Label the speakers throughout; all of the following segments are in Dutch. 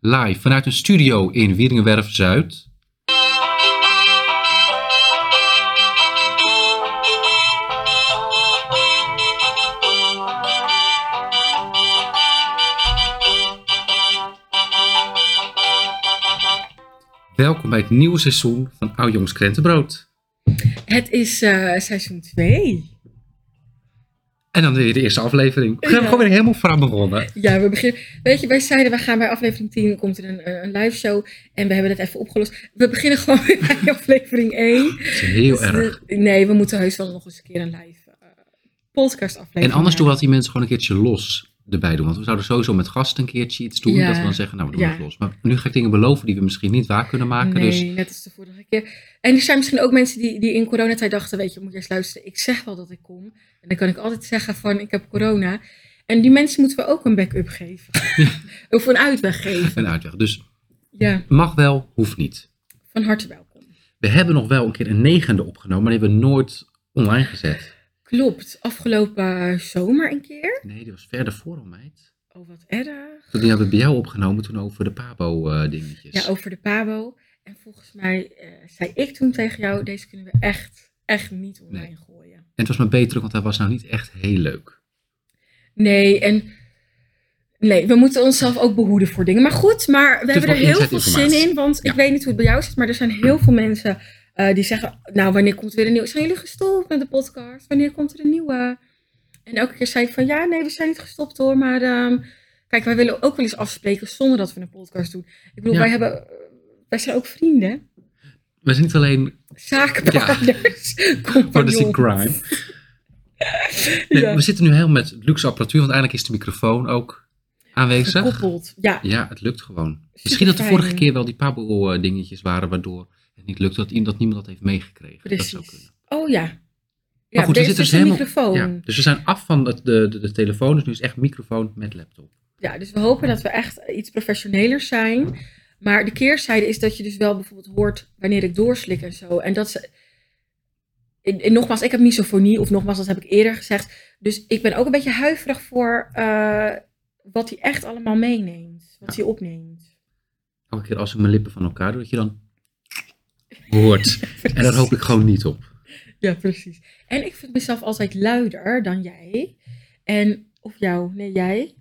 Speaker 1: live vanuit een studio in Wieringenwerf Zuid. Welkom bij het nieuwe seizoen van Oud Jongs Krentenbrood.
Speaker 2: Het is eh, seizoen 2.
Speaker 1: En dan weer de eerste aflevering. We zijn
Speaker 2: Ja.
Speaker 1: gewoon weer helemaal van begonnen.
Speaker 2: Ja, we beginnen. Weet je, wij zeiden we gaan bij aflevering 10 komt er een, een, een live show. En we hebben het even opgelost. We beginnen gewoon weer bij aflevering 1.
Speaker 1: Het is heel erg.
Speaker 2: nee, we moeten heus wel nog eens een keer een live eh, podcast aflevering.
Speaker 1: En anders doen we dat die mensen gewoon een keertje los erbij doen. Want we zouden sowieso met gasten een keertje iets doen.
Speaker 2: Ja.
Speaker 1: Dat we dan zeggen, nou we doen
Speaker 2: Ja.
Speaker 1: het los. Maar nu ga ik dingen beloven die we misschien niet waar kunnen maken.
Speaker 2: Nee,
Speaker 1: Dus
Speaker 2: net als de vorige keer. En er zijn misschien ook mensen die, die in coronatijd dachten, weet je, moet je eens luisteren, ik zeg wel dat ik kom. En dan kan ik altijd zeggen van, ik heb corona. En die mensen moeten we ook een backup geven. of een uitweg geven.
Speaker 1: een uitweg. Dus
Speaker 2: Ja,
Speaker 1: mag wel, hoeft niet.
Speaker 2: van harte welkom.
Speaker 1: We hebben nog wel een keer een negende opgenomen, maar die hebben we nooit online gezet.
Speaker 2: Klopt, afgelopen zomer een keer.
Speaker 1: Nee, die was verder voor al, meid.
Speaker 2: Oh, wat erg.
Speaker 1: Toen die hebben we bij jou opgenomen, toen over de Pabo-dingetjes.
Speaker 2: Ja, over de Pabo. En volgens mij eh, zei ik toen tegen jou, deze kunnen we echt, echt niet online
Speaker 1: Nee.
Speaker 2: gooien.
Speaker 1: En het was maar beter, want hij was nou niet echt heel leuk.
Speaker 2: Nee, en nee, we moeten onszelf ook behoeden voor dingen. Maar goed, maar we hebben
Speaker 1: wel
Speaker 2: er heel veel
Speaker 1: inzet informatie.
Speaker 2: zin in, want
Speaker 1: Ja.
Speaker 2: ik weet niet hoe het bij jou zit, maar er zijn heel veel mensen eh, die zeggen, nou, wanneer komt er weer een nieuwe? Zijn jullie gestopt met de podcast? Wanneer komt er een nieuwe? En elke keer zei ik van, ja, nee, we zijn niet gestopt hoor, maar ehm, kijk, wij willen ook wel eens afspreken zonder dat we een podcast doen. Ik bedoel,
Speaker 1: Ja.
Speaker 2: wij hebben, wij zijn ook vrienden,
Speaker 1: We zijn niet alleen Oh,
Speaker 2: zakenpartners,
Speaker 1: voor de
Speaker 2: compagnons.
Speaker 1: crime. Nee,
Speaker 2: Ja.
Speaker 1: We zitten nu heel met luxe apparatuur, want eindelijk is de microfoon ook aanwezig.
Speaker 2: Gekoppeld, ja.
Speaker 1: Ja, het lukt gewoon. Misschien dat de
Speaker 2: fijn.
Speaker 1: vorige keer wel die Pabo-dingetjes waren, waardoor het niet lukt dat, i- dat niemand dat heeft meegekregen.
Speaker 2: Precies.
Speaker 1: Dat zou kunnen.
Speaker 2: Oh ja. Ja,
Speaker 1: Maar goed, we
Speaker 2: deze
Speaker 1: zitten
Speaker 2: is
Speaker 1: dus
Speaker 2: een
Speaker 1: helemaal-
Speaker 2: microfoon.
Speaker 1: Ja, dus we zijn af van het, de, de, de telefoon, dus nu is echt microfoon met laptop.
Speaker 2: Ja, dus we hopen dat we echt iets professioneler zijn. Maar de keerzijde is dat je dus wel bijvoorbeeld hoort wanneer ik doorslik en zo. En dat ze. En, en nogmaals, ik heb misofonie, of nogmaals, dat heb ik eerder gezegd. Dus ik ben ook een beetje huiverig voor eh, wat hij echt allemaal meeneemt. Wat hij opneemt.
Speaker 1: Elke keer als ik mijn lippen van elkaar doe, dat je dan hoort. en daar hoop ik gewoon niet op.
Speaker 2: Ja, precies. En ik vind mezelf altijd luider dan jij. En, of jou, nee, jij.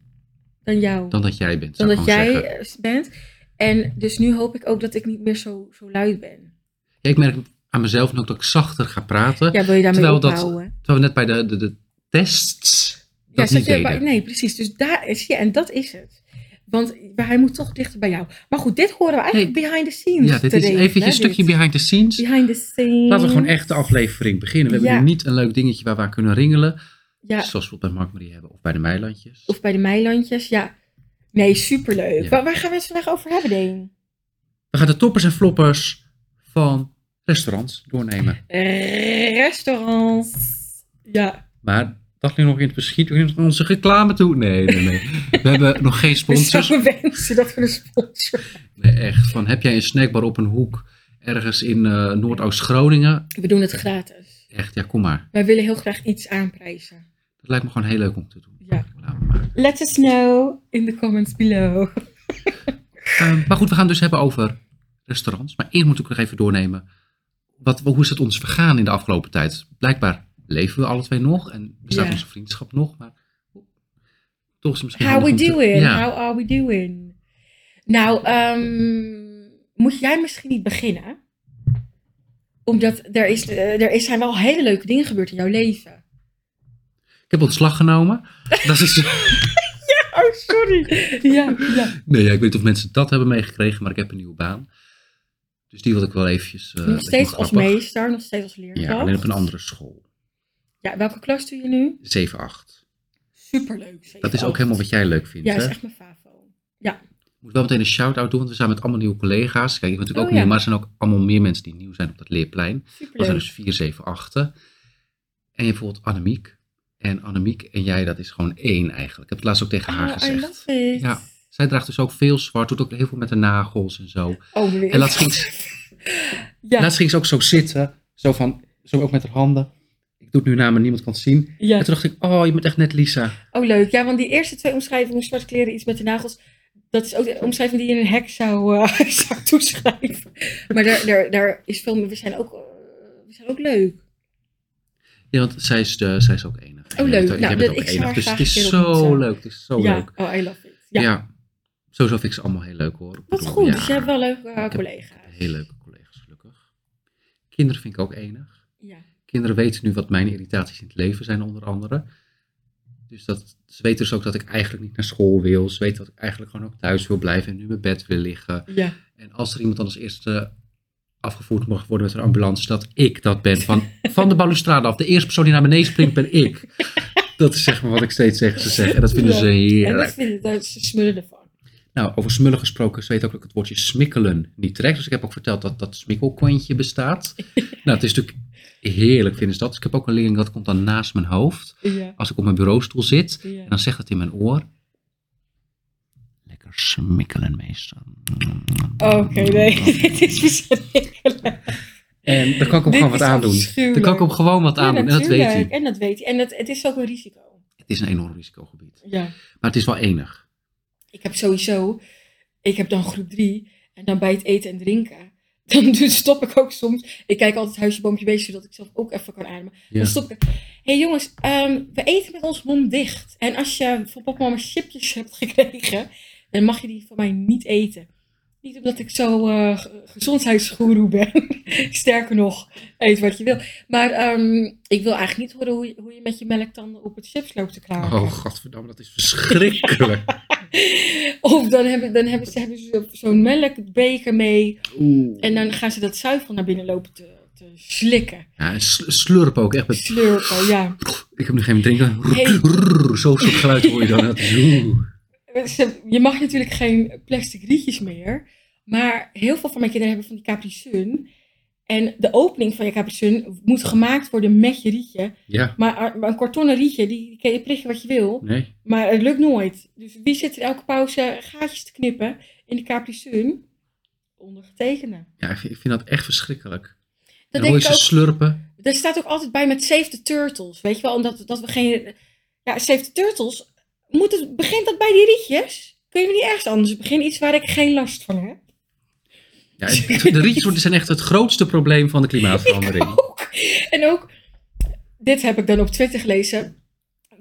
Speaker 2: Dan jou.
Speaker 1: Dan dat jij bent,
Speaker 2: dan
Speaker 1: zou ik
Speaker 2: dat
Speaker 1: gewoon
Speaker 2: jij
Speaker 1: zeggen.
Speaker 2: eh, bent. En dus nu hoop ik ook dat ik niet meer zo, zo luid ben.
Speaker 1: Ja, ik merk aan mezelf nu ook dat ik zachter ga praten.
Speaker 2: Ja, wil je daarmee
Speaker 1: Terwijl dat-
Speaker 2: ophouden?
Speaker 1: Terwijl we net bij de, de, de tests
Speaker 2: Ja,
Speaker 1: dat
Speaker 2: zat
Speaker 1: niet
Speaker 2: je,
Speaker 1: deden.
Speaker 2: bij- nee, precies. Dus daar is je, en dat is het. Want hij moet toch dichter bij jou. Maar goed, dit horen we eigenlijk behind the scenes.
Speaker 1: ja, dit
Speaker 2: te
Speaker 1: is
Speaker 2: regelen,
Speaker 1: eventjes
Speaker 2: hè,
Speaker 1: een stukje
Speaker 2: dit.
Speaker 1: behind the scenes.
Speaker 2: behind the scenes.
Speaker 1: Laten we gewoon echt de aflevering beginnen. We hebben
Speaker 2: Mhm. Ja.
Speaker 1: nu niet een leuk dingetje waar we aan kunnen ringelen.
Speaker 2: Ja,
Speaker 1: Zoals we het bij Mark Marie hebben of bij de Meilandjes.
Speaker 2: of bij de Meilandjes, ja. Nee, superleuk.
Speaker 1: Ja.
Speaker 2: Waar, waar gaan we het vandaag over hebben, Deen?
Speaker 1: We gaan de toppers en floppers van restaurants doornemen.
Speaker 2: Restaurants. Ja,
Speaker 1: Maar dat ligt nog in het verschiet, nog niet aan onze reclame toe. Nee, nee, nee. We hebben nog geen
Speaker 2: we
Speaker 1: sponsors.
Speaker 2: zouden wensen dat we een sponsor...
Speaker 1: Nee, echt. Van, heb jij een snackbar op een hoek ergens in eh, Noordoost-Groningen?
Speaker 2: We doen het gratis.
Speaker 1: Echt, ja, kom maar.
Speaker 2: Wij willen heel graag iets aanprijzen.
Speaker 1: Dat lijkt me gewoon heel leuk om te doen.
Speaker 2: Ja.
Speaker 1: Reclame maken.
Speaker 2: Let us know in the comments below.
Speaker 1: Ehm, maar goed, we gaan het dus hebben over restaurants. Maar eerst moet ik nog even doornemen. Wat, hoe is het ons vergaan in de afgelopen tijd? Blijkbaar leven we alle twee nog en bestaat
Speaker 2: Ja.
Speaker 1: onze vriendschap nog. Maar toch is het misschien.
Speaker 2: How we
Speaker 1: handig om te-
Speaker 2: doing?
Speaker 1: Ja.
Speaker 2: How are we doing? Nou, ehm, moet jij misschien niet beginnen? Omdat er, is, eh, er is- zijn wel hele leuke dingen gebeurd in jouw leven.
Speaker 1: Ik heb ontslag genomen. Dat is,
Speaker 2: Oh, sorry. ja,
Speaker 1: Eh,
Speaker 2: ja.
Speaker 1: nee, ja, ik weet niet of mensen dat hebben meegekregen, maar ik heb een nieuwe baan. Dus die wil ik wel eventjes. eh,
Speaker 2: Nog
Speaker 1: dat is wel
Speaker 2: steeds als
Speaker 1: grappig.
Speaker 2: meester, nog steeds als leerkracht.
Speaker 1: Ja, alleen op een andere school.
Speaker 2: Ja, welke klas doe je nu?
Speaker 1: 7-8.
Speaker 2: Superleuk. zeven,
Speaker 1: Dat is ook
Speaker 2: acht.
Speaker 1: helemaal wat jij leuk vindt.
Speaker 2: Ja, dat
Speaker 1: hè?
Speaker 2: is echt mijn favo. Ja,
Speaker 1: Ik moet wel meteen een shout-out doen, want we zijn met allemaal nieuwe collega's. Kijk, ik ben natuurlijk
Speaker 2: Oh,
Speaker 1: ook
Speaker 2: ja.
Speaker 1: nieuw, maar er zijn ook allemaal meer mensen die nieuw zijn op dat leerplein. Dat zijn
Speaker 2: superleuk.
Speaker 1: dus 4, 7, 8. En je hebt bijvoorbeeld Annemiek. En Annemiek en jij, dat is gewoon één eigenlijk. Ik heb het laatst ook tegen haar
Speaker 2: Oh, I love
Speaker 1: gezegd.
Speaker 2: it.
Speaker 1: Ja. Zij draagt dus ook veel zwart, doet ook heel veel met de nagels en zo.
Speaker 2: Oh, nee.
Speaker 1: En laatst ging, ze-
Speaker 2: Ja,
Speaker 1: laatst ging ze ook zo zitten, zo van, zo ook met haar handen. Ik doe het nu na, maar niemand kan het zien.
Speaker 2: ja.
Speaker 1: En toen dacht ik, oh, je bent echt net Lisa.
Speaker 2: Oh, leuk. Ja, want die eerste twee omschrijvingen, zwart kleren, iets met de nagels. Dat is ook de omschrijving die je een hek zou, eh, zou toeschrijven. Maar daar, daar, daar is veel meer. We zijn ook, eh, we zijn ook leuk.
Speaker 1: Ja, want zij is, de, zij is ook enig. En jij
Speaker 2: leuk.
Speaker 1: bent ook-
Speaker 2: Nou,
Speaker 1: jij bent
Speaker 2: dat-
Speaker 1: ook
Speaker 2: ik zou
Speaker 1: enig.
Speaker 2: haar
Speaker 1: Dus het
Speaker 2: graag
Speaker 1: is
Speaker 2: een keer ontmoeten.
Speaker 1: zo leuk. Het is zo
Speaker 2: ja.
Speaker 1: leuk.
Speaker 2: Oh, I love it. Ja.
Speaker 1: Ja. Sowieso vind ik ze allemaal heel leuk hoor. Ik
Speaker 2: Wat
Speaker 1: bedoel,
Speaker 2: goed.
Speaker 1: ja,
Speaker 2: Dus je hebt wel leuke eh,
Speaker 1: heb
Speaker 2: collega's.
Speaker 1: Heel leuke collega's, gelukkig. Kinderen vind ik ook enig.
Speaker 2: Ja.
Speaker 1: Kinderen weten nu wat mijn irritaties in het leven zijn, onder andere. Dus dat, ze weten dus ook dat ik eigenlijk niet naar school wil. Ze weten dat ik eigenlijk gewoon ook thuis wil blijven en nu in mijn bed wil liggen.
Speaker 2: ja.
Speaker 1: En als er iemand dan als eerste afgevoerd mag worden met een ambulance, dat ik dat ben. Van, van de balustrade af. De eerste persoon die naar beneden springt, ben ik. Dat is zeg maar wat ik steeds tegen ze zeg. En dat vinden
Speaker 2: Ja.
Speaker 1: ze
Speaker 2: En
Speaker 1: heerlijk.
Speaker 2: dat vind ik, daar ze smullen ervan.
Speaker 1: Nou, over smullen gesproken, ze weten ook dat ik het woordje smikkelen niet trek. Dus ik heb ook verteld dat dat smikkelkontje bestaat. nou, het is natuurlijk heerlijk, vinden ze dat. Dus ik heb ook een leerling dat komt dan naast mijn hoofd.
Speaker 2: Ja.
Speaker 1: Als ik op mijn bureaustoel zit
Speaker 2: Ja.
Speaker 1: en dan zegt het in mijn oor. Lekker smikkelen, meester.
Speaker 2: Oké, nee. Dit is verschrikkelijk.
Speaker 1: En daar kan ik hem
Speaker 2: Dit
Speaker 1: gewoon wat
Speaker 2: is
Speaker 1: aandoen. Daar
Speaker 2: afschuwelijk.
Speaker 1: kan ik hem gewoon wat
Speaker 2: Ja,
Speaker 1: aandoen. En dat weet
Speaker 2: natuurlijk.
Speaker 1: hij.
Speaker 2: En dat weet hij. En dat, het is ook een risico.
Speaker 1: Het is een enorm risicogebied.
Speaker 2: Ja.
Speaker 1: Maar het is wel enig.
Speaker 2: Ik heb sowieso, ik heb dan groep drie en dan bij het eten en drinken. Dan doe- stop ik ook soms. Ik kijk altijd huisje, boompje, beestje, zodat ik zelf ook even kan ademen.
Speaker 1: Ja.
Speaker 2: Dan stop ik. Hé hey jongens, ehm, we eten met ons mond dicht. En als je van popmama chipjes hebt gekregen, dan mag je die van mij niet eten. Niet omdat ik zo eh, ge- gezondheidsgoeroe ben. Sterker nog, eet wat je wil. Maar ehm, ik wil eigenlijk niet horen hoe je, hoe je met je melktanden op het chips loopt te kraken.
Speaker 1: Oh, godverdamme, dat is verschrikkelijk.
Speaker 2: Of dan hebben, dan hebben ze, hebben ze zo'n melkbeker mee.
Speaker 1: Oeh.
Speaker 2: En dan gaan ze dat zuivel naar binnen lopen te, te slikken.
Speaker 1: Ja, en sl- slurpen ook echt met
Speaker 2: Slurpen, ja.
Speaker 1: Ik heb nog geen drinken.
Speaker 2: Hey.
Speaker 1: Zo'n soort geluid hoor je dan. Dat is- oeh.
Speaker 2: Ze- Je mag natuurlijk geen plastic rietjes meer. Maar heel veel van mijn kinderen hebben van die Capri Sun. En de opening van je Capri Sun moet gemaakt worden met je rietje.
Speaker 1: Ja,
Speaker 2: Maar maar een kartonnen rietje, die die kan je prikken wat je wil.
Speaker 1: nee.
Speaker 2: Maar het lukt nooit. Dus wie zit er elke pauze gaatjes te knippen in de Capri Sun? Ondergetekende.
Speaker 1: Ja, ik vind, ik vind dat echt verschrikkelijk.
Speaker 2: Dat
Speaker 1: en dan hoor
Speaker 2: denk
Speaker 1: je
Speaker 2: ik
Speaker 1: ze
Speaker 2: ook.
Speaker 1: slurpen.
Speaker 2: Er staat ook altijd bij met Save the Turtles. Weet je wel, omdat dat we geen. Ja, Save the Turtles. Moet het, begint dat bij die rietjes? Kun je me niet ergens anders beginnen? Iets waar ik geen last van heb.
Speaker 1: Ja, het- de rietjes worden- zijn echt het grootste probleem van de klimaatverandering.
Speaker 2: Ook. En ook, dit heb ik dan op Twitter gelezen.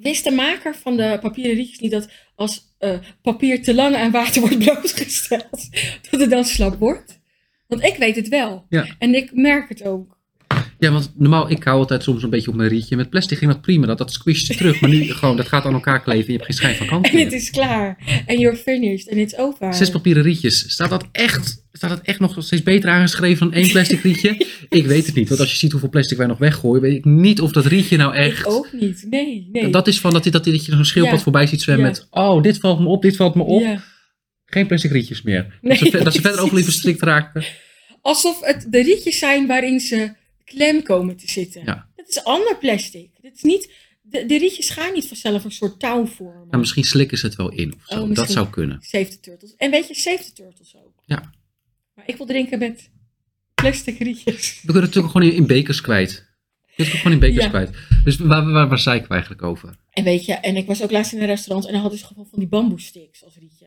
Speaker 2: Wist de maker van de papieren rietjes niet dat als eh, papier te lang aan water wordt blootgesteld, dat het dan slap wordt? Want ik weet het wel.
Speaker 1: Ja.
Speaker 2: En ik merk het ook.
Speaker 1: Ja, want normaal, ik hou altijd soms een beetje op mijn rietje. Met plastic ging dat prima, dat, dat squishte terug. Maar nu gewoon, dat gaat aan elkaar kleven en je hebt geen schijn van kant
Speaker 2: En het
Speaker 1: meer.
Speaker 2: is klaar. En you're finished. En it's over.
Speaker 1: Zes papieren rietjes. Staat dat, echt, staat dat echt nog steeds beter aangeschreven dan één plastic rietje? Ik weet het niet, want als je ziet hoeveel plastic wij nog weggooien, weet ik niet of dat rietje nou echt...
Speaker 2: Ik ook niet. Nee, nee.
Speaker 1: En Dat is van dat, dit- dat, dit- dat je zo'n schildpad
Speaker 2: Ja.
Speaker 1: voorbij ziet zwemmen
Speaker 2: Ja.
Speaker 1: met... Oh, dit valt me op, dit valt me op.
Speaker 2: Ja.
Speaker 1: Geen plastic rietjes meer. dat,
Speaker 2: Nee,
Speaker 1: ze, ve- dat ze verder ook
Speaker 2: precies.
Speaker 1: liever verstrikt raakten.
Speaker 2: Alsof het de rietjes zijn waarin ze klem komen te zitten.
Speaker 1: Ja.
Speaker 2: Dat is ander plastic. Dat is niet, de, de rietjes gaan niet vanzelf een soort touw vormen.
Speaker 1: Maar Nou, misschien slikken ze het wel in of
Speaker 2: Oh,
Speaker 1: zo. dat
Speaker 2: misschien.
Speaker 1: zou kunnen.
Speaker 2: Save the turtles. En weet je, save the turtles ook.
Speaker 1: Ja.
Speaker 2: Maar ik wil drinken met plastic rietjes.
Speaker 1: We kunnen het natuurlijk gewoon in, in bekers kwijt. We kunnen het ook gewoon in bekers
Speaker 2: Ja.
Speaker 1: kwijt. Dus waar, waar, waar zei ik eigenlijk over?
Speaker 2: En weet je, en ik was ook laatst in een restaurant en dan hadden ze gewoon van die bamboesticks als rietje.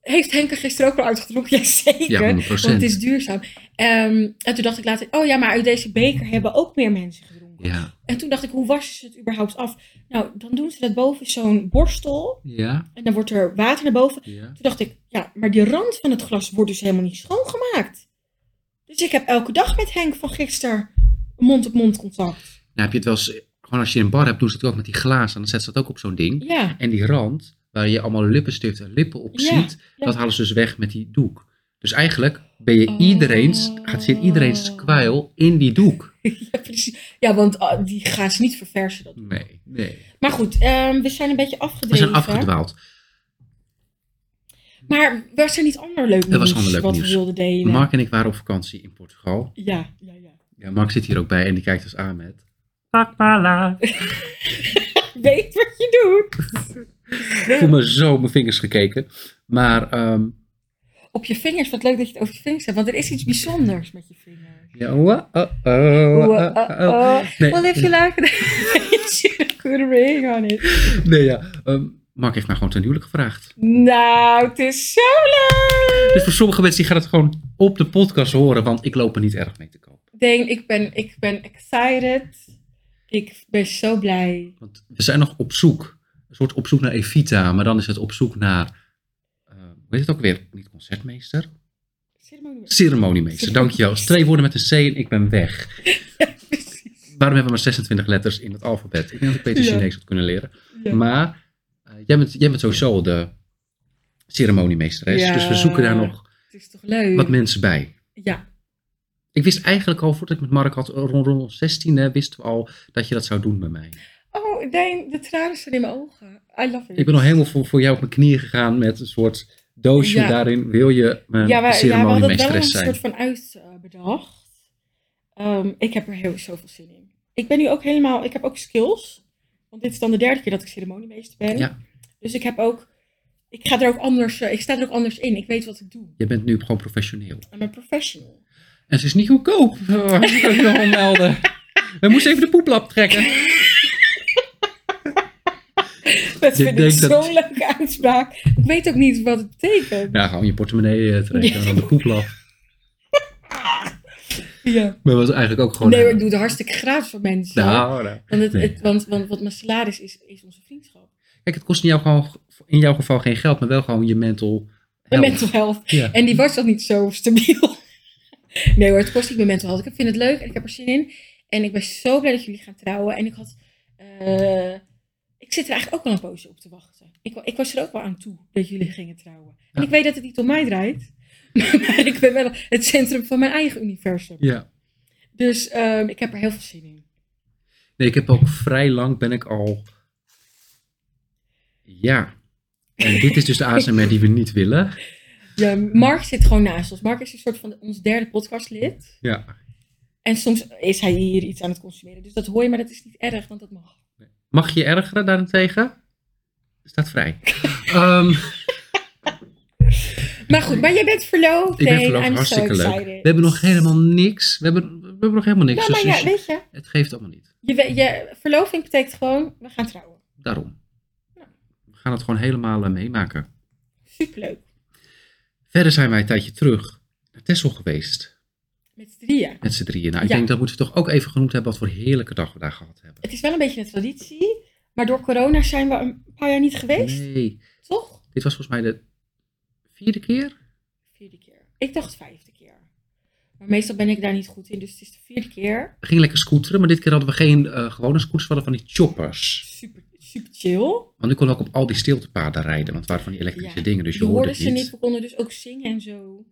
Speaker 2: Heeft Henke gisteren ook al uitgedronken? Jazeker.
Speaker 1: Ja, 100
Speaker 2: want het is duurzaam. Ehm, en toen dacht ik later, oh ja, maar uit deze beker hebben ook meer mensen gedronken.
Speaker 1: Ja.
Speaker 2: En toen dacht ik, hoe wassen ze het überhaupt af? Nou, dan doen ze dat boven zo'n borstel.
Speaker 1: Ja.
Speaker 2: En dan wordt er water naar boven.
Speaker 1: ja.
Speaker 2: Toen dacht ik, ja, maar die rand van het glas wordt dus helemaal niet schoongemaakt. Dus ik heb elke dag met Henk van gisteren een mond-op-mond contact.
Speaker 1: Nou heb je het wel eens... Gewoon als je een bar hebt, doen ze het ook met die glazen. Dan zetten ze dat ook op zo'n ding.
Speaker 2: Ja,
Speaker 1: En die rand, waar je allemaal lippenstift en lippen op
Speaker 2: Ja,
Speaker 1: ziet...
Speaker 2: ja.
Speaker 1: Dat halen ze dus weg met die doek. Dus eigenlijk ben je
Speaker 2: Oh.
Speaker 1: iedereens... Gaat zit iedereens kwijl in die doek.
Speaker 2: ja, precies. Ja, want ah, die gaan ze niet verversen. Dat.
Speaker 1: Nee, nee.
Speaker 2: Maar goed, ehm, we zijn een beetje
Speaker 1: We
Speaker 2: afgedreven.
Speaker 1: zijn afgedwaald.
Speaker 2: Maar was er niet ander leuk nieuws
Speaker 1: was ander leuk
Speaker 2: wat
Speaker 1: nieuws.
Speaker 2: we wilden delen?
Speaker 1: Mark en ik waren op vakantie in Portugal.
Speaker 2: Ja, ja, ja.
Speaker 1: Ja, Mark zit hier ook bij en die kijkt ons aan met...
Speaker 2: Weet wat je doet.
Speaker 1: Ik voel me zo op mijn vingers gekeken. Maar ehm
Speaker 2: Op je vingers, wat leuk dat je het over je vingers hebt. Want er is iets bijzonders met je vingers.
Speaker 1: ja, wa- oh, oh,
Speaker 2: Oeh,
Speaker 1: oh,
Speaker 2: uh,
Speaker 1: oh.
Speaker 2: oh.
Speaker 1: Nee,
Speaker 2: Well, if you like it, you should put a ring on it.
Speaker 1: nee, ja. ehm, Mark heeft mij gewoon ten huwelijk gevraagd.
Speaker 2: Nou, het is zo leuk!
Speaker 1: Dus voor sommige mensen die gaan het gewoon op de podcast horen, want ik loop er niet erg mee te koop.
Speaker 2: Ik denk, ik ben, ik ben excited. Ik ben zo blij.
Speaker 1: Want we zijn nog op zoek. Een soort op zoek naar Evita, maar dan is het op zoek naar. eh, hoe heet het ook weer? Niet concertmeester?
Speaker 2: Ceremonie.
Speaker 1: Ceremoniemeester. Dankjewel. Twee woorden met een C en ik ben weg.
Speaker 2: Precies.
Speaker 1: Waarom hebben we maar 26 letters in het alfabet? Ik denk dat ik beter
Speaker 2: Ja.
Speaker 1: Chinees had kunnen leren.
Speaker 2: Ja.
Speaker 1: Maar eh, jij, bent, jij bent sowieso de ceremoniemeesteres.
Speaker 2: Ja.
Speaker 1: Dus we zoeken daar nog
Speaker 2: Het is toch leuk?
Speaker 1: wat mensen bij.
Speaker 2: Ja,
Speaker 1: Ik wist eigenlijk al, voordat ik met Mark had, rond, rond 16 hè, wisten we al dat je dat zou doen bij mij.
Speaker 2: Oh, nee, de tranen zijn in mijn ogen. I love it.
Speaker 1: Ik ben al helemaal voor, voor jou op mijn knieën gegaan met een soort doosje.
Speaker 2: Ja.
Speaker 1: Daarin wil je mijn
Speaker 2: ja, wij, ja, we hadden het wel een
Speaker 1: ceremoniemeesteres zijn.
Speaker 2: soort van uitbedacht. bedacht. Ehm, ik heb er heel zoveel zin in. Ik ben nu ook helemaal, ik heb ook skills. Want dit is dan de derde keer dat ik ceremoniemeester ben.
Speaker 1: Ja.
Speaker 2: Dus ik heb ook, ik ga er ook anders, eh, ik sta er ook anders in. Ik weet wat ik doe.
Speaker 1: Je bent nu gewoon professioneel.
Speaker 2: Ik ben professional.
Speaker 1: En ze is niet goedkoop. Eh, Dat kan ik nog wel melden. We moesten even de poeplap trekken.
Speaker 2: Dat
Speaker 1: Je
Speaker 2: vind ik
Speaker 1: denkt
Speaker 2: zo'n
Speaker 1: dat-
Speaker 2: leuke uitspraak. Ik weet ook niet wat het betekent.
Speaker 1: Ja, gewoon je portemonnee eh, trekken en dan de poeplap.
Speaker 2: Ja.
Speaker 1: Maar dat was eigenlijk ook gewoon...
Speaker 2: Oh, Nee, maar ik doe het hartstikke graag voor mensen.
Speaker 1: Nou, nou.
Speaker 2: Want, het,
Speaker 1: Nee.
Speaker 2: het- want, want wat mijn salaris is, is onze vriendschap.
Speaker 1: Kijk, het kost in jouw, gewoon, in jouw geval geen geld, maar wel gewoon je mental
Speaker 2: Mijn
Speaker 1: health.
Speaker 2: mental health.
Speaker 1: Ja.
Speaker 2: En die was dan niet zo stabiel. Nee hoor, het kost niet mijn mental health. Ik vind het leuk en ik heb er zin in. En ik ben zo blij dat jullie gaan trouwen. En ik had... eh, ik zit er eigenlijk ook wel een poosje op te wachten. Ik, wa- ik was er ook wel aan toe dat jullie gingen trouwen. En
Speaker 1: Ja.
Speaker 2: ik weet dat het niet om mij draait. Maar ik ben wel het centrum van mijn eigen universum.
Speaker 1: Ja.
Speaker 2: Dus ehm, ik heb er heel veel zin in.
Speaker 1: Nee, ik heb ook vrij lang ben ik al... Ja. En dit is dus de ASMR die we niet willen.
Speaker 2: Ja, Mark zit gewoon naast ons. Mark is een soort van ons derde podcastlid.
Speaker 1: Ja.
Speaker 2: En soms is hij hier iets aan het consumeren. Dus dat hoor je, maar dat is niet erg, want dat mag.
Speaker 1: Mag je je ergeren daarentegen? Staat vrij. Ehm,
Speaker 2: Maar goed, maar jij bent verloofd.
Speaker 1: ik ben
Speaker 2: Deen.
Speaker 1: verloofd.
Speaker 2: I'm so
Speaker 1: Hartstikke leuk.
Speaker 2: excited.
Speaker 1: We hebben nog helemaal niks. We hebben, we hebben nog helemaal niks.
Speaker 2: Ja, maar
Speaker 1: dus-
Speaker 2: ja,
Speaker 1: dus
Speaker 2: weet je,
Speaker 1: het geeft allemaal niet.
Speaker 2: je, we- je, verloving betekent gewoon, we gaan trouwen.
Speaker 1: Daarom.
Speaker 2: Ja.
Speaker 1: We gaan het gewoon helemaal eh, meemaken.
Speaker 2: Superleuk.
Speaker 1: Verder zijn wij een tijdje terug naar Texel geweest.
Speaker 2: Met z'n drieën.
Speaker 1: Met z'n drieën. Nou, ik
Speaker 2: Ja.
Speaker 1: denk dat moeten we toch ook even genoemd hebben wat voor heerlijke dag we daar gehad hebben.
Speaker 2: Het is wel een beetje een traditie, maar door corona zijn we een paar jaar niet geweest,
Speaker 1: Nee,
Speaker 2: toch?
Speaker 1: dit was volgens mij de vierde keer.
Speaker 2: Vierde keer. Ik dacht vijfde keer. Maar meestal ben ik daar niet goed in, dus het is de vierde keer.
Speaker 1: We gingen lekker scooteren, maar dit keer hadden we geen eh, gewone scooters, we hadden van die choppers.
Speaker 2: Super, super chill.
Speaker 1: Want nu konden we ook op al die stiltepaden rijden, want het waren van die elektrische
Speaker 2: Ja,
Speaker 1: dingen, dus je
Speaker 2: Die
Speaker 1: hoorde
Speaker 2: hoorden
Speaker 1: het
Speaker 2: ze
Speaker 1: niet.
Speaker 2: niet, we konden dus ook zingen en zo.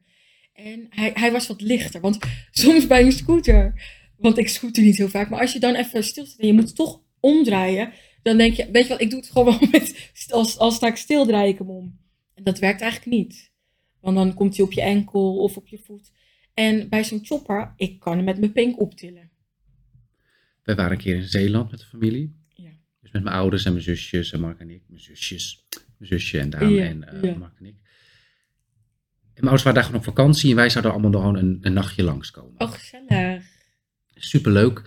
Speaker 2: En hij, hij was wat lichter, want soms bij een scooter, want ik scooter niet heel vaak, maar als je dan even stilstaat en je moet toch omdraaien, dan denk je, weet je wat, ik doe het gewoon wel met, als, als sta ik stil, draai ik hem om. En dat werkt eigenlijk niet, want dan komt hij op je enkel of op je voet. En bij zo'n chopper, ik kan hem met mijn pink optillen.
Speaker 1: We waren een keer in Zeeland met de familie.
Speaker 2: Ja.
Speaker 1: Dus met mijn ouders en mijn zusjes en Mark en ik. Mijn zusjes. Mijn zusje en Daan
Speaker 2: Ja,
Speaker 1: en eh,
Speaker 2: ja.
Speaker 1: Mark en ik. En mijn ouders waren daar gewoon op vakantie en wij zouden allemaal gewoon een, een nachtje langskomen.
Speaker 2: Oh, gezellig.
Speaker 1: Superleuk.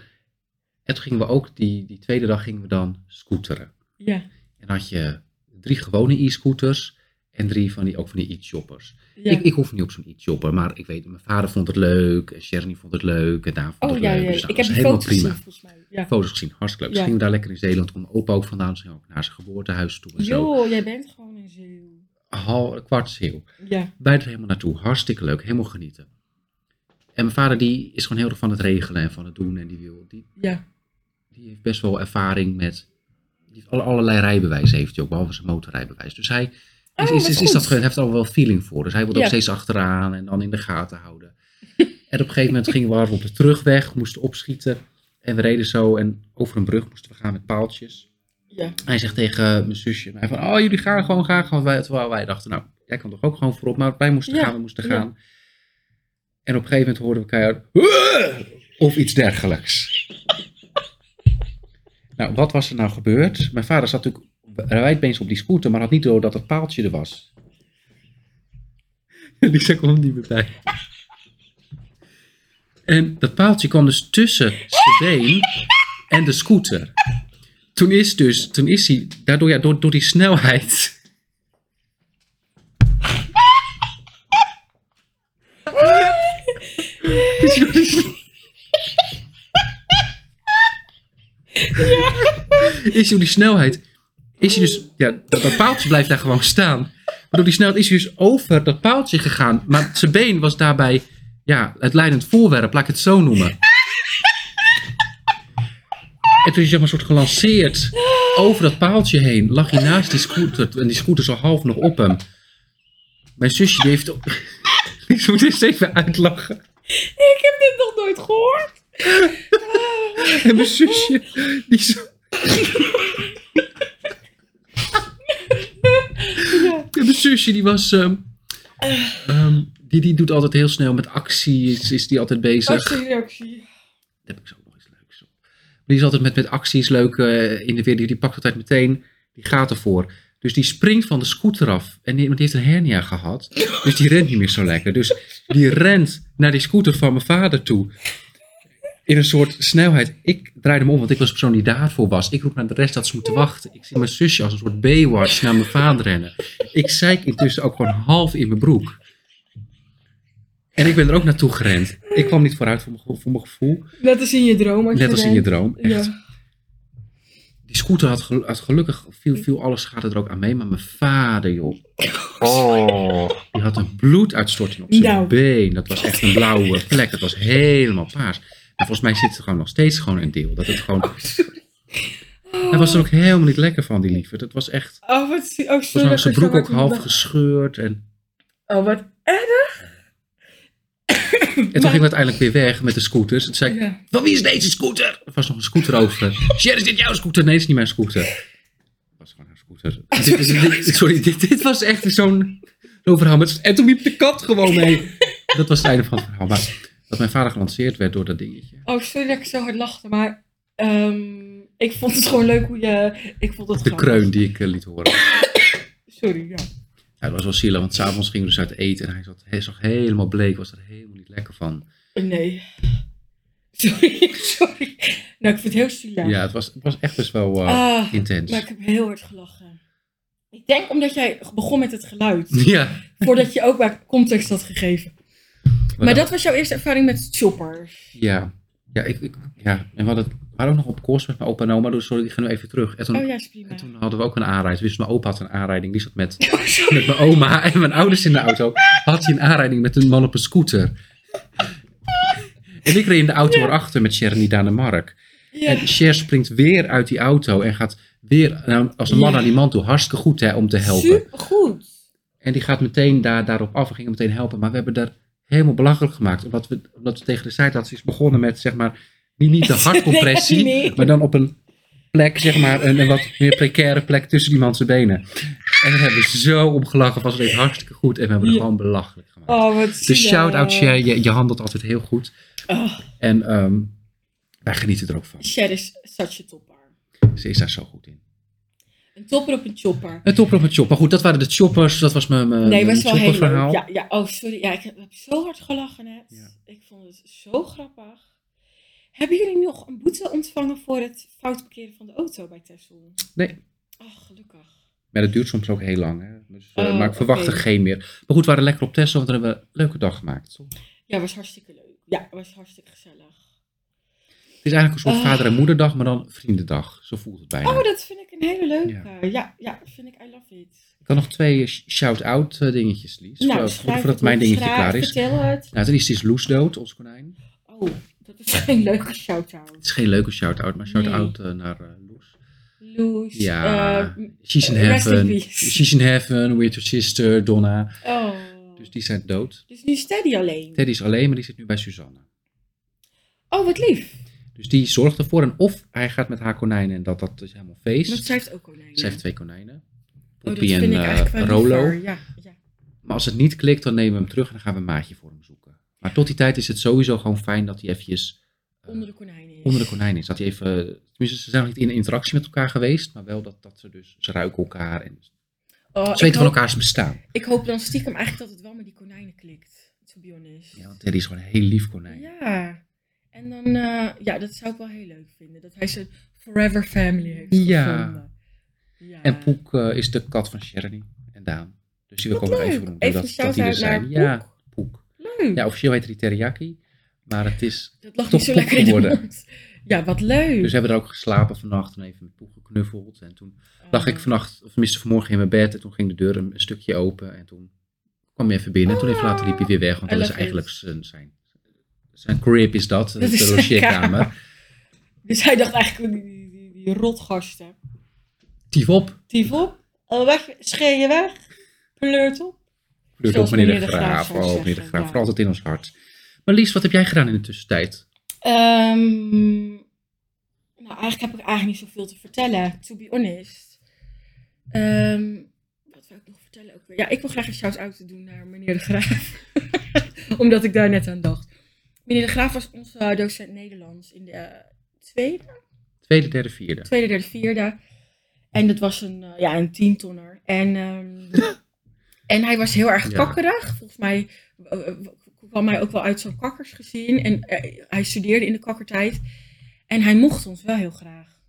Speaker 1: En toen gingen we ook, die, die tweede dag gingen we dan scooteren.
Speaker 2: Ja.
Speaker 1: En dan had je drie gewone e-scooters en drie van die, ook van die e-choppers.
Speaker 2: ja.
Speaker 1: Ik, ik hoef niet op zo'n e-chopper, maar ik weet, mijn vader vond het leuk en Sherry vond het leuk en Daan vond
Speaker 2: oh
Speaker 1: het
Speaker 2: ja,
Speaker 1: leuk.
Speaker 2: ja.
Speaker 1: Dus dat
Speaker 2: ik
Speaker 1: was
Speaker 2: heb die
Speaker 1: helemaal
Speaker 2: foto's
Speaker 1: prima
Speaker 2: gezien volgens mij. Ja.
Speaker 1: foto's gezien. Hartstikke leuk. Ze
Speaker 2: Ja.
Speaker 1: gingen daar lekker in Zeeland. Toen mijn opa ook vandaan. Ze gingen ook naar zijn geboortehuis toe. En zo.
Speaker 2: Joh, jij bent gewoon een ziel.
Speaker 1: Hal, kwart zeeuw.
Speaker 2: Ja.
Speaker 1: Wij er helemaal naartoe. Hartstikke leuk. Helemaal genieten. En mijn vader die is gewoon heel erg van het regelen en van het doen. En die, wil, die,
Speaker 2: Ja,
Speaker 1: die heeft best wel ervaring met... Die heeft alle, allerlei rijbewijzen heeft hij ook. Behalve zijn motorrijbewijs. Dus hij is,
Speaker 2: Oh,
Speaker 1: is,
Speaker 2: wat
Speaker 1: is, is
Speaker 2: goed.
Speaker 1: dat, ge- heeft er al wel feeling voor. Dus hij wilde
Speaker 2: Ja.
Speaker 1: ook steeds achteraan en dan in de gaten houden. en op een gegeven moment gingen we op de terugweg. Moesten opschieten. En we reden zo. En over een brug moesten we gaan met paaltjes.
Speaker 2: ja.
Speaker 1: Hij zegt tegen mijn zusje en mij van, oh jullie gaan gewoon graag. Want wij, terwijl wij dachten, nou, jij kan toch ook gewoon voorop. Maar wij moesten
Speaker 2: Ja,
Speaker 1: gaan, we moesten
Speaker 2: ja.
Speaker 1: gaan. En op een gegeven moment hoorden we keihard, "Huah!" of iets dergelijks. nou, wat was er nou gebeurd? Mijn vader zat natuurlijk wijdbeens op die scooter, maar had niet door dat het paaltje er was. En ik zei, kom niet meer bij. En dat paaltje kwam dus tussen zijn been en de scooter. toen is dus, toen is hij, daardoor ja, door, door die snelheid. Dus door die sne- Is door die snelheid, is hij dus, ja, dat, dat paaltje blijft daar gewoon staan. Maar door die snelheid is hij dus over dat paaltje gegaan. Maar zijn been was daarbij, ja, het leidend voorwerp, laat ik het zo noemen. En toen is hij zeg maar soort gelanceerd over dat paaltje heen. Lag hij naast die scooter. En die scooter zo half nog op hem. Mijn zusje die heeft... ik moet eens even uitlachen.
Speaker 2: Ik heb dit nog nooit gehoord.
Speaker 1: En mijn zusje die zo... En mijn zusje die was... ehm, ehm, die, die doet altijd heel snel met acties. Is die altijd
Speaker 2: Oh,
Speaker 1: bezig.
Speaker 2: Actiereactie.
Speaker 1: Daar heb ik zo nog iets leuks op. Maar die is altijd met, met acties leuk eh, in de weer. Die, die pakt altijd meteen. Die gaat ervoor. Dus die springt van de scooter af. En die, want die heeft een hernia gehad. Dus die rent niet meer zo lekker. Dus die rent naar die scooter van mijn vader toe. In een soort snelheid. Ik draaide hem om, want ik was de persoon die daarvoor was. Ik roep naar de rest dat ze moeten wachten. Ik zie mijn zusje als een soort Baywatch naar mijn vader rennen. Ik zeik intussen ook gewoon half in mijn broek. En ik ben er ook naartoe gerend. Ik kwam niet vooruit voor mijn, ge- voor mijn gevoel.
Speaker 2: Net als in je droom.
Speaker 1: Net als in je
Speaker 2: denkt.
Speaker 1: droom. Echt.
Speaker 2: Ja.
Speaker 1: Die scooter had, gel- had gelukkig, viel, viel alles schade er ook aan mee. Maar mijn vader, joh.
Speaker 3: Oh.
Speaker 1: Die had een bloeduitstorting op zijn
Speaker 2: Nou.
Speaker 1: been. Dat was echt een blauwe plek. Dat was helemaal paars. En volgens mij zit er gewoon nog steeds gewoon een deel. Dat het
Speaker 2: Oh.
Speaker 1: gewoon... Hij was er ook helemaal niet lekker van, die lieve. Dat was echt...
Speaker 2: Oh, wat zie- oh, sorry.
Speaker 1: Volgens mij was zijn
Speaker 2: dat ik zo
Speaker 1: broek ook
Speaker 2: hard moet
Speaker 1: half
Speaker 2: lachen.
Speaker 1: gescheurd. En,
Speaker 2: Oh, wat erg.
Speaker 1: en toen ging het uiteindelijk weer weg met de scooters. En toen zei ik,
Speaker 2: Ja.
Speaker 1: Van wie is deze scooter? Er was nog een scooter over. Sher, is dit jouw scooter? Nee, het is niet mijn scooter. Het was gewoon haar scooter. Dit- dit- dit- sorry, dit, dit was echt zo'n zo'n verhaal. met- En toen liep de kat gewoon mee. Dat was het einde van het verhaal. Maar dat mijn vader gelanceerd werd door dat dingetje.
Speaker 2: Oh, sorry dat ik zo hard lachte, maar ehm, ik vond het gewoon leuk hoe je... Ik vond het
Speaker 1: De
Speaker 2: grappig.
Speaker 1: kreun die ik eh, liet horen.
Speaker 2: Sorry, ja.
Speaker 1: Ja, dat was wel zielig, want s'avonds gingen we dus uit eten. En hij, zat, hij zag helemaal bleek, was er helemaal niet lekker van.
Speaker 2: Oh, Nee. Sorry, sorry. Nou, ik vind het heel
Speaker 1: Ja,
Speaker 2: zielig.
Speaker 1: het, was, het was echt best wel eh,
Speaker 2: Ah,
Speaker 1: intens.
Speaker 2: maar ik heb heel hard gelachen. Ik denk omdat jij begon met het geluid.
Speaker 1: Ja,
Speaker 2: Voordat je ook maar context had gegeven. Maar dat was jouw eerste ervaring met choppers.
Speaker 1: Ja, ja, ik, ik- ja. en we hadden, we waren ook nog op koers met mijn opa en oma. Dus sorry, ik ga nu even terug. En toen,
Speaker 2: Oh ja, is
Speaker 1: en
Speaker 2: prima.
Speaker 1: toen hadden we ook een aanrijding. Dus mijn opa had een aanrijding. Die zat met,
Speaker 2: Oh, sorry.
Speaker 1: met mijn oma en mijn ouders in de auto. Had hij een aanrijding met een man op een scooter. En ik reed in de auto erachter met Sharon die daar naar Mark.
Speaker 2: Ja.
Speaker 1: En Cher springt weer uit die auto en gaat weer nou, als een man
Speaker 2: Ja.
Speaker 1: naar die man toe. Hartstikke goed hè, om te helpen.
Speaker 2: Supergoed.
Speaker 1: En die gaat meteen daar, daarop af. We gingen meteen helpen. Maar we hebben daar helemaal belachelijk gemaakt. Omdat we, omdat we tegen de zijkant is begonnen met, zeg maar, niet, niet de hartcompressie.
Speaker 2: Nee, nee.
Speaker 1: Maar dan op een plek, zeg maar, een, een wat meer precaire plek tussen die man zijn benen. En we hebben zo omgelachen. Was het echt hartstikke goed. En we hebben het
Speaker 2: Ja.
Speaker 1: gewoon belachelijk gemaakt.
Speaker 2: Oh, wat
Speaker 1: dus
Speaker 2: zielig.
Speaker 1: shout-out Cher. Je, je handelt altijd heel goed.
Speaker 2: Oh,
Speaker 1: En ehm, wij genieten er ook van.
Speaker 2: Cher is such a topper.
Speaker 1: Ze is daar zo goed in.
Speaker 2: Een topper op een chopper.
Speaker 1: En topper op het chop. Maar goed, dat waren de choppers. Dat was mijn, mijn, mijn
Speaker 2: Nee, was wel heel
Speaker 1: chopperverhaal.
Speaker 2: leuk. Ja, ja, oh, sorry. Ja, ik heb, heb zo hard gelachen net.
Speaker 1: Ja.
Speaker 2: Ik vond het zo grappig. Hebben jullie nog een boete ontvangen voor het fout parkeren van de auto bij Texel?
Speaker 1: Nee.
Speaker 2: Ach, gelukkig.
Speaker 1: Maar dat duurt soms ook heel lang. Hè? Dus, eh,
Speaker 2: Oh,
Speaker 1: maar ik verwacht
Speaker 2: oké.
Speaker 1: er geen meer. Maar goed, we waren lekker op Tesla, want daar hebben we een leuke dag gemaakt.
Speaker 2: Ja, was hartstikke leuk. Ja, was hartstikke gezellig.
Speaker 1: Het is eigenlijk een soort
Speaker 2: Oh.
Speaker 1: vader- en moederdag, maar dan vriendendag. Zo voelt het bijna.
Speaker 2: Oh, dat vind ik een hele leuke. Ja, ja, vind ik I love it.
Speaker 1: Ik had nog twee eh, sh- shout-out eh, dingetjes, Lies. voor- voor-
Speaker 2: Nou, schrijf
Speaker 1: voordat
Speaker 2: het
Speaker 1: mijn
Speaker 2: op.
Speaker 1: dingetje
Speaker 2: Schrijf-
Speaker 1: klaar is.
Speaker 2: Vertel het.
Speaker 1: Nou, ten eerste is Loes dood, ons konijn.
Speaker 2: Oh, dat is geen leuke
Speaker 1: Het
Speaker 2: shout-out.
Speaker 1: is geen leuke shout-out, maar shout-out eh, naar eh, Loes.
Speaker 2: Loes.
Speaker 1: Ja,
Speaker 2: eh, m-
Speaker 1: She's in
Speaker 2: rest in
Speaker 1: heaven.
Speaker 2: peace.
Speaker 1: She's in heaven, with your sister, Donna.
Speaker 2: oh.
Speaker 1: Dus die zijn dood.
Speaker 2: Dus nu Steady alleen.
Speaker 1: Teddy is alleen, maar die zit nu bij Suzanne.
Speaker 2: Oh, wat lief.
Speaker 1: Dus die zorgt ervoor. En of hij gaat met haar konijnen en dat, dat is helemaal feest.
Speaker 2: Want zij heeft ook konijnen.
Speaker 1: Ze heeft twee konijnen.
Speaker 2: Oh, dat
Speaker 1: Poppy en
Speaker 2: vind ik eigenlijk
Speaker 1: eh,
Speaker 2: wel
Speaker 1: Rolo.
Speaker 2: liever. Ja, ja.
Speaker 1: Maar als het niet klikt, dan nemen we hem terug en dan gaan we een maatje voor hem zoeken. Maar tot die tijd is het sowieso gewoon fijn dat hij eventjes eh,
Speaker 2: Onder de konijnen is.
Speaker 1: onder de konijn is. Dat hij even, tenminste ze zijn nog niet in interactie met elkaar geweest, maar wel dat, dat ze dus, ze ruiken elkaar en ze
Speaker 2: Oh, ik,
Speaker 1: weten van
Speaker 2: hoop,
Speaker 1: elkaars bestaan.
Speaker 2: ik hoop dan stiekem eigenlijk dat het wel met die konijnen klikt. To be honest.
Speaker 1: Ja, want Teddy is gewoon een heel lief konijn.
Speaker 2: Ja. En dan, eh, ja, dat zou ik wel heel leuk vinden. Dat hij zijn Forever Family heeft
Speaker 1: Ja.
Speaker 2: gevonden. Ja.
Speaker 1: En Poek eh, is de kat van Sherry en Daan. Dus die wil ik
Speaker 2: Wat
Speaker 1: ook nog
Speaker 2: leuk.
Speaker 1: even noemen.
Speaker 2: Oh, Even
Speaker 1: dat,
Speaker 2: shout-out
Speaker 1: dat die er
Speaker 2: naar
Speaker 1: zijn.
Speaker 2: Poek.
Speaker 1: Ja, Poek.
Speaker 2: Leuk.
Speaker 1: Ja, officieel heet hij teriyaki. Maar het is...
Speaker 2: dat Dus lag
Speaker 1: toch
Speaker 2: niet zo
Speaker 1: Poek
Speaker 2: lekker in de
Speaker 1: geworden.
Speaker 2: mond. Ja, wat leuk.
Speaker 1: Dus we hebben er ook geslapen vannacht en even met Poek geknuffeld. En toen lag ik vannacht, of tenminste vanmorgen in mijn bed. En toen ging de deur een, een stukje open. En toen kwam hij even binnen. En toen even later liep hij weer weg. Want
Speaker 2: I
Speaker 1: dat is
Speaker 2: love
Speaker 1: eigenlijk
Speaker 2: it.
Speaker 1: zijn, zijn, zijn crib is dat.
Speaker 2: is
Speaker 1: de
Speaker 2: zijn
Speaker 1: logeerkamer.
Speaker 2: Dus hij dacht eigenlijk, die, die, die, die rotgasten.
Speaker 1: Tief op.
Speaker 2: Tief op, al weg, schreeuw je weg, pleurt op.
Speaker 1: Kleurt
Speaker 2: Zoals
Speaker 1: op meneer de
Speaker 2: meneer de Graaf
Speaker 1: Graaf.
Speaker 2: zou
Speaker 1: Oh,
Speaker 2: zeggen,
Speaker 1: meneer de Graaf.
Speaker 2: ja.
Speaker 1: Voor altijd in ons hart. Maar Lies, wat heb jij gedaan in de tussentijd?
Speaker 2: Ehm, nou, eigenlijk heb ik eigenlijk niet zoveel te vertellen, to be honest. Ehm, wat wil ik nog vertellen? Ook weer? Ja, ik wil graag een shout-out doen naar meneer De Graaf. Omdat ik daar net aan dacht. Meneer De Graaf was onze docent Nederlands in de eh, tweede,
Speaker 1: Tweede, derde, vierde.
Speaker 2: tweede, derde, vierde. En dat was een, eh, ja, een tientonner. En, ehm, en hij was heel erg
Speaker 1: Ja.
Speaker 2: kakkerig. Volgens mij eh, eh, kwam hij ook wel uit zo'n kakkersgezin. En eh, hij studeerde in de kakkertijd. En hij mocht ons wel heel graag.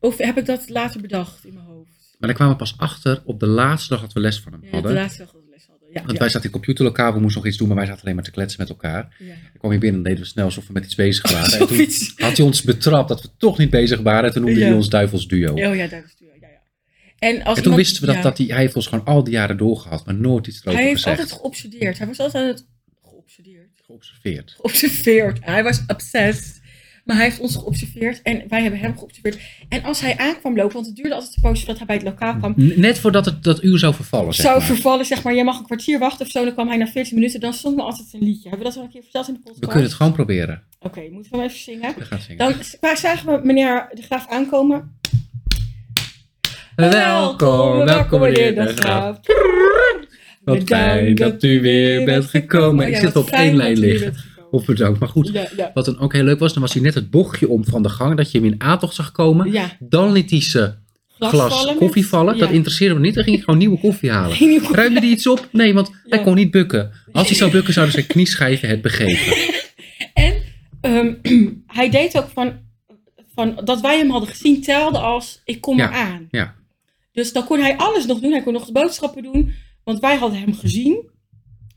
Speaker 2: Of heb ik dat later bedacht in mijn hoofd?
Speaker 1: Maar daar kwamen we pas achter op de laatste dag dat we les van hem
Speaker 2: Ja, de
Speaker 1: hadden.
Speaker 2: laatste dag dat we les hadden. Ja,
Speaker 1: Want
Speaker 2: ja,
Speaker 1: wij zaten in computerlokaal, we moesten nog iets doen, maar wij zaten alleen maar te kletsen met elkaar.
Speaker 2: ja.
Speaker 1: Ik kwam hier binnen en deden we snel alsof we met iets bezig waren. En toen
Speaker 2: Zoiets.
Speaker 1: had hij ons betrapt dat we toch niet bezig waren. En toen noemde hij
Speaker 2: Ja.
Speaker 1: ons duivels duo.
Speaker 2: Oh ja, daar is het. Ja, ja. En, als
Speaker 1: en toen
Speaker 2: iemand-
Speaker 1: wisten we dat,
Speaker 2: ja.
Speaker 1: dat hij, hij heeft ons gewoon al die jaren doorgehad, maar nooit iets erover
Speaker 2: Hij heeft
Speaker 1: gezegd.
Speaker 2: altijd geobsedeerd. Hij was altijd aan het- geobsedeerd.
Speaker 1: geobserveerd.
Speaker 2: geobserveerd. Hij was obsessed. Maar hij heeft ons geobserveerd en wij hebben hem geobserveerd. En als hij aankwam lopen, want het duurde altijd een poos voordat hij bij het lokaal kwam,
Speaker 1: N- Net voordat het, dat uur zou vervallen, zeg
Speaker 2: zou
Speaker 1: maar.
Speaker 2: vervallen, zeg maar, jij mag een kwartier wachten of zo. Dan kwam hij na 14 minuten, dan zong we altijd een liedje. Hebben we dat al een keer verteld in de podcast?
Speaker 1: We kunnen het gewoon proberen.
Speaker 2: Oké, moeten we hem even zingen?
Speaker 1: We gaan zingen.
Speaker 2: Dan s- waar zagen we meneer De Graaf aankomen.
Speaker 1: Wat fijn dat u weer bent gekomen.
Speaker 2: Oh
Speaker 1: Ik
Speaker 2: ja,
Speaker 1: zit
Speaker 2: wat
Speaker 1: op
Speaker 2: fijn
Speaker 1: één
Speaker 2: dat
Speaker 1: lijn
Speaker 2: u weer
Speaker 1: liggen.
Speaker 2: bent gekomen.
Speaker 1: Of bedankt. Maar goed,
Speaker 2: Ja, ja.
Speaker 1: wat dan ook heel leuk was, dan was hij net het bochtje om van de gang dat je hem in aantocht zag komen.
Speaker 2: ja.
Speaker 1: Dan liet hij ze glas,
Speaker 2: vallen met-
Speaker 1: koffie vallen. Dat
Speaker 2: ja.
Speaker 1: interesseerde me niet. Dan ging ik gewoon nieuwe koffie halen.
Speaker 2: Ging niet goed.
Speaker 1: Ruimde hij iets op? Nee, want hij
Speaker 2: Ja.
Speaker 1: kon niet bukken. Als hij zou bukken, zouden zijn knieschijven het begeven.
Speaker 2: En ehm, hij deed ook van, van dat wij hem hadden gezien, telde als ik kom
Speaker 1: Ja,
Speaker 2: eraan.
Speaker 1: ja.
Speaker 2: Dus dan kon hij alles nog doen. Hij kon nog de boodschappen doen, want wij hadden hem gezien.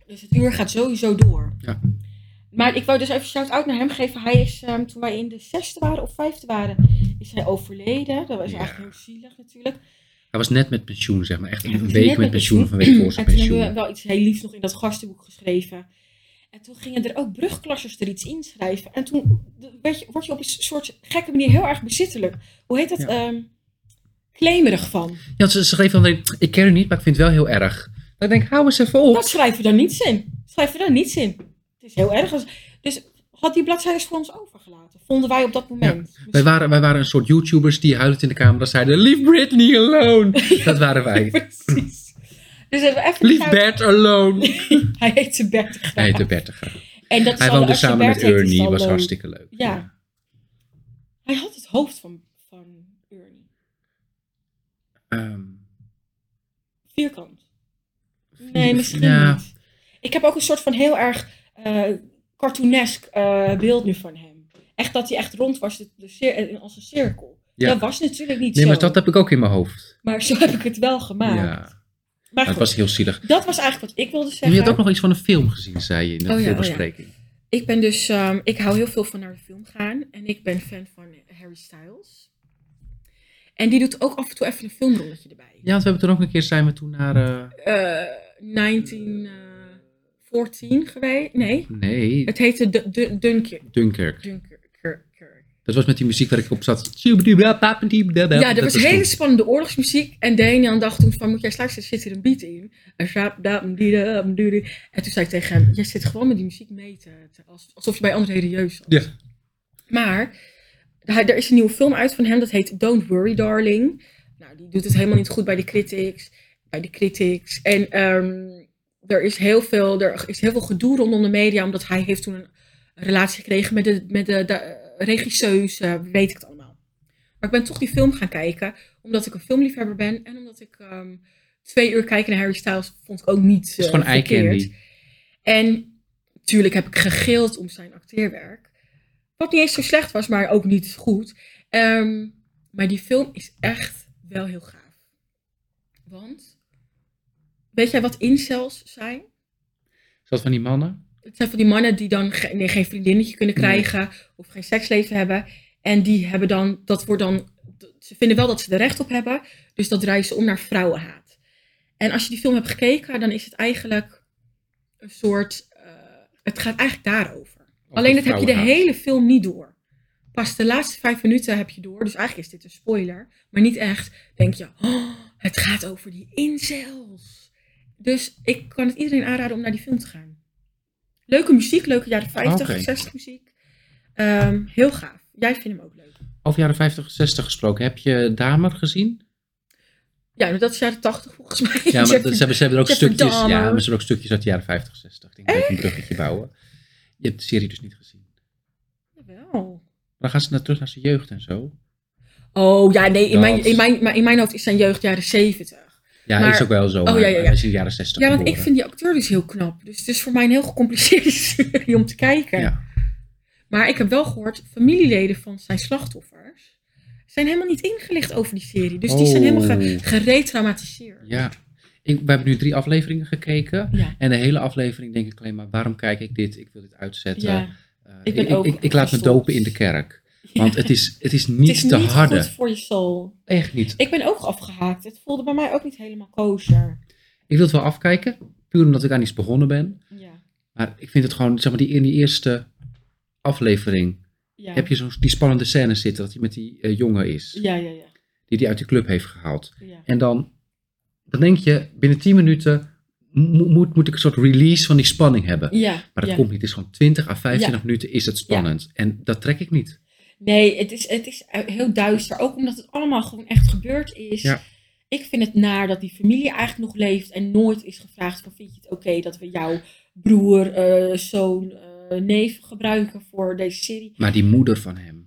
Speaker 2: Dus het uur gaat sowieso door.
Speaker 1: Ja.
Speaker 2: Maar ik wou dus even shout-out naar hem geven. Hij is, ehm, toen wij in de zesde waren of vijfde waren, is hij overleden. Dat was
Speaker 1: Ja.
Speaker 2: eigenlijk heel zielig natuurlijk.
Speaker 1: Hij was net met pensioen, zeg maar. Echt
Speaker 2: Ja,
Speaker 1: een
Speaker 2: net
Speaker 1: week met pensioen van week voor zijn
Speaker 2: En toen hebben we
Speaker 1: pensioen.
Speaker 2: wel iets heel liefs nog in dat gastenboek geschreven. En toen gingen er ook brugklassers er iets inschrijven. En toen werd je, word je op een soort gekke manier heel erg bezittelijk. Hoe heet dat?
Speaker 1: Ja.
Speaker 2: Ehm clamerig van.
Speaker 1: Ja, ze schreef dan alleen, ik ken u niet, maar ik vind het wel heel erg. Dan denk ik, hou eens even op.
Speaker 2: Dat schrijven we dan niets in. Schrijven we dan niets in. Het is heel erg. als- Dus had die bladzijdes voor ons overgelaten? Vonden wij op dat moment.
Speaker 1: Wij waren, wij waren een soort YouTubers die huilend in de camera zeiden, leave Britney alone. Dat waren wij.
Speaker 2: Precies. Dus hebben we even...
Speaker 1: Leave Bert alone.
Speaker 2: Hij heette Bert. de Graaf.
Speaker 1: Nee, de Bertiger.
Speaker 2: En dat is
Speaker 1: Hij
Speaker 2: al-
Speaker 1: woonde
Speaker 2: als je
Speaker 1: samen met
Speaker 2: Bert heet, is het
Speaker 1: Ernie,
Speaker 2: al
Speaker 1: was
Speaker 2: leuk.
Speaker 1: hartstikke leuk.
Speaker 2: Ja. Hij had het hoofd van, van Ernie.
Speaker 1: Ehm,
Speaker 2: Vierkant. Nee, misschien
Speaker 1: ja.
Speaker 2: niet. Ik heb ook een soort van heel erg eh cartoonesk eh, beeld nu van hem. Echt dat hij echt rond was, de, de cir- eh, als een cirkel.
Speaker 1: Ja.
Speaker 2: Dat was natuurlijk niet
Speaker 1: Nee,
Speaker 2: zo.
Speaker 1: maar dat heb ik ook in mijn hoofd.
Speaker 2: Maar zo heb ik het wel gemaakt.
Speaker 1: Ja,
Speaker 2: Maar
Speaker 1: dat
Speaker 2: goed,
Speaker 1: was heel zielig.
Speaker 2: dat was eigenlijk wat ik wilde
Speaker 1: En je
Speaker 2: zeggen.
Speaker 1: had ook nog iets van een film gezien, zei je in de
Speaker 2: Oh ja,
Speaker 1: filmbespreking.
Speaker 2: Ik ben dus, ehm, ik hou heel veel van naar de film gaan. En ik ben fan van Harry Styles. En die doet ook af en toe even een filmrolletje erbij.
Speaker 1: Ja, want we hebben toen ook een keer zijn we toen naar. eh,
Speaker 2: Eh, 1914 geweest. Nee.
Speaker 1: nee,
Speaker 2: Het heette Du- Du- Dunkirk.
Speaker 1: Dunkirk.
Speaker 2: Dunkirk. Kirk- Kirk.
Speaker 1: Dat was met die muziek waar ik op zat. Ja,
Speaker 2: Ja, dat was hele spannende oorlogsmuziek. En Daniel dacht toen van, moet jij straks, er zit hier een beat in. En zaap, daap, die, daap, die, die. En toen zei ik tegen hem, jij zit gewoon met die muziek mee te... te- als- alsof je bij André de Jeus zat.
Speaker 1: Ja.
Speaker 2: Maar, hij, er is een nieuwe film uit van hem, dat heet Don't Worry Darling. Nou, die doet het helemaal niet goed bij de critics. Bij de critics. En ehm, er, is heel veel, er is heel veel gedoe rondom de media, omdat hij heeft toen een relatie gekregen met de, met de, de eh, regisseuse, weet ik het allemaal. Maar ik ben toch die film gaan kijken, omdat ik een filmliefhebber ben en omdat ik ehm, twee uur kijken naar Harry Styles vond ik ook niet.
Speaker 1: Het is
Speaker 2: eh,
Speaker 1: gewoon eye
Speaker 2: verkeerd.
Speaker 1: candy.
Speaker 2: En natuurlijk heb ik gegild om zijn acteerwerk. Wat niet eens zo slecht was, maar ook niet goed. Ehm, maar die film is echt wel heel gaaf. Want, weet jij wat incels zijn?
Speaker 1: Is dat van die mannen?
Speaker 2: Het zijn van die mannen die dan ge- nee, geen vriendinnetje kunnen
Speaker 1: Nee.
Speaker 2: krijgen of geen seksleven hebben. En die hebben dan, dat wordt dan, d- ze vinden wel dat ze er recht op hebben, dus dat draaien ze om naar vrouwenhaat. En als je die film hebt gekeken, dan is het eigenlijk een soort, eh, het gaat eigenlijk daarover.
Speaker 1: Of
Speaker 2: Alleen dat
Speaker 1: dat
Speaker 2: heb je de
Speaker 1: vrouwenhaat?
Speaker 2: hele film niet door. Pas de laatste vijf minuten heb je door, dus eigenlijk is dit een spoiler. Maar niet echt, denk je, oh, het gaat over die incels. Dus ik kan het iedereen aanraden om naar die film te gaan. Leuke muziek, leuke jaren 50,
Speaker 1: Oké.
Speaker 2: 60 muziek. Ehm, heel gaaf. Jij vindt hem ook leuk.
Speaker 1: Over jaren 50, 60 gesproken. Heb je Damer gezien?
Speaker 2: Ja, nou, dat is jaren 80 volgens mij.
Speaker 1: Ja, maar
Speaker 2: Jeffrey-
Speaker 1: dat- ze hebben, ze hebben er ook
Speaker 2: Jeffrey
Speaker 1: stukjes. Ja,
Speaker 2: Dahmer.
Speaker 1: maar ze hebben ook stukjes uit de jaren 50, 60. Ik denk dat je een bruggetje bouwen. Je hebt de serie dus niet gezien.
Speaker 2: Jawel.
Speaker 1: Maar dan gaan ze naar, terug naar zijn jeugd en zo.
Speaker 2: Oh ja, nee, in
Speaker 1: Dat-
Speaker 2: mijn, in, mijn, maar in mijn hoofd is zijn jeugd jaren 70.
Speaker 1: Ja,
Speaker 2: Maar-
Speaker 1: is ook wel zo.
Speaker 2: oh,
Speaker 1: maar
Speaker 2: ja, ja, ja.
Speaker 1: Hij is in de jaren 60
Speaker 2: Ja, want ik
Speaker 1: geboren.
Speaker 2: vind die acteur dus heel knap. Dus het is voor mij een heel gecompliceerde serie om te kijken.
Speaker 1: Ja.
Speaker 2: Maar ik heb wel gehoord, familieleden van zijn slachtoffers zijn helemaal niet ingelicht over die serie. Dus die zijn
Speaker 1: Oh.
Speaker 2: helemaal ge- geretraumatiseerd.
Speaker 1: Ja. Ik, we hebben nu drie afleveringen gekeken.
Speaker 2: Ja.
Speaker 1: En de hele aflevering denk ik alleen maar, waarom kijk ik dit? Ik wil dit uitzetten.
Speaker 2: Ja.
Speaker 1: Eh,
Speaker 2: Ik ben ook
Speaker 1: ik, ik laat me
Speaker 2: gestopt.
Speaker 1: dopen in de kerk. Want het is, het is niet
Speaker 2: Het is
Speaker 1: te
Speaker 2: niet
Speaker 1: harde.
Speaker 2: goed voor je soul.
Speaker 1: Echt niet.
Speaker 2: Ik ben ook afgehaakt. Het voelde bij mij ook niet helemaal kosher.
Speaker 1: Ik wil het wel afkijken. Puur omdat ik aan iets begonnen ben.
Speaker 2: Ja.
Speaker 1: Maar ik vind het gewoon, zeg maar, die, in die eerste aflevering
Speaker 2: Ja.
Speaker 1: heb je zo'n die spannende scène zitten. Dat hij met die eh, jongen is.
Speaker 2: ja, ja, ja.
Speaker 1: Die hij uit de club heeft gehaald.
Speaker 2: ja.
Speaker 1: En dan, dan denk je, binnen 10 minuten mo- moet, moet ik een soort release van die spanning hebben.
Speaker 2: Ja,
Speaker 1: Maar dat
Speaker 2: ja.
Speaker 1: komt niet. Het is gewoon 20 à 25 minuten is het spannend. En dat trek ik niet.
Speaker 2: Nee, het is, het is heel duister. Ook omdat het allemaal gewoon echt gebeurd is.
Speaker 1: Ja.
Speaker 2: Ik vind het naar dat die familie eigenlijk nog leeft en nooit is gevraagd van vind je het oké dat we jouw broer, eh, zoon, eh, neef gebruiken voor deze serie.
Speaker 1: Maar die moeder van hem.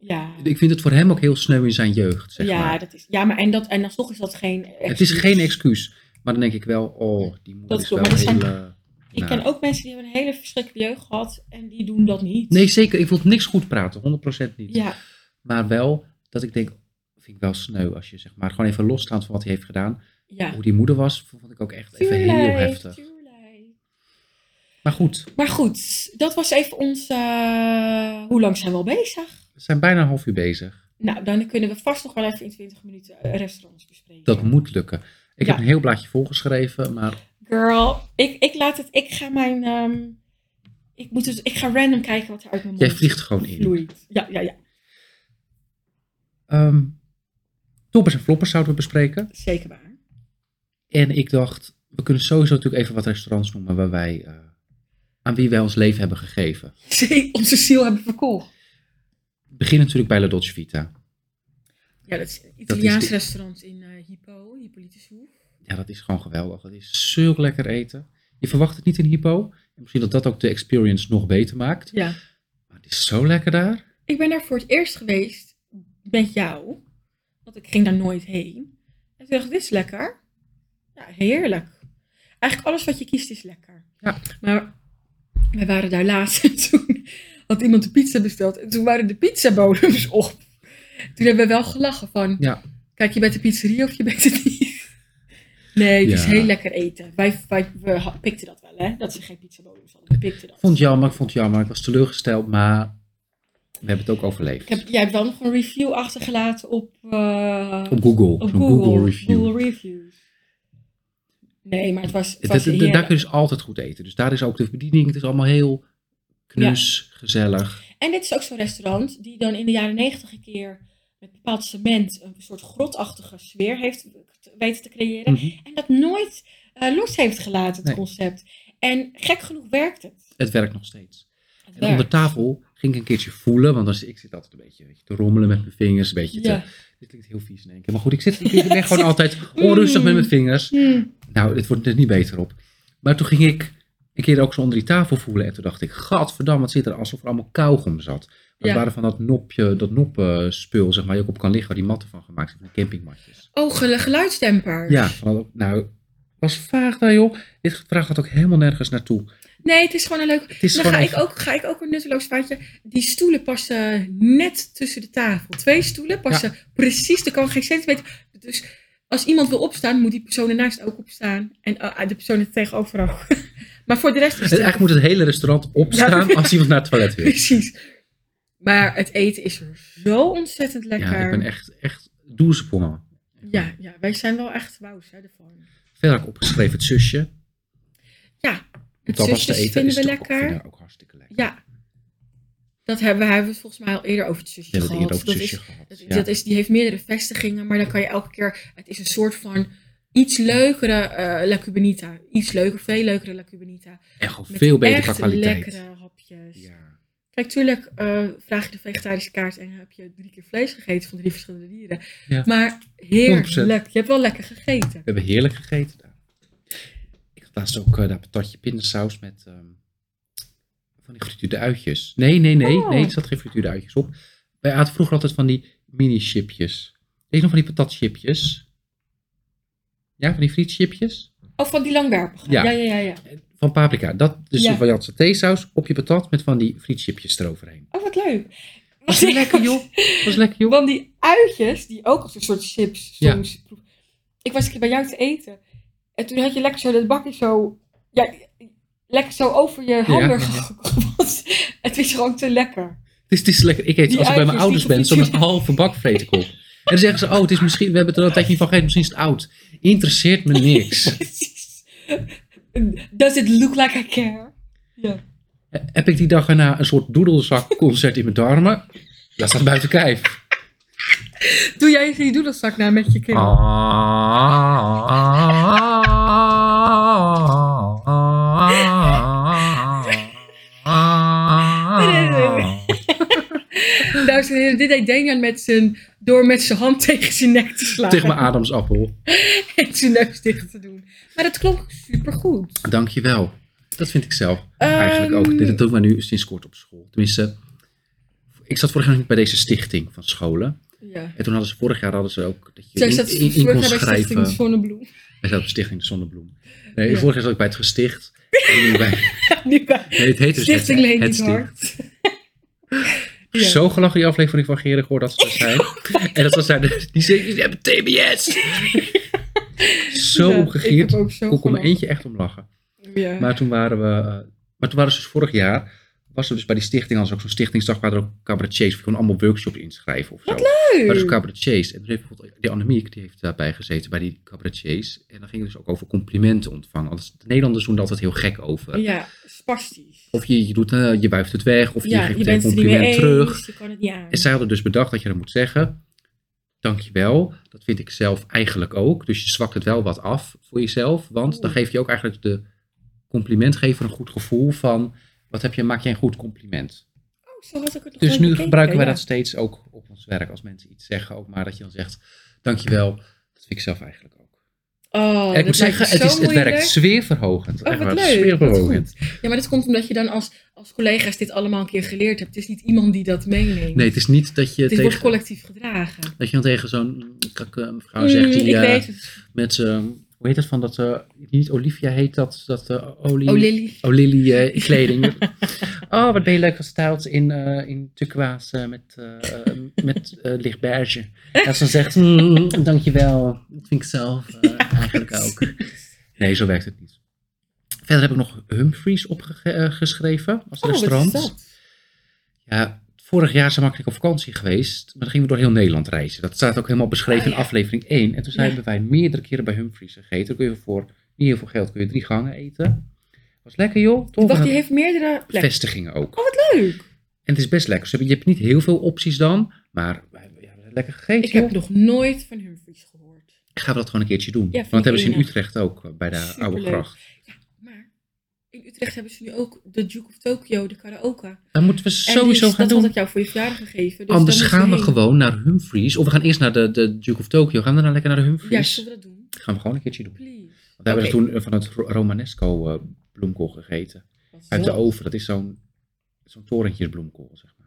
Speaker 2: Ja,
Speaker 1: Ik vind het voor hem ook heel sneu in zijn jeugd, zeg
Speaker 2: ja,
Speaker 1: maar.
Speaker 2: dat is, ja maar en, dat, en alsnog is dat geen
Speaker 1: Het is
Speaker 2: excuus.
Speaker 1: geen excuus. Maar dan denk ik wel, oh, die moeder
Speaker 2: Dat
Speaker 1: is wel
Speaker 2: klopt,
Speaker 1: heel...
Speaker 2: maar dat
Speaker 1: eh,
Speaker 2: Ik
Speaker 1: nou.
Speaker 2: ken ook mensen die hebben een hele verschrikkelijke jeugd gehad en die doen dat niet.
Speaker 1: Nee, zeker. Ik wil niks goed praten. 100% niet.
Speaker 2: Ja,
Speaker 1: Maar wel dat ik denk, vind ik wel sneu als je zeg maar gewoon even losstaand van wat hij heeft gedaan.
Speaker 2: ja.
Speaker 1: Hoe die moeder was, vond ik ook echt even heel
Speaker 2: Tuurlijk,
Speaker 1: heftig.
Speaker 2: tuurlijk.
Speaker 1: Maar goed,
Speaker 2: Maar goed, dat was even ons... eh, hoe lang zijn we al bezig?
Speaker 1: we zijn bijna een half uur bezig.
Speaker 2: Nou, dan kunnen we vast nog wel even in 20 minuten eh, restaurants bespreken.
Speaker 1: Dat moet lukken. Ik
Speaker 2: Ja.
Speaker 1: heb een heel blaadje volgeschreven, maar
Speaker 2: Girl, ik, ik laat het. Ik ga mijn. ehm, ik, moet dus, ik ga random kijken wat er uit mijn mond
Speaker 1: jij vliegt gewoon in.
Speaker 2: vloeit. Ja, ja, ja.
Speaker 1: Ehm toppers en floppers zouden we bespreken.
Speaker 2: Zeker waar.
Speaker 1: En ik dacht, we kunnen sowieso natuurlijk even wat restaurants noemen waar wij, eh, aan wie wij ons leven hebben gegeven.
Speaker 2: Zee- Onze ziel hebben verkocht.
Speaker 1: Begin natuurlijk bij La Dolce Vita.
Speaker 2: Ja, dat is een
Speaker 1: is
Speaker 2: Italiaans
Speaker 1: die-
Speaker 2: restaurant in eh, Hippo, Hippolytushoef.
Speaker 1: Ja, dat is gewoon geweldig. Dat is zulk lekker eten. Je verwacht het niet in Hypo. Misschien dat dat ook de experience nog beter maakt.
Speaker 2: Ja.
Speaker 1: Maar het is zo lekker daar.
Speaker 2: Ik ben daar voor het eerst geweest met jou. Want ik ging daar nooit heen. En toen dacht ik, dit is lekker. Ja, heerlijk. Eigenlijk alles wat je kiest is lekker.
Speaker 1: Ja.
Speaker 2: Maar wij waren daar laatst en toen had iemand de pizza besteld. En toen waren de pizzabodems op. Toen hebben we wel gelachen van,
Speaker 1: Ja.
Speaker 2: kijk je bent de pizzeria of je bent het niet. Nee, het is
Speaker 1: Ja.
Speaker 2: heel lekker eten. Wij, wij we ha- pikten dat wel, hè? Dat ze geen pizzabodems hadden. We pikten dat.
Speaker 1: Ik vond het jammer, ik vond het jammer. Ik was teleurgesteld, maar we hebben het ook overleefd.
Speaker 2: Ik heb, jij hebt wel nog een review achtergelaten op, eh,
Speaker 1: Op Google.
Speaker 2: op
Speaker 1: Zo'n
Speaker 2: Google,
Speaker 1: Google, review.
Speaker 2: Google reviews. Nee, maar het was, het
Speaker 1: Het-
Speaker 2: was
Speaker 1: het- het- daar
Speaker 2: heerlijk.
Speaker 1: kun je dus altijd goed eten. Dus daar is ook de bediening. Het is allemaal heel knus, gezellig.
Speaker 2: En dit is ook zo'n restaurant die dan in de jaren negentig een keer met bepaald cement een soort grotachtige sfeer heeft weten te creëren.
Speaker 1: Mhm.
Speaker 2: En dat nooit eh, los heeft gelaten, het
Speaker 1: Nee.
Speaker 2: concept. En gek genoeg werkt het.
Speaker 1: Het werkt nog steeds.
Speaker 2: Het
Speaker 1: En onder
Speaker 2: werkt.
Speaker 1: tafel ging ik een keertje voelen, want als, ik zit altijd een beetje, weet je, te rommelen met mijn vingers, een beetje te...
Speaker 2: Ja.
Speaker 1: Dit klinkt heel vies in één keer, maar goed, ik, zit, ik ben gewoon altijd onrustig met mijn vingers.
Speaker 2: Hmm.
Speaker 1: Nou, dit wordt er niet beter op. Maar toen ging ik een keer ook zo onder die tafel voelen en toen dacht ik, gadverdamme, wat zit er alsof er allemaal kauwgom zat. Maar
Speaker 2: Ja.
Speaker 1: Het waren van dat nopje, dat noppenspul, zeg maar, je ook op kan liggen, waar die matten van gemaakt zijn, van die campingmatjes.
Speaker 2: Oh, gel- geluidsdemper.
Speaker 1: Ja, van dat- nou, was vaag daar joh. Dit vraag gaat ook helemaal nergens naartoe.
Speaker 2: Nee, het is gewoon een leuk.
Speaker 1: Het is
Speaker 2: Dan
Speaker 1: gewoon
Speaker 2: ga ik,
Speaker 1: even-
Speaker 2: ook, ga ik ook een nutteloos foutje. Die stoelen passen net tussen de tafel. Twee stoelen passen precies. Er kan geen centimeter. Dus als iemand wil opstaan, moet die persoon ernaast ook opstaan. En eh, de persoon er tegenover ook. maar voor de rest is
Speaker 1: En
Speaker 2: het
Speaker 1: Eigenlijk moet het hele restaurant opstaan
Speaker 2: Ja.
Speaker 1: als iemand naar het toilet wil.
Speaker 2: precies. Maar het eten is zo ontzettend lekker.
Speaker 1: Ja, ik ben echt, echt doe ze voor me.
Speaker 2: ja, ja, wij zijn wel echt wauws hè, ervan.
Speaker 1: Verder heb ik opgeschreven het zusje.
Speaker 2: Ja,
Speaker 1: Om
Speaker 2: het
Speaker 1: tapas te
Speaker 2: zusjes
Speaker 1: eten is
Speaker 2: vinden we
Speaker 1: natuurlijk ook-
Speaker 2: lekker.
Speaker 1: vinden we ook hartstikke lekker.
Speaker 2: Ja. Dat hebben we, hebben we het volgens mij al eerder over
Speaker 1: We
Speaker 2: het zusje
Speaker 1: hebben het
Speaker 2: gehad.
Speaker 1: eerder over
Speaker 2: dat
Speaker 1: het zusje
Speaker 2: is,
Speaker 1: gehad.
Speaker 2: dat,
Speaker 1: ja.
Speaker 2: dat is, die heeft meerdere vestigingen, maar dan kan je elke keer... Het is een soort van iets leukere eh La Cubanita. Iets leuker, veel leukere La Cubanita.
Speaker 1: en gewoon
Speaker 2: Met
Speaker 1: veel beter
Speaker 2: echt
Speaker 1: qua kwaliteit.
Speaker 2: lekkere hapjes.
Speaker 1: Ja.
Speaker 2: Kijk, tuurlijk eh, vraag je de vegetarische kaart en heb je drie keer vlees gegeten van drie verschillende dieren.
Speaker 1: Ja.
Speaker 2: Maar
Speaker 1: 100%.
Speaker 2: heerlijk. Je hebt wel lekker gegeten.
Speaker 1: We hebben heerlijk gegeten daar. Ik had laatst ook eh dat patatje pindasaus met ehm, van die frituurde uitjes. Nee, nee, nee,
Speaker 2: Oh.
Speaker 1: nee, er zat geen frituurde uitjes op. Wij aten vroeger altijd van die mini-chipjes. Weet je nog van die patatchipjes? Ja, van die frietchipjes?
Speaker 2: Of van die langwerpige.
Speaker 1: Ja.
Speaker 2: Ja, ja, ja. ja.
Speaker 1: Van paprika. Dat, dus
Speaker 2: Ja.
Speaker 1: van je satésaus op je patat met van die frietchipjes eroverheen.
Speaker 2: Oh, wat leuk.
Speaker 1: Was die lekker, joh? Was lekker, joh?
Speaker 2: Want die uitjes, die ook als een soort chips
Speaker 1: Ja.
Speaker 2: soms proef- Ik was een keer bij jou te eten. En toen had je lekker zo dat bakje zo... Ja, lekker zo over je handen
Speaker 1: ja, ja.
Speaker 2: gegooid. Het is gewoon te lekker.
Speaker 1: Het is, het is lekker. Ik eet,
Speaker 2: Die
Speaker 1: als ik bij mijn
Speaker 2: uitjes
Speaker 1: ouders
Speaker 2: die
Speaker 1: ben, soms een
Speaker 2: computer-
Speaker 1: halve bak vreet ik op. En dan zeggen ze, oh, het is misschien, we hebben het er al een tijdje niet van gegeten, misschien is het oud. Interesseert me niks.
Speaker 2: Precies. Does it look like I care? Ja.
Speaker 1: Eh, Heb ik die dag erna een soort doedelzakconcert in mijn darmen? Dat staat buiten kijf.
Speaker 2: Doe jij even je doedelzak na met je
Speaker 1: Oh.
Speaker 2: kind. Dames en heren, dit deed Damian met zijn, door met zijn hand tegen zijn nek te slaan.
Speaker 1: Tegen mijn adamsappel.
Speaker 2: En zijn neus dicht te doen. Maar dat klonk supergoed.
Speaker 1: Dankjewel. Dat vind ik zelf
Speaker 2: Ehm,
Speaker 1: eigenlijk ook. Dit doen we nu sinds kort op school. Tenminste, ik zat vorig jaar nog niet bij deze stichting van scholen.
Speaker 2: Ja.
Speaker 1: En toen hadden ze vorig jaar hadden ze ook dat je
Speaker 2: Zo
Speaker 1: in,
Speaker 2: is dat
Speaker 1: in- in
Speaker 2: vorig
Speaker 1: kon
Speaker 2: jaar bij Stichting
Speaker 1: schrijven.
Speaker 2: Zonnebloem.
Speaker 1: Wij zaten op Stichting Zonnebloem. Nee,
Speaker 2: Ja.
Speaker 1: vorig jaar zat ik bij het gesticht. En nu bij,
Speaker 2: Nu bij
Speaker 1: nee, het heet dus
Speaker 2: Stichting
Speaker 1: het,
Speaker 2: Lady
Speaker 1: het sticht.
Speaker 2: Hart. Ja. oh
Speaker 1: Zo gelachen die aflevering van Gerig hoor dat ze dat zijn. en dat was daar de- die zeker die hebben TBS. zo
Speaker 2: Ja, Ik
Speaker 1: omgegeerd.
Speaker 2: heb ook zo
Speaker 1: Kon ik om
Speaker 2: gelachen.
Speaker 1: eentje echt om lachen.
Speaker 2: Ja.
Speaker 1: Maar toen waren we, eh, maar toen waren ze dus vorig jaar, was er dus bij die stichting, als ook zo'n stichtingsdag, waren er ook cabaretiers. Je kon allemaal workshops inschrijven of zo. Maar
Speaker 2: Mm.
Speaker 1: dus cabaretiers. En toen heeft bijvoorbeeld die Annemiek, die heeft daarbij gezeten bij die cabaretiers. En dan ging het dus ook over complimenten ontvangen. Want de Nederlanders doen er altijd heel gek over.
Speaker 2: ja, spastisch.
Speaker 1: Of je, je, doet, eh, je wuift het weg, of je
Speaker 2: ja,
Speaker 1: geeft
Speaker 2: je
Speaker 1: meteen een
Speaker 2: bent het er niet mee
Speaker 1: compliment
Speaker 2: eens.
Speaker 1: terug.
Speaker 2: Je kan het niet aan.
Speaker 1: En zij hadden dus bedacht dat je dat moet zeggen. Dankjewel, dat vind ik zelf eigenlijk ook. Dus je zwakt het wel wat af voor jezelf. Want dan
Speaker 2: Oeh.
Speaker 1: geef je ook eigenlijk de complimentgever een goed gevoel van... Wat heb je, maak jij een goed compliment?
Speaker 2: Oh, zo had ik het nog
Speaker 1: Dus
Speaker 2: nooit
Speaker 1: nu
Speaker 2: bekeken,
Speaker 1: gebruiken wij
Speaker 2: ja.
Speaker 1: dat steeds ook op ons werk. Als mensen iets zeggen, ook maar dat je dan zegt: Dankjewel. Dat vind ik zelf eigenlijk ook.
Speaker 2: Oh,
Speaker 1: en ik moet
Speaker 2: dat lijkt
Speaker 1: zeggen,
Speaker 2: me
Speaker 1: het,
Speaker 2: zo
Speaker 1: is, het
Speaker 2: moeilijk.
Speaker 1: werkt sfeerverhogend.
Speaker 2: Oh,
Speaker 1: Echt
Speaker 2: wat
Speaker 1: waar,
Speaker 2: leuk,
Speaker 1: Sfeerverhogend.
Speaker 2: Ja, maar dat komt omdat je dan als, als collega's dit allemaal een keer geleerd hebt. Het is niet iemand die dat meeneemt.
Speaker 1: Nee, het is niet dat je,
Speaker 2: Dit wordt
Speaker 1: tegen,
Speaker 2: collectief gedragen.
Speaker 1: dat je dan tegen zo'n mm, kakke mevrouw zegt.
Speaker 2: Mm,
Speaker 1: Die,
Speaker 2: ik
Speaker 1: eh,
Speaker 2: weet het.
Speaker 1: Met, eh, hoe heet dat van dat, eh, niet Olivia heet dat, dat eh, olie,
Speaker 2: Oh, Lily.
Speaker 1: Olily, eh, kleding. oh, wat ben je leuk gestyled in, eh in turquoise eh, met, eh, eh, met eh, lichtbeige. En ze zegt, "Mm, dankjewel. Dat vind ik zelf eh, eigenlijk ook. Nee, zo werkt het niet. Verder heb ik nog Humphries opgeschreven als
Speaker 2: Oh, wat is
Speaker 1: restaurant.
Speaker 2: dat?
Speaker 1: Ja, vorig jaar zijn we makkelijk op vakantie geweest, maar dan gingen we door heel Nederland reizen. Dat staat ook helemaal beschreven
Speaker 2: Ah, ja.
Speaker 1: in aflevering 1. En toen zijn
Speaker 2: Ja.
Speaker 1: hebben wij meerdere keren bij Humphries gegeten. Dan kun je voor niet heel veel geld kun je drie gangen eten. Was lekker joh, toch?
Speaker 2: Wacht,
Speaker 1: En
Speaker 2: die heeft meerdere plekken.
Speaker 1: vestigingen ook.
Speaker 2: Oh, Leuk.
Speaker 1: En het is best lekker. Dus je hebt- je hebt niet heel veel opties dan, maar wij ja, we hebben lekker gegeten
Speaker 2: Ik heb
Speaker 1: joh.
Speaker 2: nog nooit van Humphries gehoord.
Speaker 1: Gaan we dat gewoon een keertje doen.
Speaker 2: vind
Speaker 1: Want dat
Speaker 2: ik
Speaker 1: hebben ze in
Speaker 2: prima.
Speaker 1: Utrecht ook, eh, bij de Oude
Speaker 2: Superleuk.
Speaker 1: Gracht.
Speaker 2: Maar in Utrecht hebben ze nu ook de Duke of Tokyo, de karaoke.
Speaker 1: Daar moeten we
Speaker 2: en die
Speaker 1: sowieso
Speaker 2: is-
Speaker 1: gaan
Speaker 2: dat
Speaker 1: doen.
Speaker 2: had ik jou voor je verjaardag gegeven. Dus
Speaker 1: Anders
Speaker 2: daar
Speaker 1: gaan
Speaker 2: moeten
Speaker 1: we gewoon naar Humphries. Of we gaan eerst naar de, de Duke of Tokyo. Gaan we daarna lekker naar de
Speaker 2: heen. Ja,
Speaker 1: Humphries?
Speaker 2: zullen we dat doen?
Speaker 1: gaan we gewoon een keertje doen.
Speaker 2: Please.
Speaker 1: We hebben
Speaker 2: Oké.
Speaker 1: toen eh, van het Ro- Romanesco eh, bloemkool gegeten.
Speaker 2: Wat
Speaker 1: Uit de
Speaker 2: zo.
Speaker 1: oven. Dat is zo'n zo'n torentje bloemkool, zeg maar.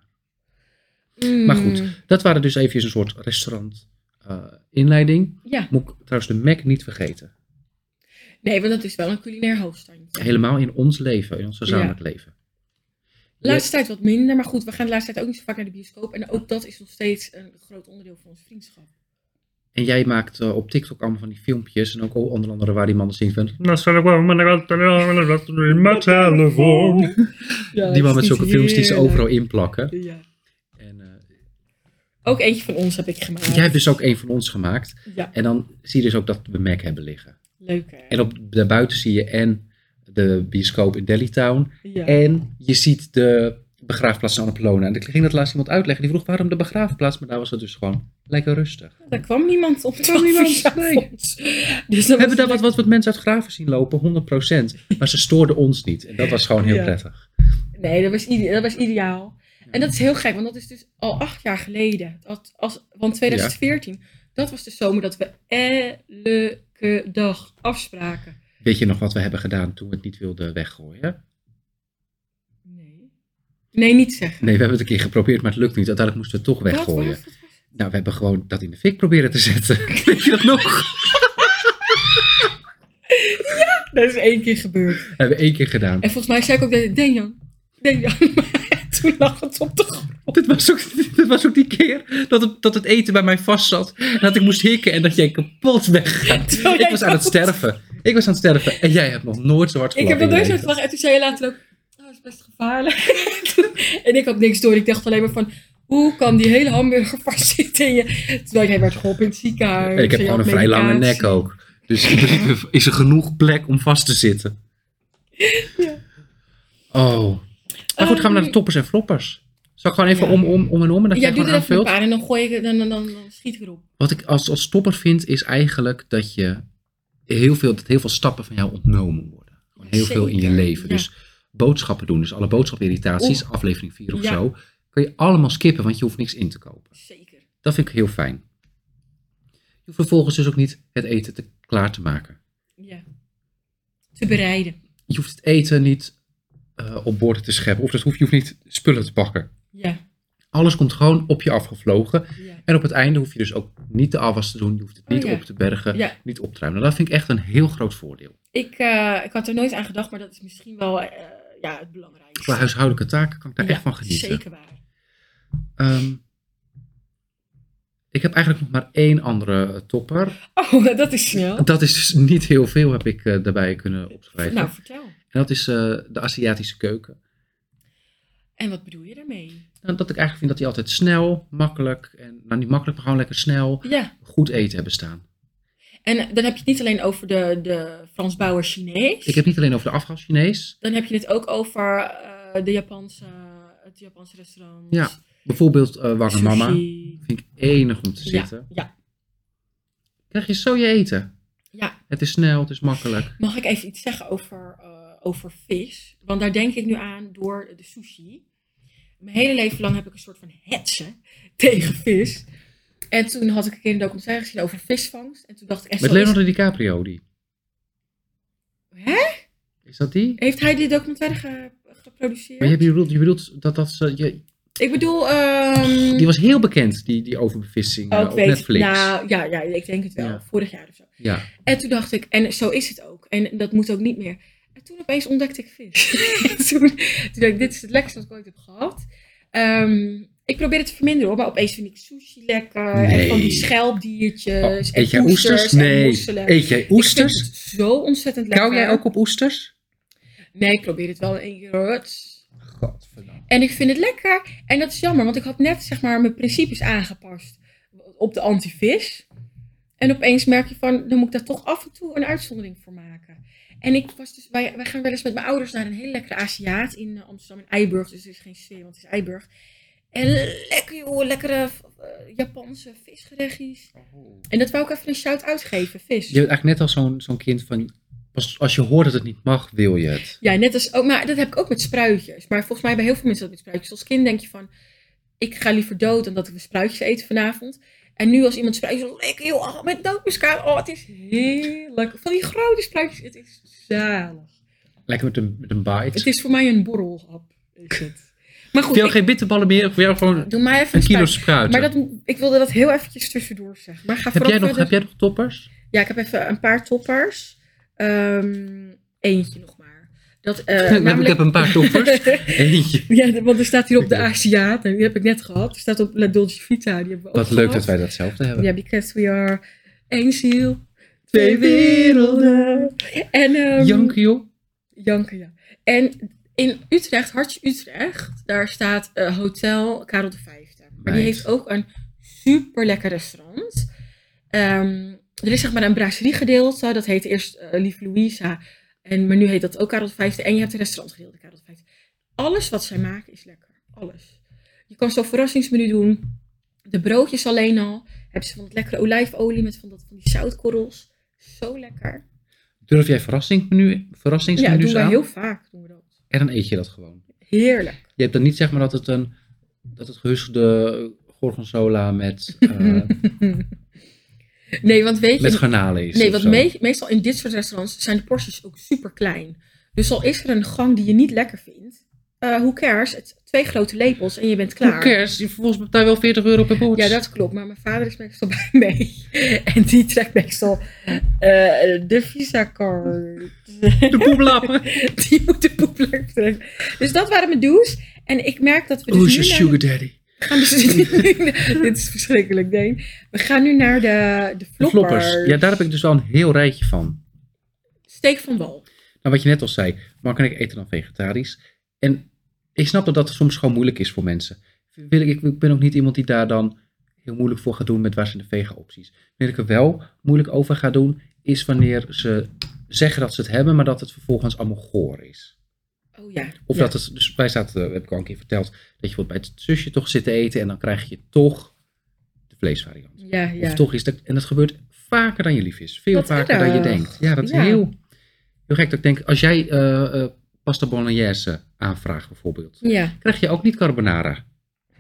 Speaker 2: Mm,
Speaker 1: Maar goed, dat waren dus even een soort restaurant eh, inleiding.
Speaker 2: Ja,
Speaker 1: Moet ik trouwens de Mac niet vergeten.
Speaker 2: Nee, want dat is wel een culinair hoofdstandje.
Speaker 1: Helemaal in ons leven, in ons gezamenlijk leven.
Speaker 2: De laatste tijd wat minder, maar goed, we gaan de laatste tijd ook niet zo vaak naar de bioscoop. En ook dat is nog steeds een groot onderdeel van ons vriendschap.
Speaker 1: En jij maakt eh, op TikTok allemaal van die filmpjes. En ook al- onder andere waar die mannen zien van. die man met zulke films die ze overal inplakken.
Speaker 2: Ja.
Speaker 1: En, eh,
Speaker 2: Ook eentje van ons heb ik gemaakt.
Speaker 1: jij hebt dus ook een van ons gemaakt.
Speaker 2: Ja,
Speaker 1: En dan zie je dus ook dat we Mac hebben liggen.
Speaker 2: leuk hè?
Speaker 1: En op, daarbuiten zie je en de bioscoop in Delhi-town.
Speaker 2: Ja.
Speaker 1: En je ziet de begraafplaats in Annapolona. En ik ging dat laatst iemand uitleggen. Die vroeg waarom de begraafplaats. Maar daar was het dus gewoon lekker rustig.
Speaker 2: Daar kwam niemand op
Speaker 1: kwam niemand,
Speaker 2: twaalf uur
Speaker 1: nee.
Speaker 2: avonds.
Speaker 1: We
Speaker 2: Dus dan
Speaker 1: hebben
Speaker 2: was
Speaker 1: daar wat, wat, wat mensen uit graven zien lopen, 100%. Maar ze stoorden ons niet. En dat was gewoon heel
Speaker 2: Ja.
Speaker 1: prettig.
Speaker 2: Nee, dat was, ide- dat was ideaal. En dat is heel gek, want dat is dus al acht jaar geleden. Dat, als, want 2014, dat was de zomer dat we elke dag afspraken.
Speaker 1: Weet je nog wat we hebben gedaan toen we het niet wilden weggooien?
Speaker 2: Nee. Nee, niet zeggen.
Speaker 1: Nee, we hebben het een keer geprobeerd, maar het lukt niet. Uiteindelijk moesten we het toch weggooien.
Speaker 2: Wat, wat, wat?
Speaker 1: Nou, we hebben gewoon dat in de fik proberen te zetten. Weet je dat nog?
Speaker 2: Dat is één keer gebeurd.
Speaker 1: Dat hebben we één keer gedaan.
Speaker 2: En volgens mij zei ik ook dat Denjan, Denjan. Maar toen lag het op de grond.
Speaker 1: Dit was ook, dit was ook die keer dat het, dat het eten bij mij vast zat. En dat ik moest hikken en dat jij kapot weggaat.
Speaker 2: Terwijl
Speaker 1: Ik
Speaker 2: Oh, jij
Speaker 1: was aan het
Speaker 2: dood-
Speaker 1: sterven. Ik was aan het sterven. En jij hebt nog nooit zo hard
Speaker 2: Ik heb
Speaker 1: gelachen
Speaker 2: dat
Speaker 1: in
Speaker 2: nooit
Speaker 1: je
Speaker 2: zo
Speaker 1: leven.
Speaker 2: gelachen. En toen zei je later ook, oh, dat is best gevaarlijk. en ik had niks door. Ik dacht alleen maar van, hoe kan die hele hamburger vastzitten in je... Terwijl jij werd geholpen in het ziekenhuis.
Speaker 1: En ik heb
Speaker 2: en je
Speaker 1: gewoon een
Speaker 2: had
Speaker 1: vrij lange
Speaker 2: medicatie.
Speaker 1: nek ook. Dus in principe is er genoeg plek om vast te zitten.
Speaker 2: Ja.
Speaker 1: Oh. Maar goed, gaan we naar de
Speaker 2: Ehm,
Speaker 1: toppers en floppers. Zal ik gewoon even
Speaker 2: Ja.
Speaker 1: om, om, om en om en dat
Speaker 2: Ja,
Speaker 1: jij
Speaker 2: doe
Speaker 1: gewoon
Speaker 2: er even een
Speaker 1: aanvult?
Speaker 2: paar en dan, gooi ik, dan, dan, dan, dan schiet ik erop.
Speaker 1: Wat ik als, als topper vind is eigenlijk dat je heel veel, dat heel veel stappen van jou ontnomen worden. Gewoon heel veel in je
Speaker 2: Zeker,
Speaker 1: leven.
Speaker 2: ja.
Speaker 1: Dus boodschappen doen, dus alle boodschapirritaties, aflevering 4 of
Speaker 2: Ja.
Speaker 1: zo, kun je allemaal skippen, want je hoeft niks in te kopen.
Speaker 2: Zeker.
Speaker 1: Dat vind ik heel fijn. Je hoeft vervolgens dus ook niet het eten te, klaar te maken.
Speaker 2: Ja. Te bereiden.
Speaker 1: Je hoeft het eten niet eh, op borden te scheppen, of dat hoeft, je hoeft niet spullen te pakken.
Speaker 2: Ja.
Speaker 1: Alles komt gewoon op je afgevlogen.
Speaker 2: Ja.
Speaker 1: En op het einde hoef je dus ook niet de afwas te doen, je hoeft het
Speaker 2: Oh,
Speaker 1: niet
Speaker 2: ja.
Speaker 1: op te bergen,
Speaker 2: ja.
Speaker 1: niet op te ruimen. Nou, Dat vind ik echt een heel groot voordeel.
Speaker 2: Ik, eh, ik had er nooit aan gedacht, maar dat is misschien wel eh, ja, het belangrijkste.
Speaker 1: Qua huishoudelijke taken kan ik daar
Speaker 2: Ja,
Speaker 1: echt van genieten.
Speaker 2: Zeker waar.
Speaker 1: Ehm, ik heb eigenlijk nog maar één andere eh, topper.
Speaker 2: Oh, dat is snel.
Speaker 1: Dat is dus niet heel veel, heb ik eh, daarbij kunnen opschrijven.
Speaker 2: Nou, vertel.
Speaker 1: En dat is eh, de Aziatische keuken.
Speaker 2: En wat bedoel je daarmee?
Speaker 1: Nou, dat ik eigenlijk vind dat die altijd snel, makkelijk, en, nou niet makkelijk, maar gewoon lekker snel,
Speaker 2: Ja.
Speaker 1: goed eten hebben staan.
Speaker 2: En dan heb je het niet alleen over de, de Frans Bauer Chinees.
Speaker 1: Ik heb niet alleen over de afgas Chinees.
Speaker 2: Dan heb je het ook over eh, de Japanse, het Japanse restaurant.
Speaker 1: Ja, Bijvoorbeeld eh Wange
Speaker 2: sushi.
Speaker 1: Mama. Vind ik enig om te zitten.
Speaker 2: Ja, ja,
Speaker 1: Krijg je zo je eten.
Speaker 2: ja.
Speaker 1: Het is snel, het is makkelijk.
Speaker 2: Mag ik even iets zeggen over, eh, over vis? Want daar denk ik nu aan door de sushi. Mijn hele leven lang heb ik een soort van hetsen tegen vis. En toen had ik een keer een documentaire gezien over visvangst. En toen dacht ik echt
Speaker 1: Met
Speaker 2: zo... is-
Speaker 1: Leonardo DiCaprio, die.
Speaker 2: Hè?
Speaker 1: Is dat die?
Speaker 2: Heeft hij die documentaire ge- geproduceerd?
Speaker 1: Maar je bedoelt, je bedoelt dat dat ze. Je,
Speaker 2: Ik bedoel... ehm,
Speaker 1: die was heel bekend, die, die overbevissing eh,
Speaker 2: Oh, ik
Speaker 1: op
Speaker 2: weet-
Speaker 1: Netflix.
Speaker 2: Nou, ja, ja, ik denk het wel.
Speaker 1: Ja.
Speaker 2: Vorig jaar of zo.
Speaker 1: Ja.
Speaker 2: En toen dacht ik, en zo is het ook. En dat moet ook niet meer. En toen opeens ontdekte ik vis. En toen, toen dacht ik, dit is het lekkerste wat ik ooit heb gehad. Ehm, ik probeer het te verminderen hoor, maar opeens vind ik sushi lekker. En
Speaker 1: Nee.
Speaker 2: van die schelpdiertjes.
Speaker 1: Oh,
Speaker 2: en
Speaker 1: eet jij oesters?
Speaker 2: en
Speaker 1: Nee.
Speaker 2: mosselen. Ik
Speaker 1: Eet jij
Speaker 2: vind
Speaker 1: oesters?
Speaker 2: het zo ontzettend lekker.
Speaker 1: Kauw jij ook op oesters?
Speaker 2: Nee, ik probeer het wel in één keer. hoor. Het is-
Speaker 1: Godverdamme.
Speaker 2: En ik vind het lekker. En dat is jammer, want ik had net zeg maar mijn principes aangepast op de antivis. En opeens merk je van, dan moet ik daar toch af en toe een uitzondering voor maken. En ik was dus, wij, wij gaan wel eens met mijn ouders naar een hele lekkere Aziat in eh, Amsterdam, in Eiburg. Dus het is geen C, want het is Eiburg. En lekker joh, lekkere eh, Japanse visgerechtjes. En dat wou ik even een shout-out geven, vis.
Speaker 1: Je bent eigenlijk net als zo'n zo'n kind van. Als, als je hoort dat het niet mag, wil je het.
Speaker 2: Ja, net als ook, maar dat heb ik ook met spruitjes. Maar volgens mij bij heel veel mensen dat met spruitjes. Als kind denk je van, ik ga liever dood dan dat ik weer spruitjes eten vanavond. En nu als iemand spruitjes, lekker joh, oh, met doodmuskaat. Oh, het is heerlijk. Van die grote spruitjes, het is zalig.
Speaker 1: Lekker met een, met een
Speaker 2: Het
Speaker 1: bite.
Speaker 2: is voor mij een borrelhap, is het. Maar
Speaker 1: Ik
Speaker 2: goed,
Speaker 1: wil
Speaker 2: ik,
Speaker 1: geen bitterballen meer, wil jou gewoon
Speaker 2: doe mij even
Speaker 1: een
Speaker 2: een
Speaker 1: kilo
Speaker 2: spruitje.
Speaker 1: spruiten.
Speaker 2: Maar dat, ik wilde dat heel eventjes tussendoor zeggen. Maar ga
Speaker 1: heb,
Speaker 2: vooral Eh,
Speaker 1: jij nog,
Speaker 2: verder.
Speaker 1: heb jij nog toppers?
Speaker 2: Ja, ik heb even een paar toppers. Ehm, eentje nog maar. Dat, eh,
Speaker 1: ik, heb, ik
Speaker 2: namelijk-
Speaker 1: heb een paar toppers. Eentje.
Speaker 2: ja, want er staat hier op de Aziat, die heb ik net gehad. Er staat op La Dolce Vita, die hebben we ook
Speaker 1: Wat leuk dat
Speaker 2: gehad.
Speaker 1: wij datzelfde hebben.
Speaker 2: Ja, because we are één ziel, twee werelden. En, ehm,
Speaker 1: Janken, joh.
Speaker 2: Janken, ja. En in Utrecht, Hartje Utrecht, daar staat eh, Hotel Karel de Vijfde. Maar die
Speaker 1: Meid.
Speaker 2: heeft ook een super lekker restaurant. Ehm, er is zeg maar een brasseriegedeelte, dat heet eerst eh, Lief Louisa. En, maar nu heet dat ook Karel de Vijfde. En je hebt een restaurantgedeelte Karel de Vijfde. Alles wat zij maken is lekker. Alles. Je kan zo'n verrassingsmenu doen. De broodjes alleen al. Hebben ze van dat lekkere olijfolie met van, dat, van die zoutkorrels. Zo lekker.
Speaker 1: Durf jij verrassingsmenu,
Speaker 2: Ja,
Speaker 1: verrassingsmenu's
Speaker 2: doen wij
Speaker 1: aan?
Speaker 2: heel vaak. Doen we dat.
Speaker 1: En dan eet je dat gewoon.
Speaker 2: Heerlijk.
Speaker 1: Je hebt dan niet zeg maar dat het een dat het gehusselde gorgonzola met, eh,
Speaker 2: Nee, want weet
Speaker 1: met
Speaker 2: je.
Speaker 1: garnalen is.
Speaker 2: Nee,
Speaker 1: of
Speaker 2: want
Speaker 1: zo.
Speaker 2: me- meestal in dit soort restaurants zijn de porties ook super klein. Dus al is er een gang die je niet lekker vindt, eh hoe cares? Het, twee grote lepels en je bent klaar.
Speaker 1: Hoe cares? Je volgens mij betaal je wel 40 euro per bord.
Speaker 2: Ja, dat klopt. Maar mijn vader is meestal bij mij. En die trekt meestal eh, de Visa-card.
Speaker 1: De poeplappen.
Speaker 2: Die moet de poepleuk trekken. Dus dat waren mijn do's. En ik merk dat we dus
Speaker 1: Hoe is
Speaker 2: nu
Speaker 1: je
Speaker 2: naar-
Speaker 1: sugar daddy?
Speaker 2: gaan dus- Dit is verschrikkelijk, nee. We gaan nu naar de, de
Speaker 1: De
Speaker 2: floppers.
Speaker 1: floppers. Ja, daar heb ik dus wel een heel rijtje van.
Speaker 2: Steek van wal.
Speaker 1: Nou, wat je net al zei, Mark en ik eten dan vegetarisch. En ik snap dat dat soms gewoon moeilijk is voor mensen. Wil ik, ik ben ook niet iemand die daar dan heel moeilijk voor gaat doen met waar zijn de vega-opties. Wanneer ik er wel moeilijk over ga doen, is wanneer ze zeggen dat ze het hebben, maar dat het vervolgens allemaal goor is.
Speaker 2: Oh ja.
Speaker 1: Of
Speaker 2: Ja.
Speaker 1: dat het, dus wij zaten, eh, heb ik al een keer verteld, dat je bijvoorbeeld bij het zusje toch zit te eten en dan krijg je toch de vleesvariant.
Speaker 2: Ja, ja.
Speaker 1: Of toch is dat, en dat gebeurt vaker dan je lief is. Veel
Speaker 2: Wat
Speaker 1: vaker dan je
Speaker 2: erg.
Speaker 1: denkt. Ja, dat is
Speaker 2: Ja.
Speaker 1: heel, heel gek. Dat ik denk, als jij eh, eh, pasta bolognese aanvraagt bijvoorbeeld,
Speaker 2: Ja,
Speaker 1: krijg je ook niet carbonara.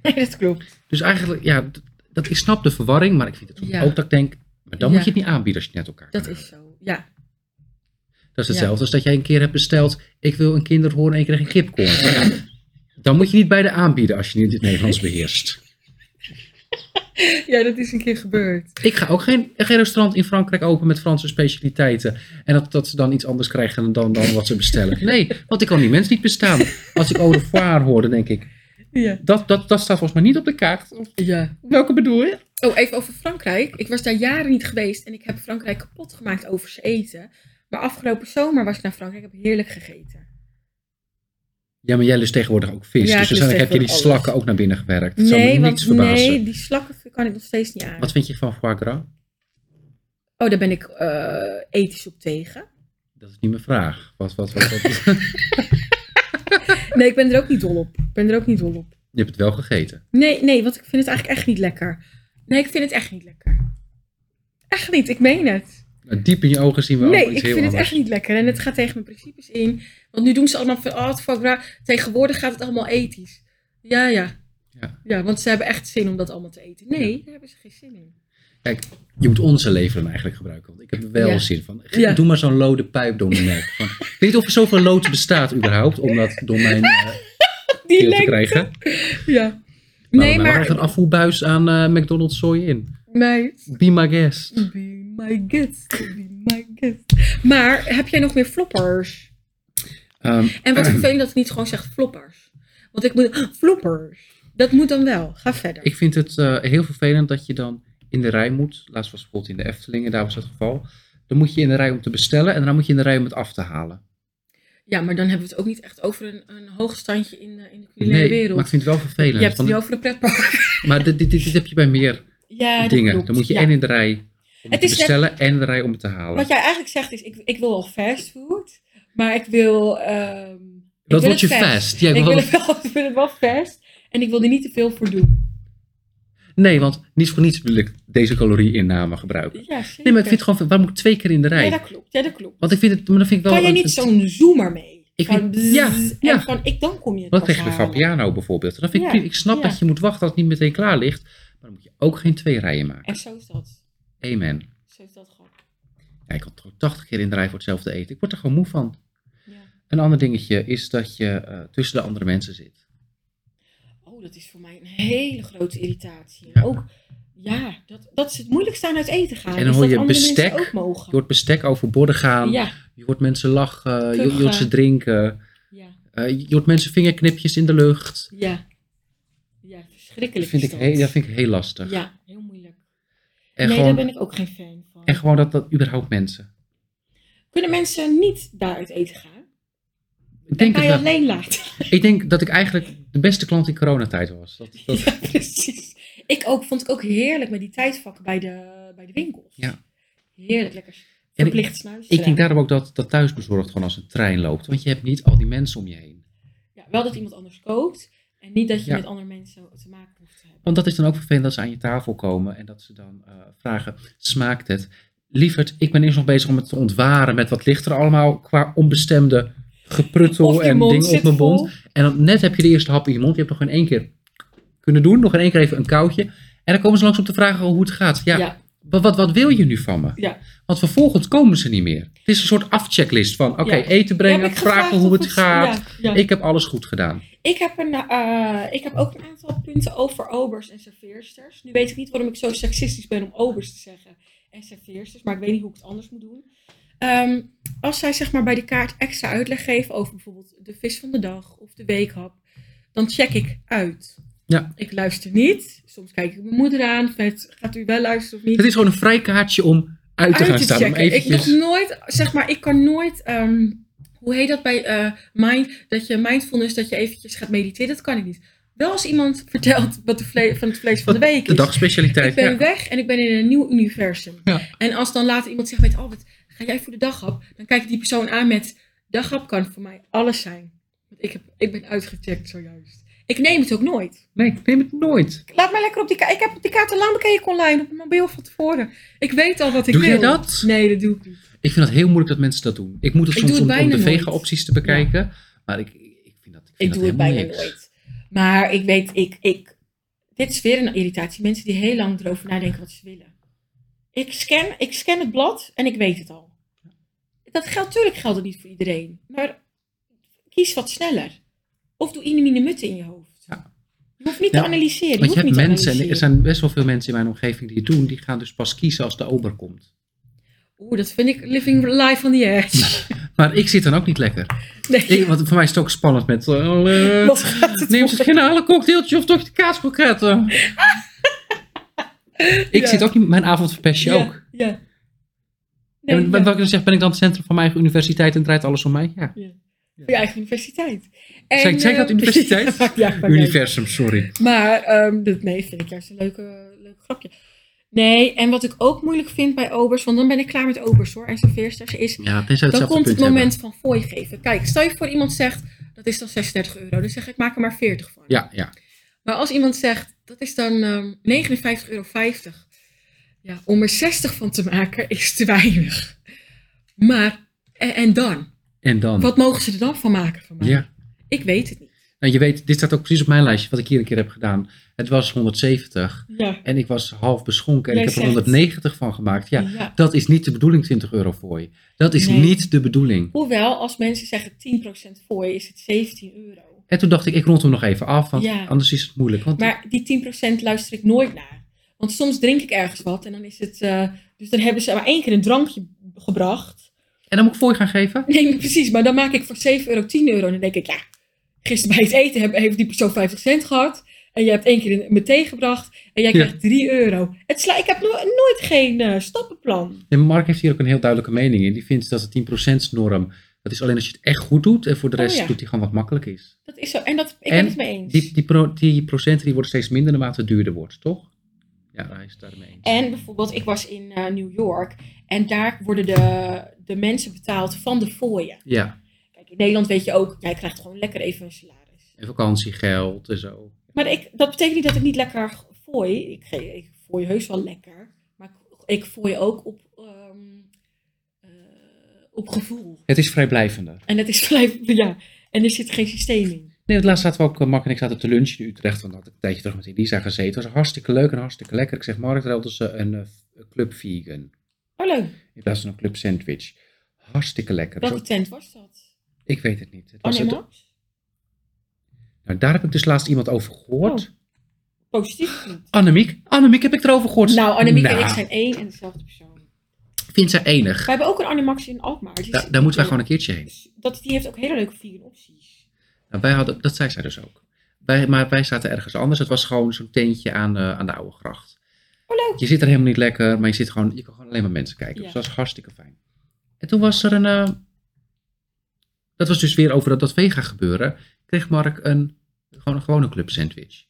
Speaker 2: nee, dat klopt.
Speaker 1: Dus eigenlijk, ja, d- dat, ik snap de verwarring, maar ik vind het soms
Speaker 2: Ja.
Speaker 1: ook dat ik denk, maar dan
Speaker 2: Ja.
Speaker 1: moet je het niet aanbieden als je het net elkaar
Speaker 2: Dat
Speaker 1: krijgt.
Speaker 2: is zo. Ja.
Speaker 1: Dat is
Speaker 2: ja.
Speaker 1: hetzelfde als dat jij een keer hebt besteld, ik wil een kinderhoorn en ik krijg een kipcorn. Ja, dan moet je niet beide aanbieden als je niet het Nederlands beheerst.
Speaker 2: Ja, dat is een keer gebeurd.
Speaker 1: Ik ga ook geen, geen restaurant in Frankrijk open met Franse specialiteiten. En dat, dat ze dan iets anders krijgen dan, dan wat ze bestellen. Nee, want ik kan die mensen niet bestaan. Als ik au revoir hoor, dan denk ik.
Speaker 2: Ja.
Speaker 1: Dat, dat, dat staat volgens mij niet op de kaart. Of
Speaker 2: ja.
Speaker 1: Welke bedoel je?
Speaker 2: Oh, even over Frankrijk. Ik was daar jaren niet geweest en ik heb Frankrijk kapot gemaakt over zijn eten. Maar afgelopen zomer was ik naar Frankrijk en heb heerlijk gegeten.
Speaker 1: Ja, maar jij lust tegenwoordig ook vis.
Speaker 2: Ja,
Speaker 1: dus
Speaker 2: ik lust
Speaker 1: waarschijnlijk heb je die
Speaker 2: tegenwoordig
Speaker 1: slakken ook naar binnen gewerkt. Dat zou
Speaker 2: nee,
Speaker 1: me niets
Speaker 2: want
Speaker 1: verbazen.
Speaker 2: nee, die slakken kan ik nog steeds niet aan.
Speaker 1: Wat vind je van foie gras?
Speaker 2: Oh, daar ben ik eh, ethisch op tegen.
Speaker 1: Dat is niet mijn vraag. Wat, wat, wat, wat- je
Speaker 2: Nee, ik ben er ook niet dol op. Ik ben er ook niet dol op.
Speaker 1: hebt het wel gegeten.
Speaker 2: Nee, nee, want ik vind het eigenlijk echt niet lekker. Nee, ik vind het echt niet lekker. Echt niet, ik meen het.
Speaker 1: Maar Diep in je ogen zien we
Speaker 2: nee,
Speaker 1: allemaal
Speaker 2: ik
Speaker 1: iets
Speaker 2: vind
Speaker 1: heel
Speaker 2: het
Speaker 1: anders. Mm.
Speaker 2: echt niet lekker. En het gaat tegen mijn principes in. Want nu doen ze allemaal van, oh, het foie gras. Tegenwoordig gaat het allemaal ethisch. Ja, ja.
Speaker 1: Ja.
Speaker 2: want ze hebben echt zin om dat allemaal te eten. Nee, daar hebben ze geen zin in.
Speaker 1: Kijk, je moet onze leveren eigenlijk gebruiken. Want ik heb er wel
Speaker 2: Ja.
Speaker 1: zin van.
Speaker 2: Ja.
Speaker 1: Doe maar zo'n lode pijp door mijn nek. Van, ik weet niet of er zoveel lood bestaat überhaupt om dat door mijn eh, keel
Speaker 2: Die
Speaker 1: te
Speaker 2: lekker.
Speaker 1: krijgen.
Speaker 2: Ja.
Speaker 1: Nou,
Speaker 2: Nee,
Speaker 1: maar...
Speaker 2: maar...
Speaker 1: krijgt een afvoerbuis aan eh, McDonald's zooi in.
Speaker 2: Meid.
Speaker 1: Be my guest.
Speaker 2: Mm. Be my guest. Be my guest. Maar heb jij nog meer floppers?
Speaker 1: Ehm,
Speaker 2: En wat vervelend dat het niet gewoon zegt floppers. Want ik moet... Floppers. Dat moet dan wel. Ga verder.
Speaker 1: ik vind het eh, heel vervelend dat je dan in de rij moet. Laatst was bijvoorbeeld in de Efteling en daar was dat geval. Dan moet je in de rij om te bestellen en dan moet je in de rij om het af te halen.
Speaker 2: Ja, maar dan hebben we het ook niet echt over een, een hoogstandje in de, in de culinaire
Speaker 1: Nee,
Speaker 2: wereld.
Speaker 1: maar ik vind het wel
Speaker 2: Je
Speaker 1: vervelend.
Speaker 2: hebt het
Speaker 1: want-
Speaker 2: nu over de pretpark.
Speaker 1: maar dit, dit, dit, dit heb je bij meer
Speaker 2: Ja, dat
Speaker 1: dingen.
Speaker 2: klopt.
Speaker 1: Dan moet je
Speaker 2: Ja.
Speaker 1: en in de rij om het,
Speaker 2: Het
Speaker 1: te
Speaker 2: is net-
Speaker 1: bestellen en in de rij om het te halen.
Speaker 2: Wat jij eigenlijk zegt is, ik, ik wil wel fastfood, maar ik wil... ehm, ik
Speaker 1: Dat
Speaker 2: wil
Speaker 1: wordt je
Speaker 2: het
Speaker 1: fast. Ja, ik
Speaker 2: Ik
Speaker 1: wil-
Speaker 2: wil, het wel, ik wil het wel fast en ik wil er niet te veel voor doen.
Speaker 1: Nee, want niet voor niets wil ik deze calorie-inname gebruiken.
Speaker 2: Ja, zeker.
Speaker 1: Nee, maar ik vind gewoon, van, waarom moet ik twee keer in de rij?
Speaker 2: Ja, dat klopt. Ja, dat klopt.
Speaker 1: Want ik vind het, maar dan vind ik wel...
Speaker 2: kan jij
Speaker 1: een-
Speaker 2: niet
Speaker 1: het-
Speaker 2: zo'n zoomer mee?
Speaker 1: Ik
Speaker 2: Van
Speaker 1: vind-
Speaker 2: bzzz,
Speaker 1: ja, ja.
Speaker 2: En van, ik, dan kom je het
Speaker 1: Wat
Speaker 2: pas
Speaker 1: krijg je bij
Speaker 2: halen.
Speaker 1: Fabiano bijvoorbeeld? Dat vind ik,
Speaker 2: Ja,
Speaker 1: prima. ik snap
Speaker 2: ja.
Speaker 1: dat je moet wachten dat het niet meteen klaar ligt. Maar dan moet je ook geen twee rijen maken.
Speaker 2: En zo is dat.
Speaker 1: Amen.
Speaker 2: Zo is dat gewoon.
Speaker 1: Ja, ik kan toch 80 keer in de rij voor hetzelfde eten. Ik word er gewoon moe van.
Speaker 2: Ja.
Speaker 1: Een ander dingetje is dat je eh, tussen de andere mensen zit.
Speaker 2: Oh, dat is voor mij een hele grote irritatie.
Speaker 1: Ja.
Speaker 2: Ook Ja, dat, dat is het moeilijkste aan uit eten gaan.
Speaker 1: En dan
Speaker 2: is
Speaker 1: hoor
Speaker 2: dat
Speaker 1: je
Speaker 2: andere mensen
Speaker 1: bestek.
Speaker 2: ook mogen.
Speaker 1: Je hoort bestek over borden gaan.
Speaker 2: Ja,
Speaker 1: Je hoort mensen lachen. Je, je hoort
Speaker 2: Kuchen.
Speaker 1: ze drinken.
Speaker 2: ja,
Speaker 1: eh, je hoort mensen vingerknipjes in de lucht.
Speaker 2: ja. Ja,
Speaker 1: Dat
Speaker 2: verschrikkelijk
Speaker 1: vind,
Speaker 2: is
Speaker 1: ik heel,
Speaker 2: dat
Speaker 1: dat vind ik heel lastig.
Speaker 2: Ja, heel moeilijk.
Speaker 1: en,
Speaker 2: nee,
Speaker 1: gewoon,
Speaker 2: daar ben ik ook geen fan van.
Speaker 1: en gewoon dat, dat überhaupt mensen.
Speaker 2: Kunnen mensen niet daaruit eten gaan?
Speaker 1: Ik denk,
Speaker 2: kan
Speaker 1: het
Speaker 2: je
Speaker 1: wel.
Speaker 2: alleen laten.
Speaker 1: ik denk dat ik eigenlijk de beste klant in coronatijd was. Dat, dat,
Speaker 2: Ja, precies. Ik ook, vond ik ook heerlijk met die tijdvakken bij de, bij de winkels.
Speaker 1: Ja.
Speaker 2: Heerlijk, lekker
Speaker 1: En ik-
Speaker 2: verplicht snuisteren.
Speaker 1: Ik denk daarom ook dat, dat thuisbezorgd gewoon als een trein loopt. Want je hebt niet al die mensen om je heen.
Speaker 2: ja, wel dat iemand anders kookt. En niet dat je
Speaker 1: Ja.
Speaker 2: met andere mensen te maken hoeft te hebben.
Speaker 1: Want dat is dan ook vervelend dat ze aan je tafel komen en dat ze dan eh, vragen: smaakt het? Lieverd, ik ben eerst nog bezig om het te ontwaren met wat ligt er allemaal qua onbestemde
Speaker 2: Of
Speaker 1: gepruttel
Speaker 2: je
Speaker 1: en
Speaker 2: mond
Speaker 1: dingen op
Speaker 2: zit
Speaker 1: mijn
Speaker 2: vol.
Speaker 1: mond. En dan net heb je de eerste hap in je mond. Je hebt nog in één keer kunnen doen, nog in één keer even een koutje. En dan komen ze langs om te vragen hoe het gaat. Ja,
Speaker 2: Ja.
Speaker 1: wa- Wat, wat wil je nu van me?
Speaker 2: Ja.
Speaker 1: Want vervolgens komen ze niet meer. Het is een soort afchecklist van: oké,
Speaker 2: Ja.
Speaker 1: eten
Speaker 2: Ja,
Speaker 1: brengen,
Speaker 2: heb ik gevraagd
Speaker 1: vragen hoe
Speaker 2: of
Speaker 1: het gaat.
Speaker 2: ja, ja. Ik,
Speaker 1: Ik heb alles goed gedaan.
Speaker 2: heb een, eh, ik heb ook een aantal punten over obers en serveersters. Nu weet ik niet waarom ik zo seksistisch ben om obers te zeggen en serveersters. Maar ik weet niet hoe ik het anders moet doen. Ehm, als zij zeg maar bij de kaart extra uitleg geven over bijvoorbeeld de vis van de dag of de weekhap. Dan check ik uit.
Speaker 1: Ja.
Speaker 2: Ik luister niet. Soms kijk ik mijn moeder aan. Met, gaat u wel luisteren of niet?
Speaker 1: Het is gewoon een vrijkaartje om uit te gaan staan. Om
Speaker 2: checken. Ik
Speaker 1: eventjes...
Speaker 2: nog nooit, zeg maar, ik kan nooit, ehm, hoe heet dat bij eh, mind, dat je mindfulness, dat je eventjes gaat mediteren, dat kan ik niet. Wel als iemand vertelt wat de vle- van het vlees van de week
Speaker 1: De
Speaker 2: is.
Speaker 1: dagspecialiteit.
Speaker 2: Ik ben
Speaker 1: Ja.
Speaker 2: weg en ik ben in een nieuw universum.
Speaker 1: Ja.
Speaker 2: En als dan later iemand zegt, weet Albert, ga jij voor de daghap? Dan kijk ik die persoon aan met, daghap kan voor mij alles zijn. Want ik, heb, ik ben uitgecheckt zojuist. Ik neem het ook nooit.
Speaker 1: Nee, ik neem het nooit.
Speaker 2: Laat mij lekker op die kaart. Ik heb op die kaart al lang bekeken online, op mijn mobiel van tevoren. Ik weet al wat ik
Speaker 1: Doe
Speaker 2: wil.
Speaker 1: jij dat?
Speaker 2: Nee, dat doe ik niet.
Speaker 1: Ik vind het heel moeilijk dat mensen dat doen. Ik moet het
Speaker 2: Ik
Speaker 1: soms
Speaker 2: doe
Speaker 1: om,
Speaker 2: het
Speaker 1: om
Speaker 2: bijna
Speaker 1: de
Speaker 2: nooit.
Speaker 1: vega-opties te bekijken. Maar ik, ik vind dat ik, vind
Speaker 2: Ik
Speaker 1: dat
Speaker 2: doe het
Speaker 1: helemaal
Speaker 2: bijna
Speaker 1: niks.
Speaker 2: nooit. Maar ik weet, ik, ik. Dit is weer een irritatie. Mensen die heel lang erover nadenken wat ze willen. Ik scan, ik scan het blad en ik weet het al. Dat geldt, tuurlijk geldt het niet voor iedereen. Maar kies wat sneller. Of doe inimine mutten in je hoofd.
Speaker 1: Ja.
Speaker 2: Je hoeft niet
Speaker 1: Ja,
Speaker 2: te analyseren. Je
Speaker 1: Want
Speaker 2: hoeft
Speaker 1: je hebt
Speaker 2: niet te
Speaker 1: mensen, en er
Speaker 2: analyseren.
Speaker 1: zijn best wel veel mensen in mijn omgeving die het doen, die gaan dus pas kiezen als de ober komt.
Speaker 2: Oeh, dat vind ik living life on the edge.
Speaker 1: Maar ik zit dan ook niet lekker.
Speaker 2: Nee,
Speaker 1: Ik, want voor mij is het ook spannend met. eh, eh,
Speaker 2: wat gaat het
Speaker 1: neem
Speaker 2: om?
Speaker 1: ze het genale cocktailtje of toch de kaaskroketten? ik
Speaker 2: Ja.
Speaker 1: zit ook niet. Mijn avond verpest je
Speaker 2: Ja,
Speaker 1: ook.
Speaker 2: Ja. Nee,
Speaker 1: En
Speaker 2: ja.
Speaker 1: wat ik dan zeg, ben ik dan het centrum van mijn eigen universiteit en draait alles om mij? Ja.
Speaker 2: Voor je eigen universiteit.
Speaker 1: Zeg- zeg ik dat
Speaker 2: ehm,
Speaker 1: universiteit?
Speaker 2: ja, ja, maar nee.
Speaker 1: Universum, sorry.
Speaker 2: Maar ehm, dat, nee, vind ik juist een leuke, leuk grapje. Nee, en wat ik ook moeilijk vind bij obers, want dan ben ik klaar met obers hoor, en serveersters,
Speaker 1: Ja,
Speaker 2: is
Speaker 1: tenzij we
Speaker 2: dan
Speaker 1: hetzelfde
Speaker 2: komt het
Speaker 1: punt hebben.
Speaker 2: moment van fooi geven. Kijk, stel je voor iemand zegt, dat is dan 36 euro, dan zeg ik, ik maak er maar 40 van.
Speaker 1: Ja, ja.
Speaker 2: Maar als iemand zegt, dat is dan ehm 59,50 euro, ja, om er 60 van te maken is te weinig. Maar, en, en dan?
Speaker 1: En dan?
Speaker 2: Wat mogen ze er dan van maken van mij?
Speaker 1: Ja.
Speaker 2: Ik weet het niet.
Speaker 1: Nou, je weet, dit staat ook precies op mijn lijstje, wat ik hier een keer heb gedaan. Het was 170
Speaker 2: Ja.
Speaker 1: en ik was half beschonken en
Speaker 2: Jij
Speaker 1: ik heb er
Speaker 2: zegt-
Speaker 1: 190 van gemaakt. Ja,
Speaker 2: ja.
Speaker 1: dat is niet de bedoeling, 20 euro voor je. Dat is
Speaker 2: Nee.
Speaker 1: niet de bedoeling.
Speaker 2: Hoewel, als mensen zeggen 10% fooi, is het 17 euro.
Speaker 1: En toen dacht ik, ik rond hem nog even af, want
Speaker 2: Ja.
Speaker 1: anders is het moeilijk. Want
Speaker 2: Maar die 10% luister ik nooit naar. Want soms drink ik ergens wat en dan is het. eh, dus dan hebben ze maar één keer een drankje gebracht.
Speaker 1: En dan moet ik voor je gaan geven?
Speaker 2: Nee, maar precies. Maar dan maak ik voor 7 euro 10 euro. En dan denk ik, ja, gisteren bij het eten heb- heeft die persoon 50 cent gehad. En je hebt één keer een, me thee gebracht. En jij
Speaker 1: Ja.
Speaker 2: krijgt 3 euro. Het sla, ik heb no- nooit geen eh, stappenplan.
Speaker 1: En Mark heeft hier ook een heel duidelijke mening in. Die vindt dat de 10% norm, dat is alleen als je het echt goed doet. En voor de
Speaker 2: Oh,
Speaker 1: rest
Speaker 2: ja.
Speaker 1: doet hij gewoon wat makkelijk is.
Speaker 2: Dat is zo. En dat, ik
Speaker 1: En
Speaker 2: ben het mee eens.
Speaker 1: Die, die, pro- die procenten die worden steeds minder naarmate het duurder wordt, toch? Ja, hij is het daarmee eens.
Speaker 2: En bijvoorbeeld, ik was in eh, New York en daar worden de, de mensen betaald van de fooien.
Speaker 1: Ja,
Speaker 2: Kijk, in Nederland weet je ook, jij krijgt gewoon lekker even een salaris.
Speaker 1: en vakantiegeld en zo.
Speaker 2: Maar ik, dat betekent niet dat ik niet lekker fooi. Ik, ge- ik fooi heus wel lekker, maar ik, ik fooi ook op, ehm, eh, op gevoel.
Speaker 1: Het is vrijblijvender.
Speaker 2: En dat is gelijk, ja, en er zit geen systeem in.
Speaker 1: Nee, want laatst zaten we ook, eh, Mark en ik zaten te lunchen in Utrecht. Want dan had ik een tijdje terug met Elisa gezeten. Het was hartstikke leuk en hartstikke lekker. Ik zeg, Mark, daar hadden ze een eh, club vegan.
Speaker 2: Oh leuk,
Speaker 1: In plaats van een club sandwich. Hartstikke lekker. Dus
Speaker 2: welke
Speaker 1: ook-
Speaker 2: tent was dat?
Speaker 1: ik weet het niet. Het was
Speaker 2: Arnhem
Speaker 1: het-
Speaker 2: Max? Oh.
Speaker 1: nou, daar heb ik dus laatst iemand over gehoord.
Speaker 2: positief of niet?
Speaker 1: Annemiek. Annemiek heb ik erover gehoord.
Speaker 2: Nou, Annemiek en
Speaker 1: Nou,
Speaker 2: ik zijn één en dezelfde persoon.
Speaker 1: Vindt zij enig.
Speaker 2: We hebben ook een animatie in Alkmaar. dus Die
Speaker 1: Da-
Speaker 2: zit-
Speaker 1: daar moeten wij gewoon een keertje heen.
Speaker 2: Dus Dat, die heeft ook hele leuke vegan opties.
Speaker 1: Nou, wij hadden, dat zei zij dus ook. Wij, maar wij zaten ergens anders. Het was gewoon zo'n tentje aan, eh, aan de oude gracht.
Speaker 2: Oh, leuk.
Speaker 1: Je zit er helemaal niet lekker, maar je, zit gewoon, je kan gewoon alleen maar mensen kijken.
Speaker 2: Ja.
Speaker 1: Dus dat was hartstikke fijn. En toen was er een... eh, dat was dus weer over dat, dat vega gebeuren. Kreeg Mark een, gewoon een gewone club sandwich.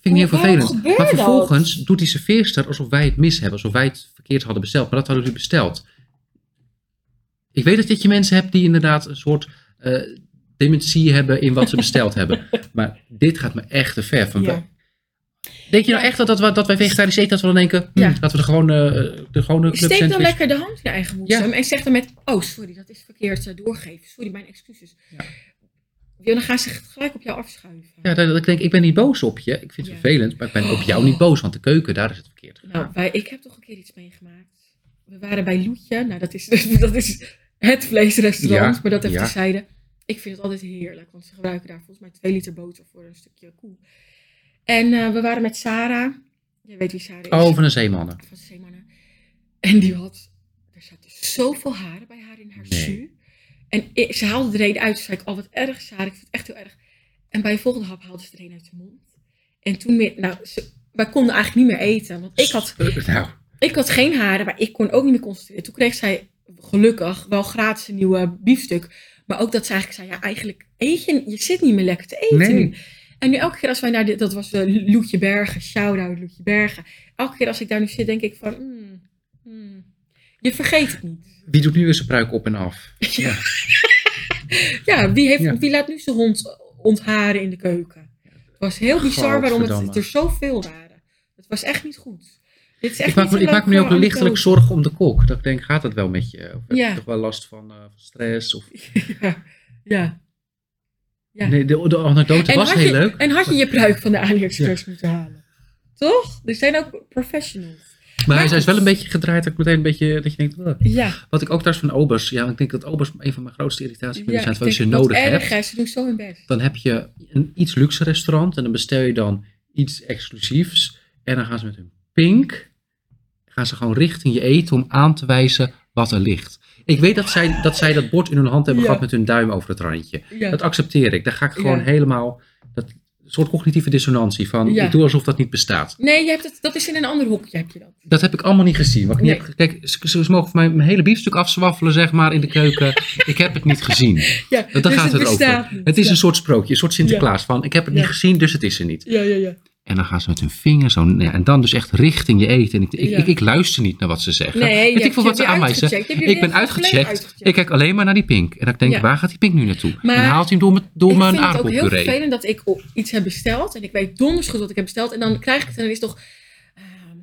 Speaker 1: Vind ik
Speaker 2: Maar
Speaker 1: heel
Speaker 2: waarom
Speaker 1: vervelend.
Speaker 2: gebeurde
Speaker 1: Maar
Speaker 2: dat?
Speaker 1: vervolgens doet die serveerster alsof wij het mis hebben. Alsof wij het verkeerd hadden besteld. Maar dat hadden jullie besteld. Ik weet dat je mensen hebt die inderdaad een soort eh, dementie hebben in wat ze besteld hebben. Maar dit gaat me echt te ver. Van
Speaker 2: Ja.
Speaker 1: we- Denk je nou echt dat, dat, we- dat wij vegetarisch eten, dat we dan denken, hm,
Speaker 2: Ja.
Speaker 1: laten we de gewone, eh, de gewone club
Speaker 2: Steek dan
Speaker 1: sandwich...
Speaker 2: lekker de hand in de eigen boezem en zeg dan met, oh sorry, dat is verkeerd eh, doorgeven. Sorry, mijn excuses.
Speaker 1: Ja.
Speaker 2: Ja, Dan gaan ze het gelijk op jou afschuiven.
Speaker 1: Ja, dat, dat ik denk, ik ben niet boos op je. Ik vind het
Speaker 2: Ja.
Speaker 1: vervelend, maar ik ben op jou niet boos, want de keuken, daar is het verkeerd gegaan.
Speaker 2: Nou, wij, ik heb toch een keer iets meegemaakt. We waren bij Loetje. Nou, dat is, dat is het vleesrestaurant,
Speaker 1: Ja,
Speaker 2: maar dat heeft
Speaker 1: ja.
Speaker 2: terzijde. Ik vind het altijd heerlijk, want ze gebruiken daar volgens mij 2 liter boter voor een stukje koe. En eh, we waren met Sarah. Je weet wie Sarah is.
Speaker 1: oh, van een zeemannen.
Speaker 2: Van Zeemannen. En die had, er zaten zoveel haren bij haar in haar
Speaker 1: Nee.
Speaker 2: jus. En ik- ze haalde er een uit. Toen zei ik, oh wat erg Sarah, ik vind het echt heel erg. En bij de volgende hap haalde ze er een uit de mond. En toen meer, nou, ze- wij konden eigenlijk niet meer eten. Want ik had
Speaker 1: Nou,
Speaker 2: ik had geen haren, maar ik kon ook niet meer concentreren. Toen kreeg zij gelukkig wel gratis een nieuwe biefstuk. Maar ook dat ze eigenlijk zei, ja eigenlijk eet je, je zit niet meer lekker te eten
Speaker 1: Nee.
Speaker 2: nu. En nu elke keer als wij naar, de, dat was eh, Loetje Bergen, shout-out Loetje Bergen. Elke keer als ik daar nu zit, denk ik van, mm, mm. je vergeet het niet.
Speaker 1: wie doet nu weer zijn pruik op en af? Ja.
Speaker 2: Ja, wie, heeft,
Speaker 1: Ja.
Speaker 2: wie laat nu zijn hond ontharen in de keuken? Het was heel bizar waarom het, het er zoveel waren. Het was echt niet goed. Dit is echt
Speaker 1: Ik maak,
Speaker 2: niet
Speaker 1: me,
Speaker 2: een
Speaker 1: ik maak me nu
Speaker 2: leuke
Speaker 1: ook lichtelijk
Speaker 2: anekdote.
Speaker 1: zorgen om de kok. Dat ik denk, gaat dat wel met je? Of heb
Speaker 2: Ja.
Speaker 1: je toch wel last van eh, van stress? Of...
Speaker 2: Ja, ja. Ja.
Speaker 1: Nee, de, de anekdote was
Speaker 2: had
Speaker 1: heel
Speaker 2: je,
Speaker 1: leuk.
Speaker 2: En had je je pruik van de AliExpress moeten halen. Toch? Er zijn ook professionals.
Speaker 1: Maar hij
Speaker 2: Maar
Speaker 1: hij is wel een
Speaker 2: goed.
Speaker 1: beetje gedraaid. Dat ik meteen een beetje, dat je denkt, "Ugh."
Speaker 2: Ja,
Speaker 1: Wat ik ook thuis van obers, ja, want ik denk dat obers een van mijn grootste irritaties
Speaker 2: ja,
Speaker 1: zijn.
Speaker 2: ik
Speaker 1: Terwijl als je
Speaker 2: denk, wat
Speaker 1: nodig
Speaker 2: erg,
Speaker 1: hebt,
Speaker 2: hè, Ze doen zo hun best.
Speaker 1: dan heb je een iets luxe restaurant en dan bestel je dan iets exclusiefs. En dan gaan ze met hun pink, gaan ze gewoon richting je eten om aan te wijzen wat er ligt. Ik weet dat zij dat, zij dat bord in hun hand hebben
Speaker 2: Ja.
Speaker 1: gehad met hun duim over het randje.
Speaker 2: Ja.
Speaker 1: Dat accepteer ik. Daar ga ik gewoon
Speaker 2: Ja.
Speaker 1: helemaal, dat soort cognitieve dissonantie van,
Speaker 2: Ja.
Speaker 1: ik doe alsof dat niet bestaat.
Speaker 2: Nee, je hebt het, dat is in een ander hokje heb je dat.
Speaker 1: Dat heb ik allemaal niet gezien. Want ik niet
Speaker 2: Nee.
Speaker 1: heb ge- kijk, ze, ze- ze mogen voor mij mijn hele biefstuk afzwaffelen, zeg maar, in de keuken. ik heb het niet gezien.
Speaker 2: Ja,
Speaker 1: Dat, daar
Speaker 2: dus
Speaker 1: gaat
Speaker 2: het
Speaker 1: het,
Speaker 2: bestaat
Speaker 1: over.
Speaker 2: niet.
Speaker 1: Het is
Speaker 2: Ja.
Speaker 1: een soort sprookje, een soort Sinterklaas van, ik heb het
Speaker 2: Ja.
Speaker 1: niet gezien, dus het is er niet.
Speaker 2: Ja, ja, ja.
Speaker 1: En dan gaan ze met hun vinger zo, ja, en dan dus echt richting je eten. En ik, ik,
Speaker 2: Ja.
Speaker 1: ik, ik luister niet naar wat ze zeggen.
Speaker 2: Nee, je
Speaker 1: Weet ik
Speaker 2: hebt
Speaker 1: voor
Speaker 2: je
Speaker 1: wat ze
Speaker 2: weer
Speaker 1: aanwijzen.
Speaker 2: uitgecheckt. Je hebt je
Speaker 1: Ik
Speaker 2: weer
Speaker 1: ben
Speaker 2: compleet
Speaker 1: uitgecheckt.
Speaker 2: uitgecheckt.
Speaker 1: Ik kijk alleen maar naar die pink. En dan denk ik,
Speaker 2: Ja.
Speaker 1: waar gaat die pink nu naartoe? en
Speaker 2: Maar
Speaker 1: haalt hij hem door mijn, door
Speaker 2: ik
Speaker 1: mijn
Speaker 2: vind het ook heel
Speaker 1: aardappelpuree.
Speaker 2: vervelend dat ik op iets heb besteld. En ik weet donders goed wat ik heb besteld. En dan krijg ik het en dan is het toch... ehm,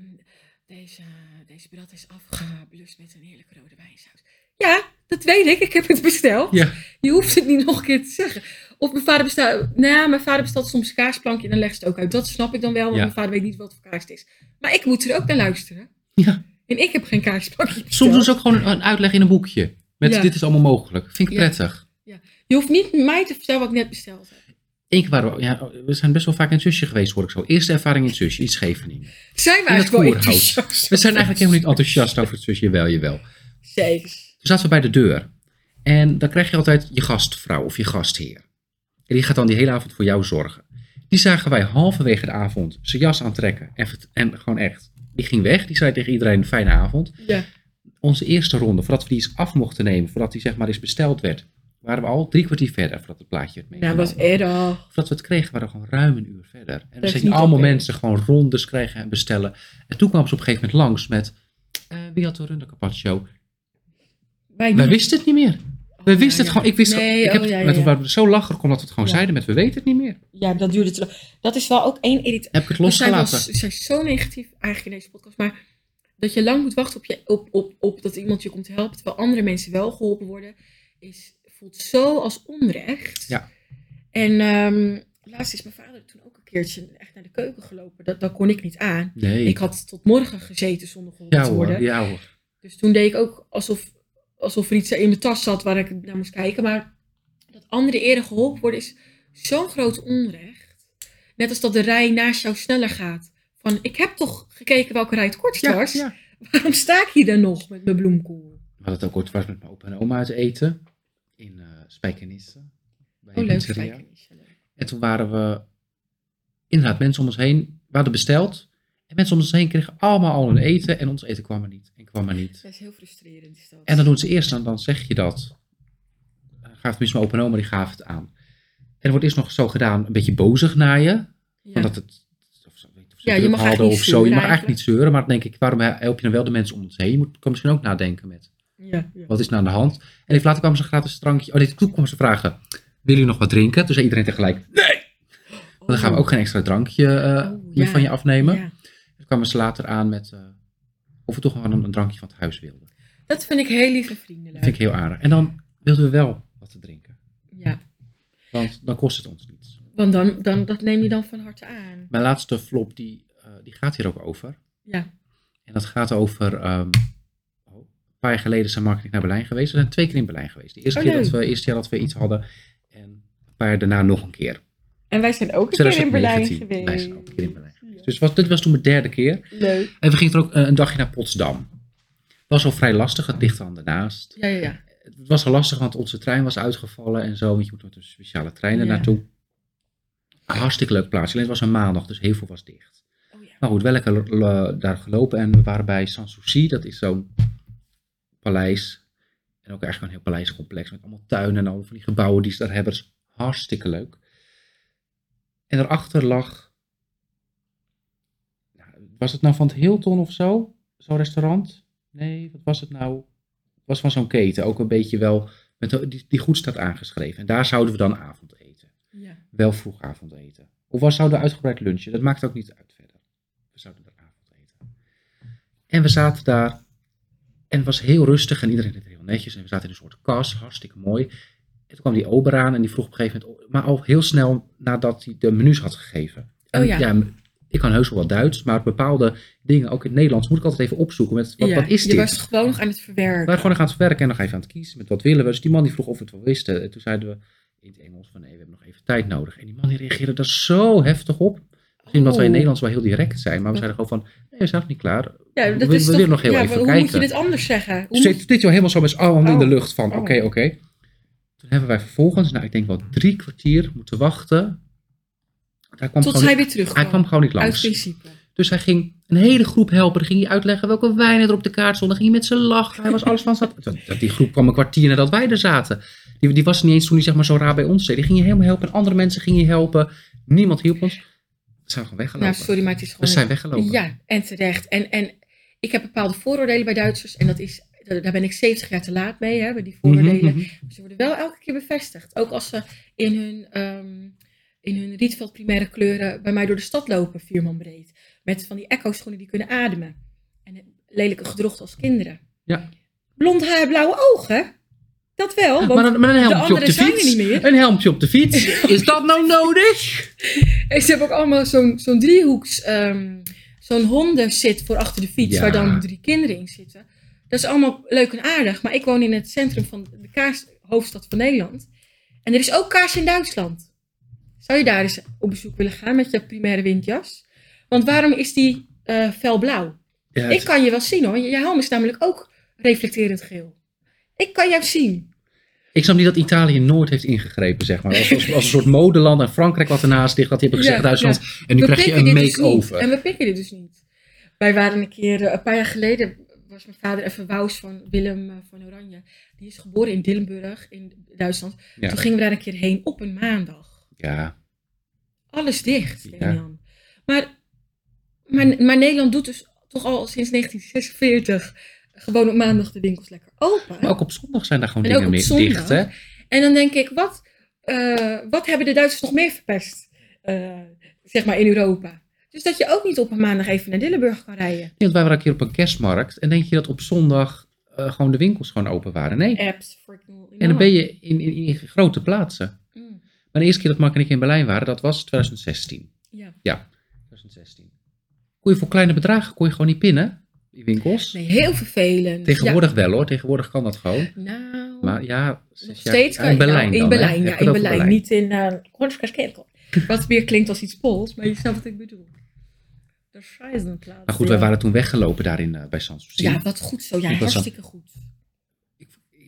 Speaker 2: deze, deze brat is afgeblust met een heerlijke rode wijnsaus. Ja, dat weet ik. Ik heb het besteld.
Speaker 1: Ja.
Speaker 2: Je hoeft het niet nog een keer te zeggen. Of mijn vader bestelt... Nou, ja, mijn vader bestelt soms kaasplankje en dan legt ze het ook uit. Dat snap ik dan wel, want
Speaker 1: Ja.
Speaker 2: mijn vader weet niet wat voor kaas het is. Maar ik moet er ook naar luisteren.
Speaker 1: Ja.
Speaker 2: En ik heb geen kaasplankje
Speaker 1: Soms doen
Speaker 2: besteld.
Speaker 1: ze ook gewoon een, een uitleg in een boekje. Met
Speaker 2: Ja.
Speaker 1: dit is allemaal mogelijk. Vind ik
Speaker 2: Ja.
Speaker 1: prettig.
Speaker 2: Je hoeft niet mij te vertellen wat ik net besteld heb.
Speaker 1: Eén keer waren we, ja, we zijn best wel vaak in het zusje geweest, hoor ik zo. Eerste ervaring in het zusje, in Scheveningen.
Speaker 2: Zijn we
Speaker 1: In het
Speaker 2: eigenlijk wel
Speaker 1: koerhuis.
Speaker 2: enthousiast?
Speaker 1: We zijn eigenlijk helemaal niet enthousiast over het zusje, jawel, jawel.
Speaker 2: Zeker.
Speaker 1: Toen zaten we bij de deur. En dan krijg je altijd je gastvrouw of je gastheer. En die gaat dan die hele avond voor jou zorgen. Die zagen wij halverwege de avond zijn jas aantrekken. En, vert- en gewoon echt. Die ging weg. Die zei tegen iedereen: fijne avond.
Speaker 2: Ja.
Speaker 1: Onze eerste ronde, voordat we die eens af mochten nemen, voordat die zeg maar eens besteld werd, waren we al drie kwartier verder voordat het plaatje werd
Speaker 2: Nou,
Speaker 1: meegenomen.
Speaker 2: was erg.
Speaker 1: Voordat we het kregen, waren we gewoon ruim een uur verder. En
Speaker 2: is
Speaker 1: we zitten
Speaker 2: niet
Speaker 1: allemaal
Speaker 2: oké.
Speaker 1: mensen gewoon rondes krijgen en bestellen. En toen kwamen ze op een gegeven moment langs met, eh, wie had de Runda Carpaccio?
Speaker 2: Wij
Speaker 1: Wij
Speaker 2: niet.
Speaker 1: wisten het niet meer. We
Speaker 2: Oh,
Speaker 1: wisten het
Speaker 2: ja,
Speaker 1: gewoon. Ik wist
Speaker 2: Nee,
Speaker 1: gewoon- ik heb
Speaker 2: oh,
Speaker 1: het
Speaker 2: ja, ja,
Speaker 1: met
Speaker 2: ja.
Speaker 1: waar we zo lachen kon dat we het gewoon
Speaker 2: Ja.
Speaker 1: zeiden met we weten het niet meer.
Speaker 2: Ja, dat duurde te lang. Dat is wel ook één Dus irritatie.
Speaker 1: Heb ik het
Speaker 2: We zijn, wel,
Speaker 1: losgelaten.
Speaker 2: we zijn zo negatief eigenlijk in deze podcast. Maar dat je lang moet wachten op, je, op, op, op dat iemand je komt helpen. Terwijl andere mensen wel geholpen worden. Is, voelt zo als onrecht.
Speaker 1: Ja.
Speaker 2: En ehm, laatst is mijn vader toen ook een keertje echt naar de keuken gelopen. Dat, dat kon ik niet aan.
Speaker 1: Nee.
Speaker 2: Ik had tot morgen gezeten zonder geholpen
Speaker 1: ja
Speaker 2: te
Speaker 1: hoor,
Speaker 2: worden.
Speaker 1: ja hoor.
Speaker 2: Dus toen deed ik ook alsof, alsof er iets in mijn tas zat waar ik naar moest kijken. Maar dat anderen eerder geholpen worden is zo'n groot onrecht. Net als dat de rij naast jou sneller gaat. Van, ik heb toch gekeken welke rij het kortst was.
Speaker 1: ja.
Speaker 2: Waarom sta ik hier dan nog met mijn bloemkool?
Speaker 1: We hadden het ook ooit was met mijn opa en oma uit eten. In eh Spijkenisse. Bij
Speaker 2: Oh,
Speaker 1: een
Speaker 2: leuk.
Speaker 1: pizzeria.
Speaker 2: Spijkenis, ja, leuk.
Speaker 1: En toen waren we inderdaad mensen om ons heen. We hadden besteld. En mensen om ons heen kregen allemaal al hun eten. En ons eten kwam er niet. En kwam er niet.
Speaker 2: Dat is heel frustrerend. Is dat.
Speaker 1: En dan doen ze eerst, dan, dan zeg je dat. Eh, Gaaf tenminste, mijn opa en oma die gaven het aan. En er wordt eerst nog zo gedaan, een beetje bozig naar je.
Speaker 2: ja.
Speaker 1: Omdat het, of ze- weet ik of ze
Speaker 2: Ja, je
Speaker 1: druk
Speaker 2: mag
Speaker 1: hadden
Speaker 2: eigenlijk
Speaker 1: of
Speaker 2: niet
Speaker 1: zo. Je
Speaker 2: zeuren
Speaker 1: mag eigenlijk niet zeuren, maar dan denk ik, waarom help je dan wel de mensen om ons heen? Je moet, kan misschien ook nadenken met,
Speaker 2: Ja, ja.
Speaker 1: wat is nou aan de hand? En even later kwamen ze een gratis drankje. Oh nee, toen kwamen ze vragen, willen jullie nog wat drinken? Toen zei iedereen tegelijk, want dan gaan we ook geen extra drankje eh,
Speaker 2: Oh,
Speaker 1: meer
Speaker 2: ja.
Speaker 1: van je afnemen.
Speaker 2: Oh, Ja.
Speaker 1: Toen kwamen ze later aan met, eh, of we toch gewoon een, een drankje van het huis wilden.
Speaker 2: Dat vind ik heel lief en
Speaker 1: Dat
Speaker 2: vriendelijk.
Speaker 1: vind ik heel aardig. En dan wilden we wel wat te drinken,
Speaker 2: Ja,
Speaker 1: want dan kost het ons niets.
Speaker 2: want dan, dan, dat neem je dan van harte aan.
Speaker 1: Mijn laatste flop, die, eh, die gaat hier ook over.
Speaker 2: Ja.
Speaker 1: En dat gaat over. ehm, oh, een paar jaar geleden zijn Mark en ik naar Berlijn geweest. We zijn twee keer in Berlijn geweest. De eerste
Speaker 2: Oh,
Speaker 1: keer
Speaker 2: leuk.
Speaker 1: dat we, eerste jaar dat we iets hadden. En een paar jaar daarna nog een keer.
Speaker 2: En wij zijn ook een keer in
Speaker 1: 2019.
Speaker 2: Berlijn
Speaker 1: Wij
Speaker 2: geweest.
Speaker 1: zijn ook een keer in Berlijn geweest. Dus was, dit was toen mijn derde keer.
Speaker 2: Leuk.
Speaker 1: En we gingen er ook eh, een dagje naar Potsdam. Was al vrij lastig, het ligt dan daarnaast.
Speaker 2: Ja, ja, ja.
Speaker 1: Het was al lastig, want onze trein was uitgevallen en zo. Want je moet met een speciale trein er
Speaker 2: Ja.
Speaker 1: naartoe. Hartstikke leuk plaatsje. Alleen het was een maandag, dus heel veel was dicht.
Speaker 2: Oh, ja.
Speaker 1: Maar goed, wel lekker eh, daar gelopen en we waren bij Sanssouci, dat is zo'n paleis. En ook eigenlijk een heel paleiscomplex met allemaal tuinen en allemaal van die gebouwen die ze daar hebben. Dat is hartstikke leuk. En daarachter lag, nou, was het nou van het Hilton of zo? Zo'n restaurant? Nee, wat was het nou? Het was van zo'n keten, ook een beetje wel, met, de- die, die goed staat aangeschreven. En daar zouden we dan avond eten
Speaker 2: Ja.
Speaker 1: wel vroeg avond eten. Of we zouden uitgebreid lunchen, dat maakt ook niet uit verder. We zouden er avond eten. En we zaten daar en het was heel rustig en iedereen deed het heel netjes. En we zaten in een soort kas, hartstikke mooi. En toen kwam die ober aan en die vroeg op een gegeven moment, maar al heel snel nadat hij de menus had gegeven. En
Speaker 2: Oh ja.
Speaker 1: ik kan heus wel wat Duits, maar bepaalde dingen, ook in het Nederlands, moet ik altijd even opzoeken. Met, wat,
Speaker 2: Ja,
Speaker 1: wat is dit?
Speaker 2: Je was gewoon nog aan het verwerken.
Speaker 1: We waren gewoon nog aan het werken en nog even aan het kiezen met wat willen we. Dus die man die vroeg of we het wel wisten. En toen zeiden we in het Engels van nee, we hebben nog even tijd nodig. En die man die reageerde daar zo heftig op. Misschien omdat wij in
Speaker 2: Oh.
Speaker 1: Nederlands wel heel direct zijn. Maar we zeiden gewoon van, nee, we zijn nog niet klaar.
Speaker 2: Ja,
Speaker 1: We-
Speaker 2: dat
Speaker 1: we
Speaker 2: is
Speaker 1: willen
Speaker 2: toch,
Speaker 1: nog heel
Speaker 2: ja,
Speaker 1: even
Speaker 2: maar hoe moet je
Speaker 1: kijken.
Speaker 2: dit anders zeggen? Hoe
Speaker 1: Dus
Speaker 2: moet-
Speaker 1: dit, dit joh helemaal zo met z'n allen handen in
Speaker 2: Oh.
Speaker 1: de lucht van, oké,
Speaker 2: Oh.
Speaker 1: oké. Toen hebben wij vervolgens, nou ik denk wel drie kwartier moeten wachten. Daar kwam
Speaker 2: tot
Speaker 1: gewoon
Speaker 2: hij
Speaker 1: niet-
Speaker 2: weer terug
Speaker 1: hij kwam gewoon niet langs.
Speaker 2: Uit principe.
Speaker 1: Dus hij ging een hele groep helpen. Dan ging hij uitleggen welke wijnen er op de kaart stonden. Dan ging hij met z'n lachen. Hij was alles van zat. Dat- dat- Die groep kwam een kwartier nadat wij er zaten. Die, die was niet eens toen hij zeg maar, zo raar bij ons deed. Die ging je helemaal helpen. En andere mensen gingen je helpen. Niemand hielp ons. We zijn gewoon weggelopen.
Speaker 2: Nou, sorry, maar het is
Speaker 1: we
Speaker 2: gewoon...
Speaker 1: zijn weggelopen.
Speaker 2: ja, en terecht. En, en ik heb bepaalde vooroordelen bij Duitsers. En dat is, daar ben ik 70 jaar te laat mee, hè, bij die
Speaker 1: Mhm,
Speaker 2: vooroordelen.
Speaker 1: mhm.
Speaker 2: Ze worden wel elke keer bevestigd. Ook als ze in hun, ehm, in hun Rietveld primaire kleuren bij mij door de stad lopen, vier man breed. Met van die echo-schoenen die kunnen ademen. En het lelijke gedrocht als kinderen.
Speaker 1: Ja.
Speaker 2: Blond haar, blauwe ogen. Dat wel, want
Speaker 1: Maar een, maar een
Speaker 2: de
Speaker 1: helmpje op
Speaker 2: anderen
Speaker 1: de
Speaker 2: zijn er niet
Speaker 1: fiets.
Speaker 2: meer.
Speaker 1: Een helmpje op de fiets. Is dat nou nodig?
Speaker 2: En ze hebben ook allemaal zo'n zo'n driehoeks, ehm, zo'n hondenzit voor achter de fiets,
Speaker 1: Ja.
Speaker 2: waar dan drie kinderen in zitten. Dat is allemaal leuk en aardig, maar ik woon in het centrum van de kaars, hoofdstad van Nederland. En er is ook kaars in Duitsland. Zou je daar eens op bezoek willen gaan met je primaire windjas? Want waarom is die eh felblauw?
Speaker 1: Ja, het-
Speaker 2: Ik kan je wel zien hoor, je helm is namelijk ook reflecterend geel. Ik kan jou zien.
Speaker 1: Ik snap niet dat Italië nooit heeft ingegrepen, zeg maar. Als, als, als een soort modeland en Frankrijk wat ernaast ligt, dat die hebben gezegd
Speaker 2: Ja,
Speaker 1: Duitsland. En nu
Speaker 2: We
Speaker 1: krijg je
Speaker 2: pikken
Speaker 1: een
Speaker 2: dit dus
Speaker 1: make-over.
Speaker 2: niet. en we pikken dit dus niet. Wij waren een keer, eh, een paar jaar geleden, was mijn vader even wous van Willem eh, van Oranje. Die is geboren in Dillenburg in Duitsland.
Speaker 1: Ja.
Speaker 2: Toen gingen we daar een keer heen op een maandag.
Speaker 1: Ja,
Speaker 2: Alles dicht,
Speaker 1: Ja.
Speaker 2: Lilian. Maar, maar, maar Nederland doet dus toch al sinds 1946 gewoon op maandag de winkels lekker open.
Speaker 1: maar ook op zondag zijn daar gewoon
Speaker 2: En ook
Speaker 1: dingen
Speaker 2: op
Speaker 1: meer
Speaker 2: zondag.
Speaker 1: dicht, hè?
Speaker 2: En dan denk ik, wat, eh, wat hebben de Duitsers nog meer verpest? eh, zeg maar in Europa. Dus dat je ook niet op een maandag even naar Dillenburg kan rijden.
Speaker 1: Nee, want wij waren een keer op een kerstmarkt. En denk je dat op zondag eh, gewoon de winkels gewoon open waren? Nee.
Speaker 2: Apps, freaking
Speaker 1: En dan ben je in, in, in grote plaatsen.
Speaker 2: Mm,
Speaker 1: Maar de eerste keer dat Mark en ik in Berlijn waren, dat was 2016.
Speaker 2: ja.
Speaker 1: 2016. Kon je voor kleine bedragen kon je gewoon niet pinnen, die winkels.
Speaker 2: Nee, heel vervelend.
Speaker 1: Tegenwoordig wel hoor, tegenwoordig kan dat gewoon.
Speaker 2: Ja, nou,
Speaker 1: Maar ja,
Speaker 2: nog
Speaker 1: zes jaar-
Speaker 2: steeds
Speaker 1: ja,
Speaker 2: kan
Speaker 1: in
Speaker 2: je-
Speaker 1: Berlijn
Speaker 2: nou, in
Speaker 1: dan, hè?
Speaker 2: Berlijn,
Speaker 1: Je
Speaker 2: ja,
Speaker 1: hebt
Speaker 2: in
Speaker 1: het
Speaker 2: Berlijn.
Speaker 1: over
Speaker 2: Niet in eh Kreuzkaskerkel. Wat meer klinkt als iets Pools, maar je snapt wat ik bedoel. De Scheisenplaats.
Speaker 1: Maar goed, wij waren toen weggelopen daarin eh, bij Sanssouci.
Speaker 2: Ja, wat goed zo. Ja,
Speaker 1: Ik was aan-
Speaker 2: hartstikke goed.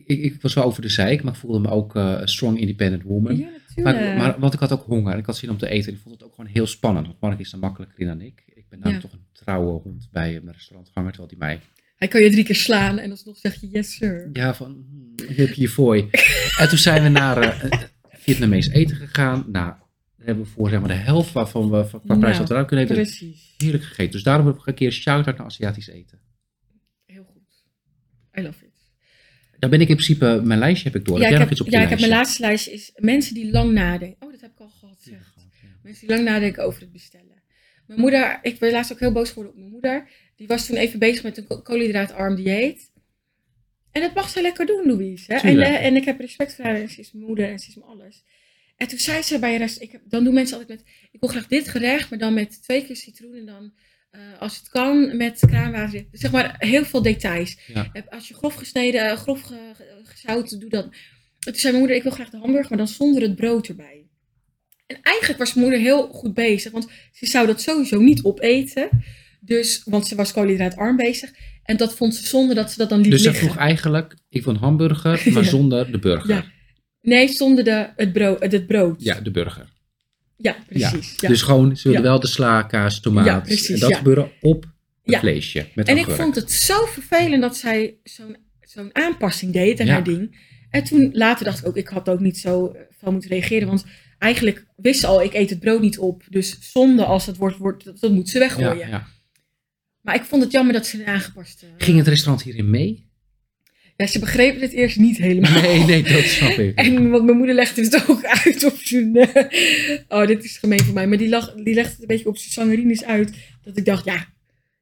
Speaker 1: Ik, ik was wel over de zeik, maar ik voelde me ook eh, een strong independent woman.
Speaker 2: Ja, natuurlijk.
Speaker 1: Maar, maar, want ik had ook honger en ik had zin om te eten. En ik vond het ook gewoon heel spannend. Want Mark is er makkelijker in dan ik. Ik ben namelijk toch een trouwe hond bij mijn restaurantganger. Terwijl die mij,
Speaker 2: Hij kan je drie keer slaan en alsnog zeg je yes sir.
Speaker 1: ja, van, "Hmm, hier heb je je fooi. en toen zijn we naar eh, eh, Vietnamees eten gegaan. Nou, daar hebben we voor zeg maar, de helft waarvan we van qua
Speaker 2: Nou,
Speaker 1: prijs hadden eruit kunnen eten.
Speaker 2: Precies.
Speaker 1: Heerlijk gegeten. Dus daarom heb ik een keer shout-out naar Aziatisch eten.
Speaker 2: Heel goed. I love it.
Speaker 1: Daar ben ik in principe, mijn lijstje heb ik door.
Speaker 2: ja,
Speaker 1: heb
Speaker 2: ik
Speaker 1: jij
Speaker 2: heb,
Speaker 1: nog iets op
Speaker 2: ja,
Speaker 1: je
Speaker 2: ik
Speaker 1: lijstje?
Speaker 2: heb mijn laatste lijstje is mensen die lang nadenken. Oh, dat heb ik al gehad. zeg. Mensen die lang nadenken over het bestellen. Mijn moeder, ik ben laatst ook heel boos geworden op mijn moeder. Die was toen even bezig met een ko- koolhydraatarm dieet. En dat mag ze lekker doen, Louise. Hè? En,
Speaker 1: Tuurlijk.
Speaker 2: eh, en ik heb respect voor haar en ze is mijn moeder en ze is mijn alles. En toen zei ze bij een rest, ik, heb- dan doen mensen altijd met, ik wil graag dit gerecht, maar dan met twee keer citroen en dan, eh, als het kan, met kraanwater. Zeg maar, heel veel details.
Speaker 1: Ja.
Speaker 2: Eh, Als je grof gesneden, eh, grof ge- ge- gezout, doe dan. En toen zei mijn moeder, ik wil graag de hamburger, maar dan zonder het brood erbij. En eigenlijk was mijn moeder heel goed bezig, want ze zou dat sowieso niet opeten. Dus, want ze was koolhydraatarm bezig. En dat vond ze zonde dat ze dat dan liet
Speaker 1: Dus ze
Speaker 2: liggen.
Speaker 1: vroeg eigenlijk, ik wil een hamburger, maar
Speaker 2: Ja.
Speaker 1: zonder de burger.
Speaker 2: Ja. Nee, zonder de, het, brood, het brood.
Speaker 1: ja de burger.
Speaker 2: Ja, precies. Ja.
Speaker 1: Dus gewoon, ze wilden
Speaker 2: Ja.
Speaker 1: wel de sla, kaas, tomaat.
Speaker 2: Ja, precies,
Speaker 1: en dat
Speaker 2: ja.
Speaker 1: gebeuren op het
Speaker 2: Ja.
Speaker 1: vleesje. Met
Speaker 2: En ik
Speaker 1: augurk.
Speaker 2: vond het zo vervelend dat zij zo'n zo'n aanpassing deed aan
Speaker 1: Ja.
Speaker 2: haar ding. En toen later dacht ik ook, ik had ook niet zo eh, veel moeten reageren. Want eigenlijk wist ze al, ik eet het brood niet op. Dus zonde als het wordt, wordt dat, dat moet ze
Speaker 1: ja,
Speaker 2: weggooien.
Speaker 1: ja.
Speaker 2: Maar ik vond het jammer dat ze een aangepaste...
Speaker 1: Ging het restaurant hierin mee?
Speaker 2: Ja, ze begrepen het eerst niet helemaal.
Speaker 1: Nee, nee, dat snap ik.
Speaker 2: En want mijn moeder legde het ook uit op zijn. eh, oh, dit is gemeen voor mij. Maar die, lag, die legde het een beetje op zijn sangerines uit. Dat ik dacht, ja.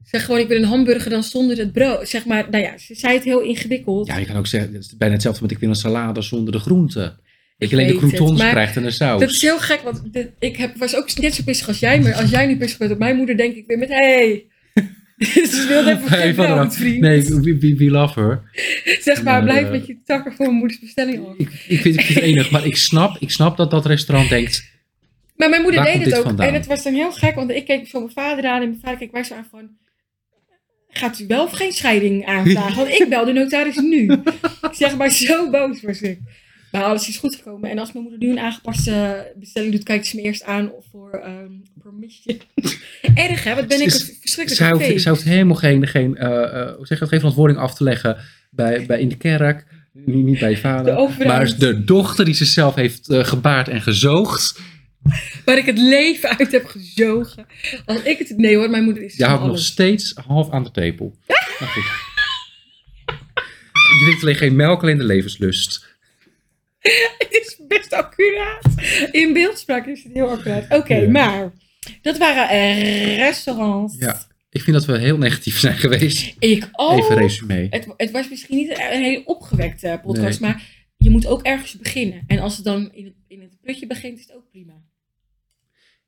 Speaker 2: Zeg gewoon, ik wil een hamburger dan zonder het brood. Zeg maar, nou ja, ze zei het heel ingewikkeld.
Speaker 1: Ja, je kan ook zeggen, het is bijna hetzelfde met ik wil een salade zonder de groenten. Dat
Speaker 2: Ik
Speaker 1: je alleen de
Speaker 2: weet het,
Speaker 1: croutons
Speaker 2: maar
Speaker 1: krijgt en de saus.
Speaker 2: dat is heel gek, want dit- ik heb, was ook net zo pissig als jij. Maar als jij nu pissig bent op mijn moeder, denk ik weer met... Hé, hey, Dus ze wilde even
Speaker 1: Hey,
Speaker 2: geen
Speaker 1: van
Speaker 2: brood,
Speaker 1: eraf.
Speaker 2: vriend.
Speaker 1: Nee, we, we- we love her.
Speaker 2: zeg maar,
Speaker 1: Nee,
Speaker 2: blijf
Speaker 1: eh,
Speaker 2: met je takken voor mijn moeders bestelling af.
Speaker 1: Ik, ik vind ik vind het enig, maar ik snap, ik snap dat dat restaurant denkt,
Speaker 2: Maar mijn moeder
Speaker 1: Waar
Speaker 2: deed
Speaker 1: komt
Speaker 2: het ook.
Speaker 1: dit vandaan?
Speaker 2: En het was dan heel gek, want ik keek zo mijn vader aan en mijn vader keek mij zo aan van... Gaat u wel of geen scheiding aanvragen? Want ik bel de notaris nu. Ik zeg maar, zo boos was ik. Maar alles is goed gekomen. En als mijn moeder nu een aangepaste bestelling doet, kijkt ze me eerst aan voor ehm, permission. Erg hè, wat ben ik
Speaker 1: Is-
Speaker 2: het verschrikkelijk
Speaker 1: zou
Speaker 2: fake.
Speaker 1: het, zou het helemaal geen, geen, eh, eh, hoe zeg je dat, geen verantwoording af te leggen bij, bij in de kerk, niet, niet bij je vader.
Speaker 2: De overheid.
Speaker 1: Maar de dochter die ze zelf heeft eh, gebaard en gezoogd.
Speaker 2: Waar ik het leven uit heb gezogen. Als ik het... Nee hoor, mijn moeder is
Speaker 1: Die
Speaker 2: van
Speaker 1: houdt nog
Speaker 2: alles.
Speaker 1: steeds half aan de tepel. Maar goed. Je drinkt alleen geen melk, alleen de levenslust.
Speaker 2: Het is best accuraat. In beeldspraak is het heel accuraat. Oké,
Speaker 1: Ja.
Speaker 2: maar dat waren eh, restaurants.
Speaker 1: Ja. Ik vind dat we heel negatief zijn geweest.
Speaker 2: Ik ook.
Speaker 1: Even resume.
Speaker 2: het, het was misschien niet een, een hele opgewekte podcast,
Speaker 1: Nee.
Speaker 2: maar je moet ook ergens beginnen. En als het dan in het, in het putje begint, is het ook prima.
Speaker 1: En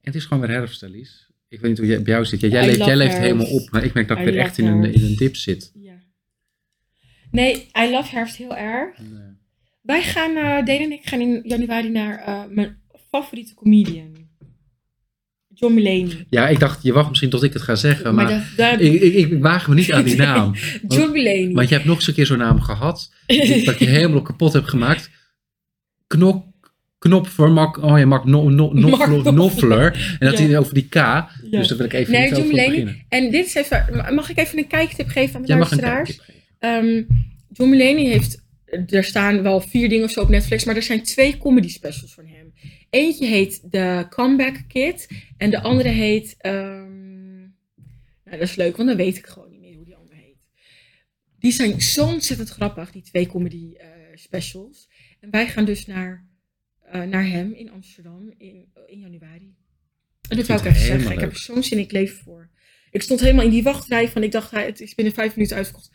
Speaker 1: het is gewoon weer herfst, Alice. Ik weet niet hoe jij, bij jou zit. Ja, jij
Speaker 2: I
Speaker 1: leeft,
Speaker 2: love
Speaker 1: jij leeft
Speaker 2: herfst.
Speaker 1: helemaal op. Maar ik merk dat ik
Speaker 2: I
Speaker 1: weer
Speaker 2: love
Speaker 1: echt in een,
Speaker 2: herfst.
Speaker 1: in een dip zit.
Speaker 2: Ja. Nee, I love herfst heel erg.
Speaker 1: eh,
Speaker 2: Wij gaan, eh Deen en ik gaan in januari naar eh, mijn favoriete comedian. John Mulaney.
Speaker 1: Ja, ik dacht, je wacht misschien tot ik het ga zeggen. Maar,
Speaker 2: Maar dat, daar-
Speaker 1: ik, ik, ik, ik waag me niet aan die
Speaker 2: Nee.
Speaker 1: naam.
Speaker 2: John Mulaney.
Speaker 1: Want je hebt nog eens een keer zo'n naam gehad. Dus dat ik je helemaal kapot heb gemaakt. Knok, knop voor Mak, oh ja, Mak no, no,
Speaker 2: Mark
Speaker 1: Noffler.
Speaker 2: Knopfler.
Speaker 1: Noffler. En dat
Speaker 2: Ja.
Speaker 1: hij over die K.
Speaker 2: Ja.
Speaker 1: Dus daar wil ik even
Speaker 2: Nee,
Speaker 1: niet over
Speaker 2: John Mulaney.
Speaker 1: beginnen.
Speaker 2: En dit is even, mag ik even een kijktip geven aan de
Speaker 1: Jij mag een
Speaker 2: luisteraars?
Speaker 1: kijkje geven.
Speaker 2: Ehm John Mulaney heeft, er staan wel vier dingen of zo op Netflix, maar er zijn twee comedy specials van hem. Eentje heet The Comeback Kid en de andere heet, ehm, nou dat is leuk, want dan weet ik gewoon niet meer hoe die andere heet. Die zijn zo ontzettend grappig, die twee comedy eh, specials. En wij gaan dus naar, eh, naar hem in Amsterdam in, in januari. En dat
Speaker 1: Ik vind
Speaker 2: wou ik
Speaker 1: het
Speaker 2: even zeggen,
Speaker 1: helemaal
Speaker 2: ik heb
Speaker 1: leuk.
Speaker 2: er zo'n zin, ik leef voor. Ik stond helemaal in die wachtrij van, ik dacht, hij- het is binnen vijf minuten uitverkocht.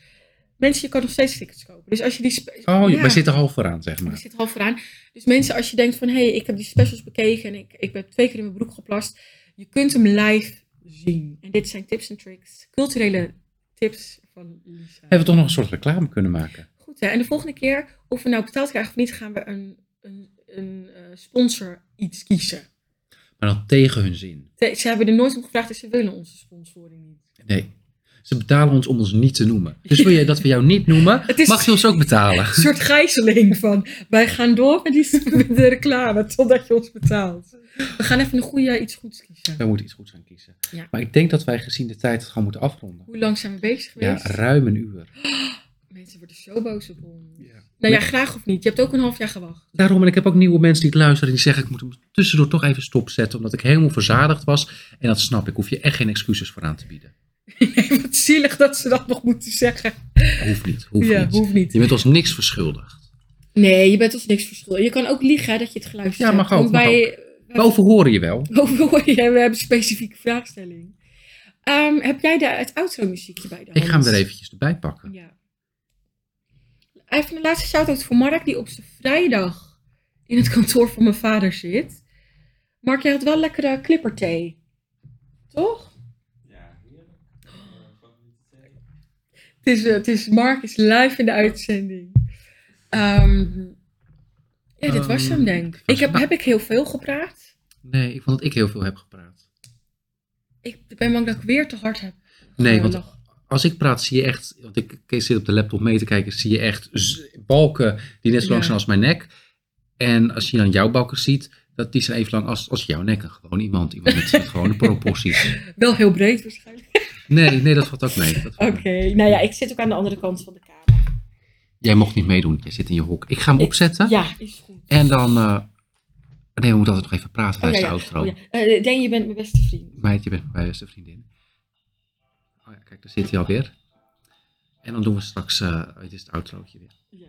Speaker 2: Mensen, je kan nog steeds tickets kopen. Dus als je die... spe-
Speaker 1: Oh, je
Speaker 2: Ja,
Speaker 1: wij zitten half vooraan, zeg
Speaker 2: ik
Speaker 1: maar.
Speaker 2: zit half vooraan. Dus mensen, als je denkt van... Hé, hey, ik heb die specials bekeken en ik, ik ben twee keer in mijn broek geplast. Je kunt hem live zien. En dit zijn tips en tricks. Culturele tips van Lisa.
Speaker 1: Hebben we toch nog een soort reclame kunnen maken?
Speaker 2: Goed hè. En de volgende keer, of we nou betaald krijgen of niet... gaan we een, een, een eh, sponsor iets kiezen.
Speaker 1: Maar maar dan tegen hun zin.
Speaker 2: Ze, ze hebben er nooit om gevraagd en ze willen onze sponsoring niet.
Speaker 1: Nee. Ze betalen ons om ons niet te noemen. Dus wil jij dat we jou niet noemen,
Speaker 2: Het is-
Speaker 1: mag je ons ook betalen.
Speaker 2: Een soort gijzeling van wij gaan door met, die, met de reclame totdat je ons betaalt. We gaan even een goede iets goeds kiezen.
Speaker 1: Wij moeten iets goeds gaan kiezen.
Speaker 2: Ja.
Speaker 1: Maar ik denk dat wij gezien de tijd het gewoon moeten afronden.
Speaker 2: Hoe lang zijn we bezig
Speaker 1: Ja,
Speaker 2: geweest?
Speaker 1: ruim een uur.
Speaker 2: Mensen worden zo boos op ons. Nou ja, graag of niet. Je hebt ook een half jaar gewacht.
Speaker 1: Daarom, en ik heb ook nieuwe mensen die het luisteren en die zeggen ik moet hem tussendoor toch even stopzetten omdat ik helemaal verzadigd was. En dat snap ik, hoef je echt geen excuses voor aan te bieden.
Speaker 2: Wat zielig dat ze dat nog moeten zeggen.
Speaker 1: Hoeft niet, hoeft
Speaker 2: ja,
Speaker 1: niet.
Speaker 2: hoeft niet.
Speaker 1: Je bent ons niks verschuldigd.
Speaker 2: Nee, je bent ons niks verschuldigd. Je kan ook liegen hè, dat je het geluisterd
Speaker 1: Ja, mag
Speaker 2: hebt.
Speaker 1: ook, mag
Speaker 2: Want wij,
Speaker 1: We overhoren je wel.
Speaker 2: Overhoor je, we hebben een specifieke vraagstelling. Ehm, heb jij daar het outro muziekje bij de hand?
Speaker 1: Ik ga hem er eventjes erbij pakken.
Speaker 2: Ja. Even een laatste shout-out voor Mark, die op zijn vrijdag in het kantoor van mijn vader zit. Mark, jij had wel lekkere klipperthee. Toch? Het is, eh, het is, Mark is live in de uitzending. Ehm, ja, dit was
Speaker 1: Ehm,
Speaker 2: hem, denk ik.
Speaker 1: was
Speaker 2: Ik heb,
Speaker 1: hem.
Speaker 2: heb ik heel veel gepraat?
Speaker 1: Nee, ik vond dat ik heel veel heb gepraat.
Speaker 2: Ik ben bang dat ik weer te hard heb.
Speaker 1: Nee, want
Speaker 2: gelach.
Speaker 1: als ik praat zie je echt, want ik Kees zit op de laptop mee te kijken, zie je echt z- balken die net zo lang
Speaker 2: Ja.
Speaker 1: zijn als mijn nek. En als je dan jouw balken ziet, dat die zijn even lang als, als jouw nek. En Gewoon iemand, iemand met, met gewone proporties.
Speaker 2: Wel heel breed waarschijnlijk.
Speaker 1: Nee, nee, dat valt ook mee. Dat
Speaker 2: Oké,
Speaker 1: valt mee.
Speaker 2: nou ja, ik zit ook aan de andere kant van de kamer.
Speaker 1: Jij mocht niet meedoen, jij zit in je hok. Ik ga hem
Speaker 2: Ik-
Speaker 1: opzetten
Speaker 2: Ja, is goed.
Speaker 1: en dan... eh, nee, we moeten altijd nog even praten
Speaker 2: Oh,
Speaker 1: tijdens
Speaker 2: ja, ja.
Speaker 1: de outro.
Speaker 2: Oh, ja. Eh, Dan, je bent mijn beste vriend.
Speaker 1: Meid, je bent mijn beste vriendin. Oh ja, kijk, daar zit hij alweer. En dan doen we straks, eh dit is het outrootje weer.
Speaker 2: Ja, ja.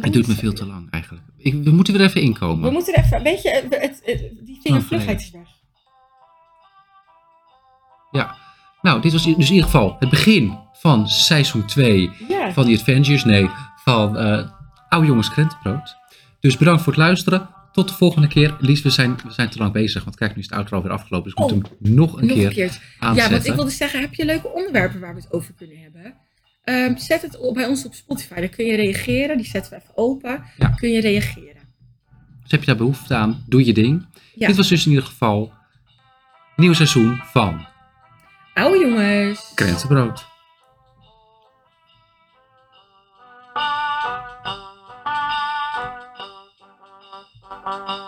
Speaker 1: Hij
Speaker 2: doen
Speaker 1: duurt
Speaker 2: we
Speaker 1: me veel te lang eigenlijk. Ik, we moeten weer even
Speaker 2: We
Speaker 1: inkomen.
Speaker 2: moeten er even, weet je, eh, het, het- die vingervlugheid is weg.
Speaker 1: Ja. Nou, dit was dus in ieder geval het begin van seizoen 2
Speaker 2: Ja,
Speaker 1: van die Avengers. Nee, van eh Oude Jongens Krentenbrood. Dus bedankt voor het luisteren. Tot de volgende keer. Lies, we zijn, we zijn te lang bezig. Want kijk, nu is het outro weer afgelopen. Dus we moeten hem nog een
Speaker 2: Oh, nog
Speaker 1: keer
Speaker 2: een keertje. Ja, want
Speaker 1: aanzetten.
Speaker 2: ik wilde zeggen, heb je leuke onderwerpen waar we het over kunnen hebben? Ehm, zet het op, bij ons op Spotify, dan kun je reageren. Die zetten we even open.
Speaker 1: Ja.
Speaker 2: Kun je reageren.
Speaker 1: Dus heb je daar behoefte aan, doe je ding.
Speaker 2: Ja.
Speaker 1: Dit was dus in ieder geval nieuw seizoen van
Speaker 2: Au jongens.
Speaker 1: Krentenbrood.
Speaker 4: Thank you.